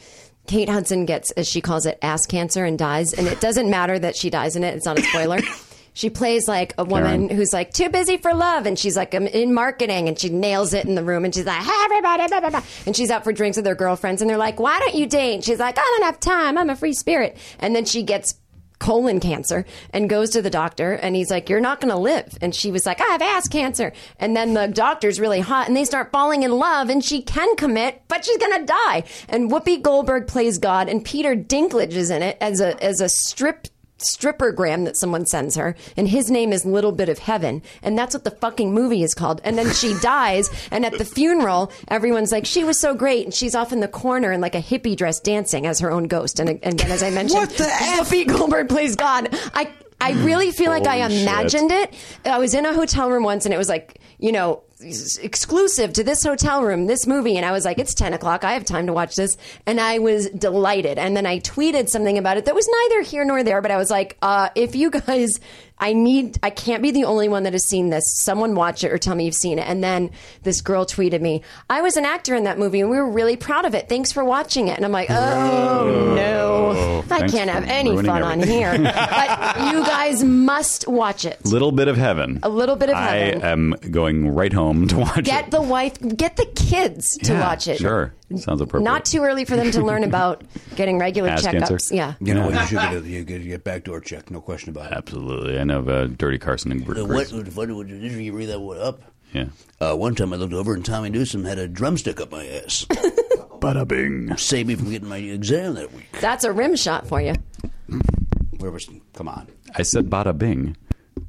Speaker 7: Kate Hudson gets, as she calls it, ass cancer and dies. And it doesn't matter that she dies in it, it's not a spoiler. She plays like a woman
Speaker 2: Karen.
Speaker 7: who's like too busy for love, and she's like I'm in marketing, and she nails it in the room, and she's like, "Hey, everybody!" Blah, blah, blah. And she's out for drinks with her girlfriends, and they're like, "Why don't you date?" And she's like, "I don't have time. I'm a free spirit." And then she gets colon cancer and goes to the doctor and he's like you're not going to live and she was like i have ass cancer and then the doctor's really hot and they start falling in love and she can commit but she's going to die and whoopi goldberg plays god and peter dinklage is in it as a as a strip strippergram that someone sends her and his name is little bit of heaven and that's what the fucking movie is called and then she dies and at the funeral everyone's like she was so great and she's off in the corner in like a hippie dress dancing as her own ghost and again as i mentioned
Speaker 1: What the F?
Speaker 7: Whoopi Goldberg plays God. I I really feel like I
Speaker 2: Holy shit.
Speaker 7: imagined it. I was in a hotel room once, and it was like you know s- exclusive to this hotel room, this movie, and I was like, it's ten o'clock. I have time to watch this, and I was delighted. And then I tweeted something about it that was neither here nor there, but I was like, uh, if you guys. I need, I can't be the only one that has seen this. Someone watch it or tell me you've seen it. And then this girl tweeted me, I was an actor in that movie and we were really proud of it. Thanks for watching it. And I'm like, oh, no. I
Speaker 2: Thanks
Speaker 7: can't
Speaker 2: for
Speaker 7: have any
Speaker 2: ruining
Speaker 7: fun on
Speaker 2: everything.
Speaker 7: here. but you guys must watch it.
Speaker 2: Little bit of heaven.
Speaker 7: A little bit of
Speaker 2: I
Speaker 7: heaven.
Speaker 2: am going right home to watch
Speaker 7: get
Speaker 2: it.
Speaker 7: the wife, get the kids to
Speaker 2: Yeah,
Speaker 7: watch it.
Speaker 2: Sure. Sounds appropriate.
Speaker 7: Not too early for them to learn about getting regular
Speaker 2: Ass
Speaker 7: checkups.
Speaker 2: cancer.
Speaker 7: Yeah.
Speaker 1: You know, you should get, a, you get, get backdoor check, no question about it.
Speaker 2: Absolutely. I know uh, Dirty Carson and
Speaker 10: The
Speaker 2: Br-
Speaker 10: what, what, what, what did you read that one up?
Speaker 2: Yeah.
Speaker 10: Uh, one time I looked over and Tommy Newsom had a drumstick up my ass.
Speaker 2: Bada bing.
Speaker 10: Saved me from getting my exam that week.
Speaker 7: That's a rim shot for you.
Speaker 1: Whatever's, come on.
Speaker 2: I said bada bing,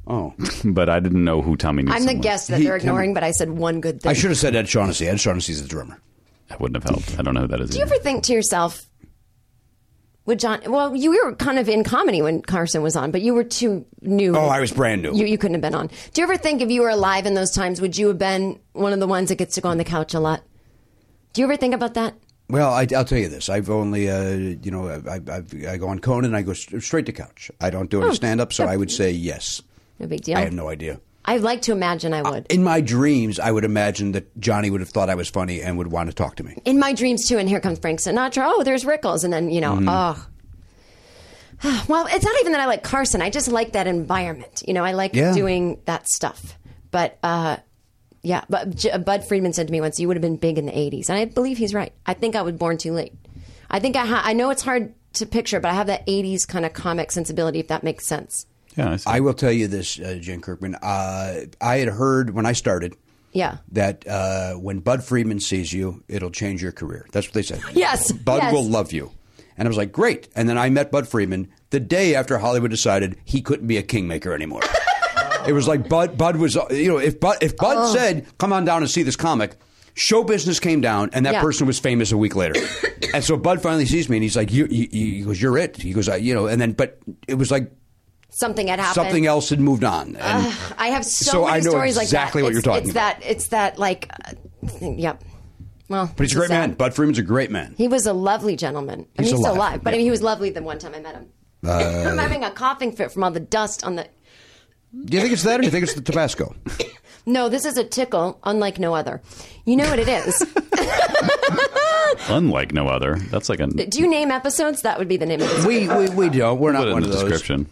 Speaker 1: Oh.
Speaker 2: but I didn't know who Tommy Newsom
Speaker 7: I'm the
Speaker 2: was.
Speaker 7: guest that
Speaker 1: He-
Speaker 7: they're ignoring, but I said one good thing.
Speaker 1: I should have said Ed Shaughnessy. Ed Shaughnessy's the drummer.
Speaker 2: That wouldn't have helped. I don't know who that is.
Speaker 7: Do you ever think to yourself, would John? Well, you were kind of in comedy when Carson was on, but you were too new.
Speaker 1: Oh, I was brand new.
Speaker 7: You, you couldn't have been on. Do you ever think if you were alive in those times, would you have been one of the ones that gets to go on the couch a lot? Do you ever think about that?
Speaker 1: Well, I, will tell you this. I've only, uh, you know, I, I, I go on Conan. I go s- straight to couch. I don't do any
Speaker 7: Oh,
Speaker 1: stand up, so
Speaker 7: yeah.
Speaker 1: I would say yes.
Speaker 7: No big deal.
Speaker 1: I have no idea.
Speaker 7: I'd like to imagine I would.
Speaker 1: In my dreams, I would imagine that Johnny would have thought I was funny and would want to talk to me.
Speaker 7: in my dreams too. And here comes Frank Sinatra. Oh, there's Rickles, and then you
Speaker 1: Mm-hmm.
Speaker 7: know, oh. Well, it's not even that I like Carson. I just like that environment. You know, I like
Speaker 1: Yeah.
Speaker 7: doing that stuff. But uh, yeah, but J- uh, Bud Friedman said to me once, "You would have been big in the '80s," and I believe he's right. I think I was born too late. I think I ha- I know it's hard to picture, but I have that '80s kind of comic sensibility, if that makes sense.
Speaker 2: Yeah, I, see.
Speaker 1: I will tell you this, uh, Jen Kirkman. Uh, I had heard when I started
Speaker 7: Yeah.
Speaker 1: that uh, when Bud Friedman sees you, it'll change your career. That's what they said.
Speaker 7: Yes,
Speaker 1: Bud
Speaker 7: yes.
Speaker 1: will love you. And I was like, great. And then I met Bud Friedman the day after Hollywood decided he couldn't be a kingmaker anymore. it was like Bud. Bud was, uh, you know, if Bud, if Bud
Speaker 7: Oh.
Speaker 1: said, "Come on down and see this comic." Show business came down, and that
Speaker 7: Yeah.
Speaker 1: person was famous a week later. and so Bud finally sees me, and he's like, you, you, you- "He goes, you're it." He goes, I, "You know." And then, but it was like
Speaker 7: Something had happened.
Speaker 1: something else had moved on. And
Speaker 7: I have so,
Speaker 1: So
Speaker 7: many
Speaker 1: I know
Speaker 7: stories like that.
Speaker 1: exactly what
Speaker 7: It's-
Speaker 1: you're talking
Speaker 7: it's That, it's that like, uh, thing. yep. Well,
Speaker 1: But he's a great man. Bud Freeman's a great man.
Speaker 7: He was a lovely gentleman. I mean,
Speaker 1: He's
Speaker 7: he's still
Speaker 1: alive. Uh,
Speaker 7: alive, but I mean, he was lovely the one time I met him. I'm having a coughing fit from all the dust on the.
Speaker 1: do you think it's that, or do you think it's the Tabasco?
Speaker 7: No, this is a tickle, unlike no other. You know what it is.
Speaker 2: Unlike no other. That's like a.
Speaker 7: Do you name episodes? That would be the name of this.
Speaker 1: we, we we don't. We're
Speaker 2: put
Speaker 1: not
Speaker 2: it in
Speaker 1: one
Speaker 2: the
Speaker 1: of those.
Speaker 2: description.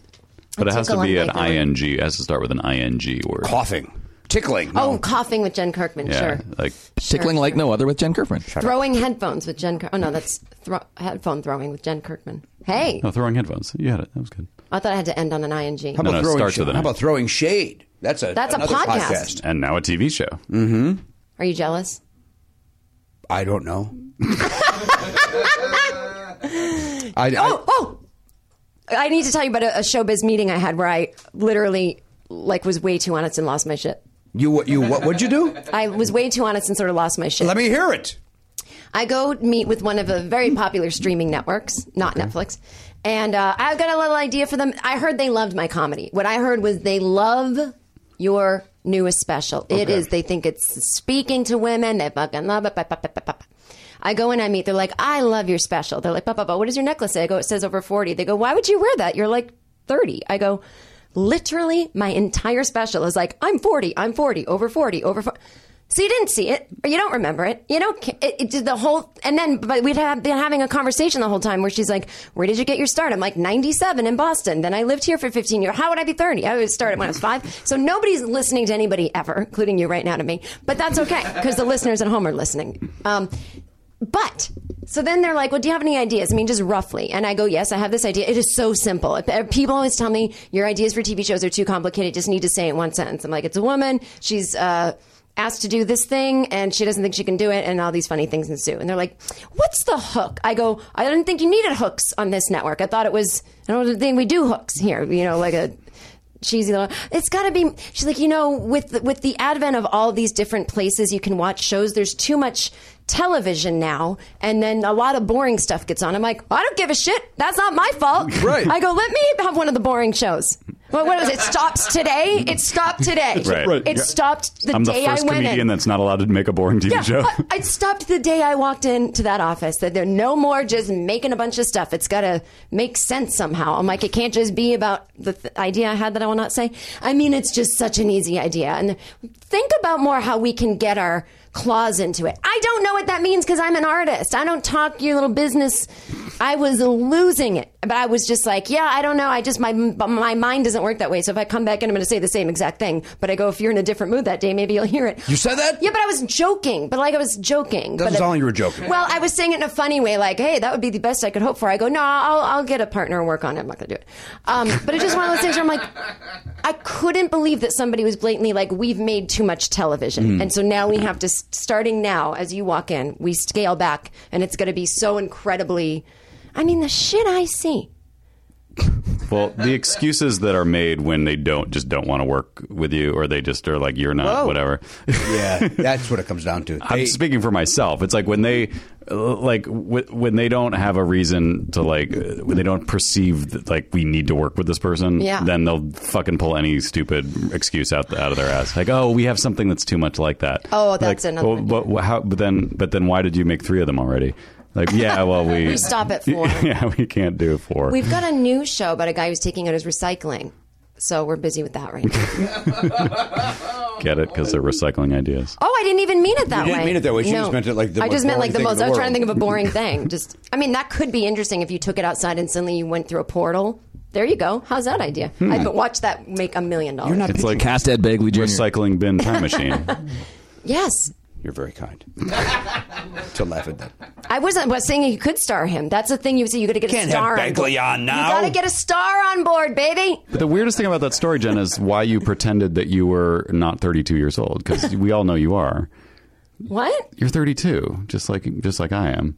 Speaker 2: But it has to
Speaker 7: tickle
Speaker 2: be an
Speaker 7: and make
Speaker 2: ing. It has to start with an ing word.
Speaker 1: Coughing, tickling.
Speaker 7: Oh,
Speaker 1: No.
Speaker 7: coughing with Jen Kirkman.
Speaker 2: Yeah,
Speaker 7: Sure.
Speaker 2: like
Speaker 5: Tickling like no other with Jen Kirkman.
Speaker 7: Throwing headphones with Jen. Kir- oh no, that's thro- headphone throwing with Jen Kirkman. Hey,
Speaker 2: no throwing headphones. You had it. That was good.
Speaker 7: I thought I had to end on an ing.
Speaker 1: Oh. how about
Speaker 2: no, it
Speaker 1: throwing?
Speaker 2: starts
Speaker 1: Shade?
Speaker 2: with an
Speaker 1: How
Speaker 2: I.
Speaker 1: about throwing shade? That's a
Speaker 7: That's a
Speaker 1: another
Speaker 7: podcast.
Speaker 2: And now a TV show.
Speaker 7: Are you jealous?
Speaker 1: I don't know. I, I-
Speaker 7: Oh, oh! I need to tell you about a, a showbiz meeting I had where I literally like was way too honest and lost my shit.
Speaker 1: you what you what would you do?
Speaker 7: I was way too honest and sort of lost my shit.
Speaker 1: Let me hear it.
Speaker 7: I go meet with one of the very popular streaming networks, not Netflix, and uh, I've got a little idea for them. I heard they loved my comedy. What I heard was they love your newest special. It is. They think it's speaking to women. They fucking love it. Ba, ba, ba, ba, ba, ba. I go and I meet. They're like, I love your special. They're like, ba, ba, ba, what does your necklace say? I go, it says over 40. They go, why would you wear that? You're like 30. I go, literally, my entire special is like, I'm 40, I'm 40, over 40, over 40. So you didn't see it, or you don't remember it. You don't. ca- It, it did the whole, and then but we'd have been having a conversation the whole time where she's like, "Where did you get your start?" I'm like, "97 in Boston. Then I lived here for 15 years. How would I be 30? I would start when I was five. So nobody's listening to anybody ever, including you right now to me. But that's okay because the listeners at home are listening. Um, but so then they're like, "Well, do you have any ideas?" I mean, just roughly. And I go, "Yes, I have this idea. It is so simple. If- if People always tell me your ideas for TV shows are too complicated. Just need to say it in one sentence." I'm like, "It's a woman. She's uh, asked to do this thing, and she doesn't think she can do it, and all these funny things ensue." And they're like, "What's the hook?" I go, "I didn't think you needed hooks on this network. I thought it was. I don't think we do hooks here. You know, like a." cheesy little. It's got to be. She's like, you know, with the, with the advent of all these different places you can watch shows, there's too much television now, and then a lot of boring stuff gets on. I'm like, I don't give a shit. That's not my fault.
Speaker 1: Right.
Speaker 7: I go, let me have one of the boring shows. Well, what was it? Stops today. It stopped today.
Speaker 2: Right. Right.
Speaker 7: It
Speaker 2: Yeah.
Speaker 7: stopped the
Speaker 2: I'm the
Speaker 7: day
Speaker 2: first
Speaker 7: I went
Speaker 2: comedian
Speaker 7: in.
Speaker 2: that's not allowed to make a boring TV
Speaker 7: yeah,
Speaker 2: show.
Speaker 7: I- it stopped the day I walked into that office. That they're no more just making a bunch of stuff. It's got to make sense somehow. I'm like, it can't just be about the th- idea I had that I will not say. I mean, it's just such an easy idea. And think about more how we can get our claws into it. I don't know what that means because I'm an artist. I don't talk your little business. I was losing it, but I was just like, yeah, I don't know. I just my my mind doesn't work that way. So if I come back in, I'm going to say the same exact thing. But I go, if you're in a different mood that day, maybe you'll hear it.
Speaker 1: You said that?
Speaker 7: Yeah, but I was joking. But like I was joking.
Speaker 1: Doesn't
Speaker 7: but
Speaker 1: sound like you were joking.
Speaker 7: Well, I was saying it in a funny way, like, hey, that would be the best I could hope for. I go, no, I'll, I'll get a partner and work on it. I'm not going to do it. Um, but it's just one of those things where I'm like, I couldn't believe that somebody was blatantly like, we've made too much television.
Speaker 11: Mm.
Speaker 7: And so now we have to, starting now, as you walk in, we scale back and it's going to be so incredibly. I mean, the shit I see.
Speaker 2: well, the excuses that are made when they don't just don't want to work with you, or they just are like you're not
Speaker 1: Whoa.
Speaker 2: whatever.
Speaker 1: yeah, that's what it comes down to.
Speaker 2: I'm
Speaker 1: They-
Speaker 2: speaking for myself. It's like when they uh, like w- when they don't have a reason to like uh, when they don't perceive that, like we need to work with this person.
Speaker 7: Yeah.
Speaker 2: Then they'll fucking pull any stupid excuse out out of their ass. Like, oh, we have something that's too much like that.
Speaker 7: Oh,
Speaker 2: Like,
Speaker 7: that's another
Speaker 2: Well,
Speaker 7: one.
Speaker 2: but, wh- how, but then but then why did you make three of them already? Like, yeah, well we
Speaker 7: We stop at four.
Speaker 2: Yeah, we can't do four.
Speaker 7: We've got a new show about a guy who's taking out his recycling. So we're busy with that right now.
Speaker 2: Get it because they're recycling ideas.
Speaker 7: Oh, I didn't even mean it that
Speaker 2: You
Speaker 7: way.
Speaker 2: didn't mean it that way. She
Speaker 7: no.
Speaker 2: just meant it like the
Speaker 7: I
Speaker 2: most
Speaker 7: just meant
Speaker 2: boring
Speaker 7: like the
Speaker 2: thing in
Speaker 7: most.
Speaker 2: the
Speaker 7: I was trying
Speaker 2: world.
Speaker 7: to think of a boring thing. Just, I mean, that could be interesting if you took it outside and suddenly you went through a portal. There you go. How's that idea?
Speaker 2: Hmm.
Speaker 7: I but watch that make a million dollars.
Speaker 2: it's like cast Ed Begley Jr. Recycling bin time machine.
Speaker 7: yes,
Speaker 1: You're very kind to laugh at that.
Speaker 7: I wasn't was saying you could star him. That's the thing you see. You got to get
Speaker 1: Can't
Speaker 7: a
Speaker 1: have
Speaker 7: star on. board.
Speaker 1: Begley on now.
Speaker 7: You got to get a star on board, baby.
Speaker 2: But the weirdest thing about that story, Jen, is why you pretended that you were not 32 years old because we all know you are.
Speaker 7: What?
Speaker 2: You're 32, just like just like I am.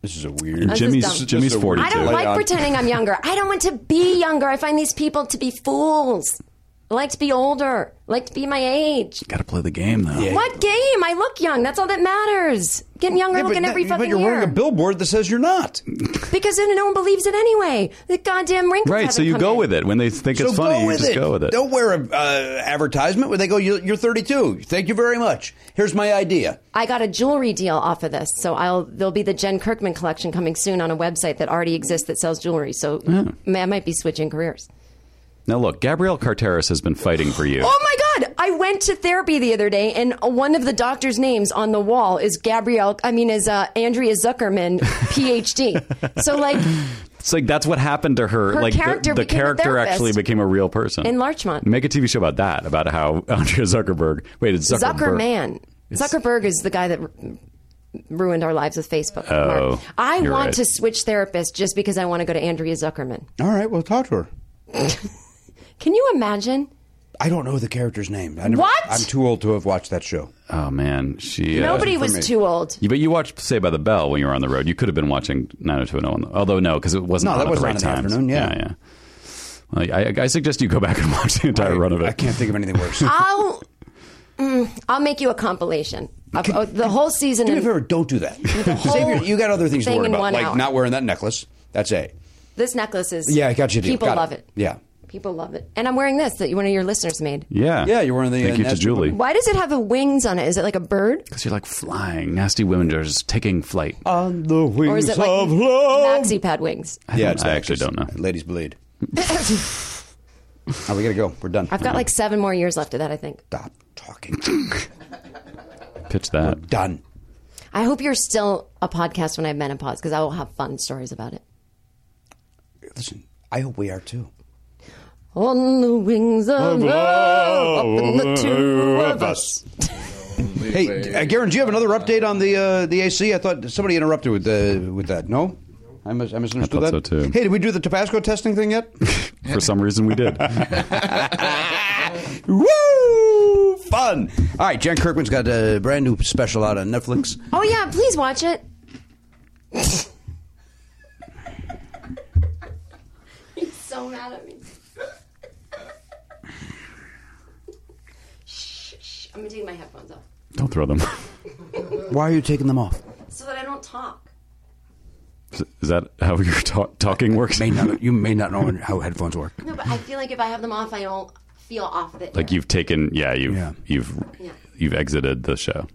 Speaker 1: This is a weird.
Speaker 7: This is dumb.
Speaker 2: Jimmy's Jimmy's 42.
Speaker 7: I don't like pretending I'm younger. I don't want to be younger. I find these people to be fools. I like to be older. I like to be my age.
Speaker 2: Got to play the game though.
Speaker 7: What game? I look young. That's all that matters. Getting younger,
Speaker 1: Yeah, but
Speaker 7: looking
Speaker 1: that-
Speaker 7: every
Speaker 1: but
Speaker 7: fucking
Speaker 1: you're
Speaker 7: year.
Speaker 1: wearing a billboard that says you're not.
Speaker 7: because then no one believes it anyway. The goddamn wrinkles.
Speaker 2: Right, so you go with it when they think it's funny. You just go with it.
Speaker 1: Don't wear an uh, advertisement where they go, "You- "You're 32. Thank you very much. Here's my idea."
Speaker 7: I got a jewelry deal off of this, so I'll there'll be the Jen Kirkman collection coming soon on a website that already exists that sells jewelry. So man, I might be switching careers.
Speaker 2: Now look, Gabrielle Carteris has been fighting for you.
Speaker 7: Oh my god! I went to therapy the other day, and one of the doctor's names on the wall is Gabrielle. I mean, is uh, Andrea Zuckerman, PhD. so like
Speaker 2: It's like that's what happened to her.
Speaker 7: Her
Speaker 2: like the-
Speaker 7: character
Speaker 2: the,
Speaker 7: became a
Speaker 2: character
Speaker 7: therapist.
Speaker 2: actually became a real person
Speaker 7: in Larchmont,
Speaker 2: Make a TV show about that, about how Andrea Zuckerberg. Wait, it's Zuckerberg.
Speaker 7: Zuckerman. Zuckerberg is the guy that r- ruined our lives with Facebook.
Speaker 2: Oh,
Speaker 7: Mark. I
Speaker 2: you're
Speaker 7: want
Speaker 2: right.
Speaker 7: to switch therapists just because I want to go to Andrea Zuckerman.
Speaker 1: All right, well, talk to her.
Speaker 7: Can you imagine?
Speaker 1: I don't know the character's name. I never,
Speaker 7: What?
Speaker 1: I'm too old to have watched that show.
Speaker 2: Oh man, she. uh,
Speaker 7: Nobody was too old.
Speaker 2: Yeah, but you watched Say by the Bell when you were on the road. You could have been watching 90210. on the- Although no, because it wasn't
Speaker 1: No,
Speaker 2: on
Speaker 1: that
Speaker 2: at
Speaker 1: wasn't
Speaker 2: the
Speaker 1: on
Speaker 2: right
Speaker 1: in the
Speaker 2: times.
Speaker 1: afternoon, yeah.
Speaker 2: yeah. Well, I, I suggest you go back and watch the entire run of it. I
Speaker 1: can't think of anything worse.
Speaker 7: I'll mm, I'll make you a compilation of of the whole season.
Speaker 1: Do me a
Speaker 7: in-
Speaker 1: favor, don't do that.
Speaker 7: whole
Speaker 1: Save your- you got other things to
Speaker 7: thing
Speaker 1: worry
Speaker 7: in
Speaker 1: about,
Speaker 7: one
Speaker 1: like
Speaker 7: hour.
Speaker 1: not wearing that necklace. That's a.
Speaker 7: this necklace is.
Speaker 1: Yeah, I got you. a deal.
Speaker 7: People
Speaker 1: Got
Speaker 7: love it.
Speaker 1: Yeah,
Speaker 7: People love it, and I'm wearing this that one of your listeners made.
Speaker 2: Yeah,
Speaker 1: yeah. You're wearing the.
Speaker 2: Thank
Speaker 1: uh,
Speaker 2: you to
Speaker 1: nasty-
Speaker 2: Julie.
Speaker 7: Why does it have a wings on it? Is it like a bird,
Speaker 2: Because you're like flying. Nasty women are just taking flight.
Speaker 1: On the wings
Speaker 7: or is it like
Speaker 1: of love.
Speaker 7: maxi pad wings?
Speaker 2: I
Speaker 1: Uh, yeah,
Speaker 2: don't-
Speaker 1: it's
Speaker 2: I
Speaker 1: the
Speaker 2: actually
Speaker 1: actress.
Speaker 2: don't know.
Speaker 1: Ladies bleed. oh, we gotta go. We're done.
Speaker 7: I've got like seven more years left of that. I think.
Speaker 1: Stop.
Speaker 2: Pitch that.
Speaker 1: done.
Speaker 7: I hope you're still a podcast when I have menopause because I will have fun stories about it.
Speaker 1: Listen, I hope we are too.
Speaker 7: On the wings of love, up in the two of us.
Speaker 1: Hey, uh, Garen, do you have another update on the uh, the AC? I thought somebody interrupted with the with that. No, I, mis- I misunderstood that.
Speaker 2: I thought so, too.
Speaker 1: Hey, did we do the Tabasco testing thing yet?
Speaker 2: For some reason, we did.
Speaker 1: Woo! Fun. All right, Jen Kirkman's got a brand new special out on Netflix.
Speaker 7: Oh yeah, please watch it. He's so mad at me. shh, shh. I'm gonna take my headphones off
Speaker 2: Don't throw them.
Speaker 1: Why are you taking them off?
Speaker 7: so that I don't talk.
Speaker 2: Is that how your ta- talking works?
Speaker 1: May not, you may not know how headphones work.
Speaker 7: No, but I feel like if I have them off, I don't feel off of it.
Speaker 2: Like you've taken, yeah, you've
Speaker 1: Yeah.
Speaker 2: you've
Speaker 7: Yeah.
Speaker 2: you've exited the show.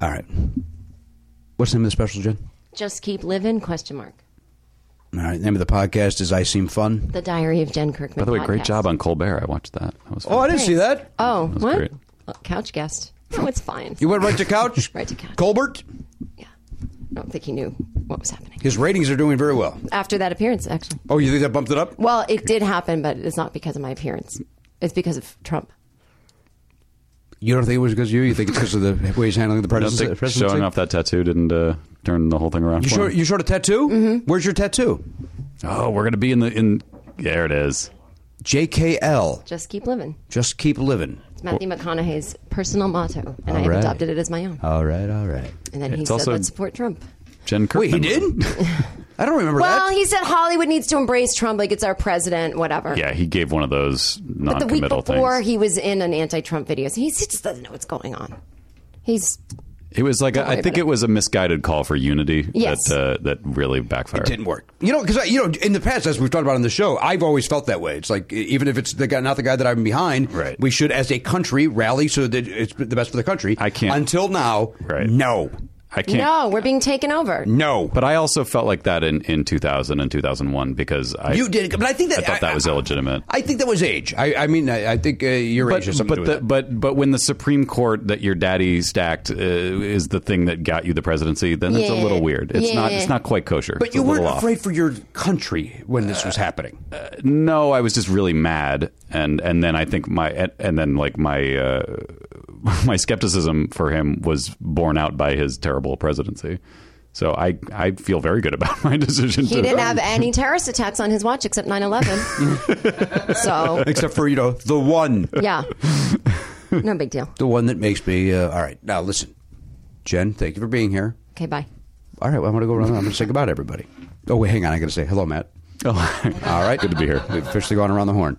Speaker 1: All right. What's the name of the special, Jen?
Speaker 7: Just keep living? Question mark.
Speaker 1: All right. The name of the podcast is I Seem Fun.
Speaker 7: The Diary of Jen Kirkman.
Speaker 2: By the way, great
Speaker 7: podcast.
Speaker 2: job on Colbert. I watched that. that was
Speaker 1: Oh, I didn't see that.
Speaker 7: Oh,
Speaker 2: was
Speaker 7: what?
Speaker 2: great.
Speaker 7: Uh, Couch guest. No, it's fine.
Speaker 1: You went right to couch?
Speaker 7: Right to couch.
Speaker 1: Colbert?
Speaker 7: Yeah. I don't think he knew what was happening
Speaker 1: His ratings are doing very well.
Speaker 7: after that appearance. Actually,
Speaker 1: Oh, you think that bumped it up?
Speaker 7: well, it did happen, but it's not because of my appearance. It's because of Trump.
Speaker 1: You don't think it was because of you? You think it's because of the way he's handling the uh,
Speaker 2: I don't
Speaker 1: presidency?
Speaker 2: think
Speaker 1: presidency?
Speaker 2: showing off that tattoo didn't uh, turn the whole thing around.
Speaker 1: You
Speaker 2: for
Speaker 1: short,
Speaker 2: him.
Speaker 1: you short a tattoo? Mm-hmm. Where's your tattoo?
Speaker 2: oh, we're gonna be in the in. There it is.
Speaker 1: JKL.
Speaker 7: Just keep living.
Speaker 1: Just keep living.
Speaker 7: It's Matthew McConaughey's personal motto, and I
Speaker 1: All
Speaker 7: have
Speaker 1: right.
Speaker 7: adopted it as my own.
Speaker 1: All right, all right.
Speaker 7: and then he
Speaker 2: It's
Speaker 7: said,
Speaker 2: also-
Speaker 7: "Let's support Trump."
Speaker 2: Jen Kirkman.
Speaker 1: Wait, he did? I don't remember
Speaker 7: Well,
Speaker 1: that.
Speaker 7: he said Hollywood needs to embrace Trump, like it's our president, whatever.
Speaker 2: Yeah, he gave one of those
Speaker 7: But the week
Speaker 2: non-committal
Speaker 7: before,
Speaker 2: things.
Speaker 7: he was in an anti-Trump video, so he's- he just doesn't know what's going on. He's
Speaker 2: It was like I
Speaker 7: worry
Speaker 2: think
Speaker 7: about
Speaker 2: it was a misguided call for unity
Speaker 7: Yes.
Speaker 2: that uh, that really backfired.
Speaker 1: It didn't work. You know, because you know, in the past, as we've talked about on the show, I've always felt that way. It's like e, even if it's the guy, not the guy that I'm behind,
Speaker 2: Right.
Speaker 1: we should, as a country, rally so that it's the best for the country.
Speaker 2: I can't-
Speaker 1: Until now,
Speaker 2: Right.
Speaker 1: no,
Speaker 2: I can't.
Speaker 7: no, we're being taken over.
Speaker 1: no.
Speaker 2: But I also felt like that in, in 2000 and 2001 because I
Speaker 1: you did, but I think that
Speaker 2: I thought that was illegitimate.
Speaker 1: I think that was age. I, I mean, I, I think uh, your age has
Speaker 2: but
Speaker 1: something
Speaker 2: but
Speaker 1: to do
Speaker 2: the,
Speaker 1: with
Speaker 2: but but when the Supreme Court that your daddy stacked uh, is the thing that got you the presidency, then it's a
Speaker 7: Yeah.
Speaker 2: little weird. It's not
Speaker 7: Yeah.
Speaker 2: it's not quite kosher.
Speaker 1: But
Speaker 2: It's
Speaker 1: you
Speaker 2: a little
Speaker 1: weren't
Speaker 2: off.
Speaker 1: afraid for your country when this was happening.
Speaker 2: No, I was just really mad, and and then I think my and, and then like my uh, my skepticism for him was borne out by his terrible presidency. So I I feel very good about my decision.
Speaker 7: He
Speaker 2: to,
Speaker 7: didn't have any terrorist attacks on his watch except 9/11. so
Speaker 1: Except for you know the one,
Speaker 7: yeah, no big deal.
Speaker 1: the one that makes me uh, all right. Now listen, Jen, thank you for being here.
Speaker 7: Okay, bye.
Speaker 1: All right, well, I'm going to go around. I'm going to say goodbye to everybody. Oh, wait, hang on. I got to say hello, Matt.
Speaker 2: Oh,
Speaker 1: All right, good to be here. We've officially gone around the horn.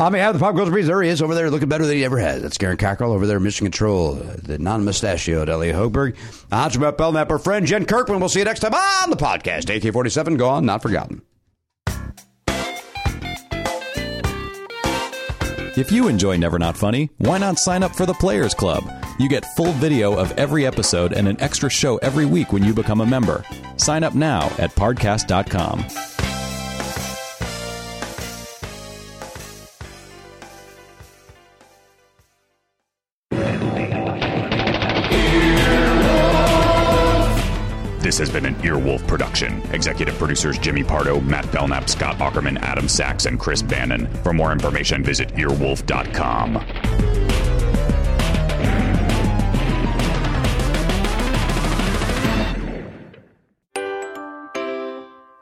Speaker 1: On behalf of the Pop Culture Breeze, there he is over there looking better than he ever has. That's Garen Cockrell over there, Mission Control, the non-mustachioed Elliot Hochberg, Hunchback Belknap, our friend Jen Kirkman. We'll see you next time on the podcast. AK-47, gone, not forgotten.
Speaker 11: If you enjoy Never Not Funny, why not sign up for the Players Club? You get full video of every episode and an extra show every week when you become a member. Sign up now at podcast.com.
Speaker 8: This has been an Earwolf production. Executive producers Jimmy Pardo, Matt Belknap, Scott Ackerman, Adam Sachs, and Chris Bannon. For more information, visit earwolf.com.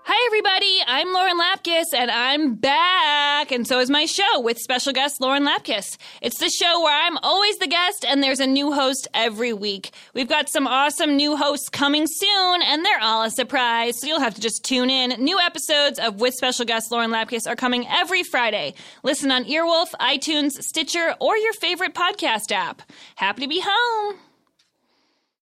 Speaker 12: Hi, everybody. I'm Lauren Lapkus, and I'm back. And so is my show with special guest Lauren Lapkus. It's the show where I'm always the guest, and there's a new host every week. We've got some awesome new hosts coming soon, and they're all a surprise. So you'll have to just tune in. New episodes of With Special Guest Lauren Lapkus are coming every Friday. Listen on Earwolf, iTunes, Stitcher, or your favorite podcast app. Happy to be home.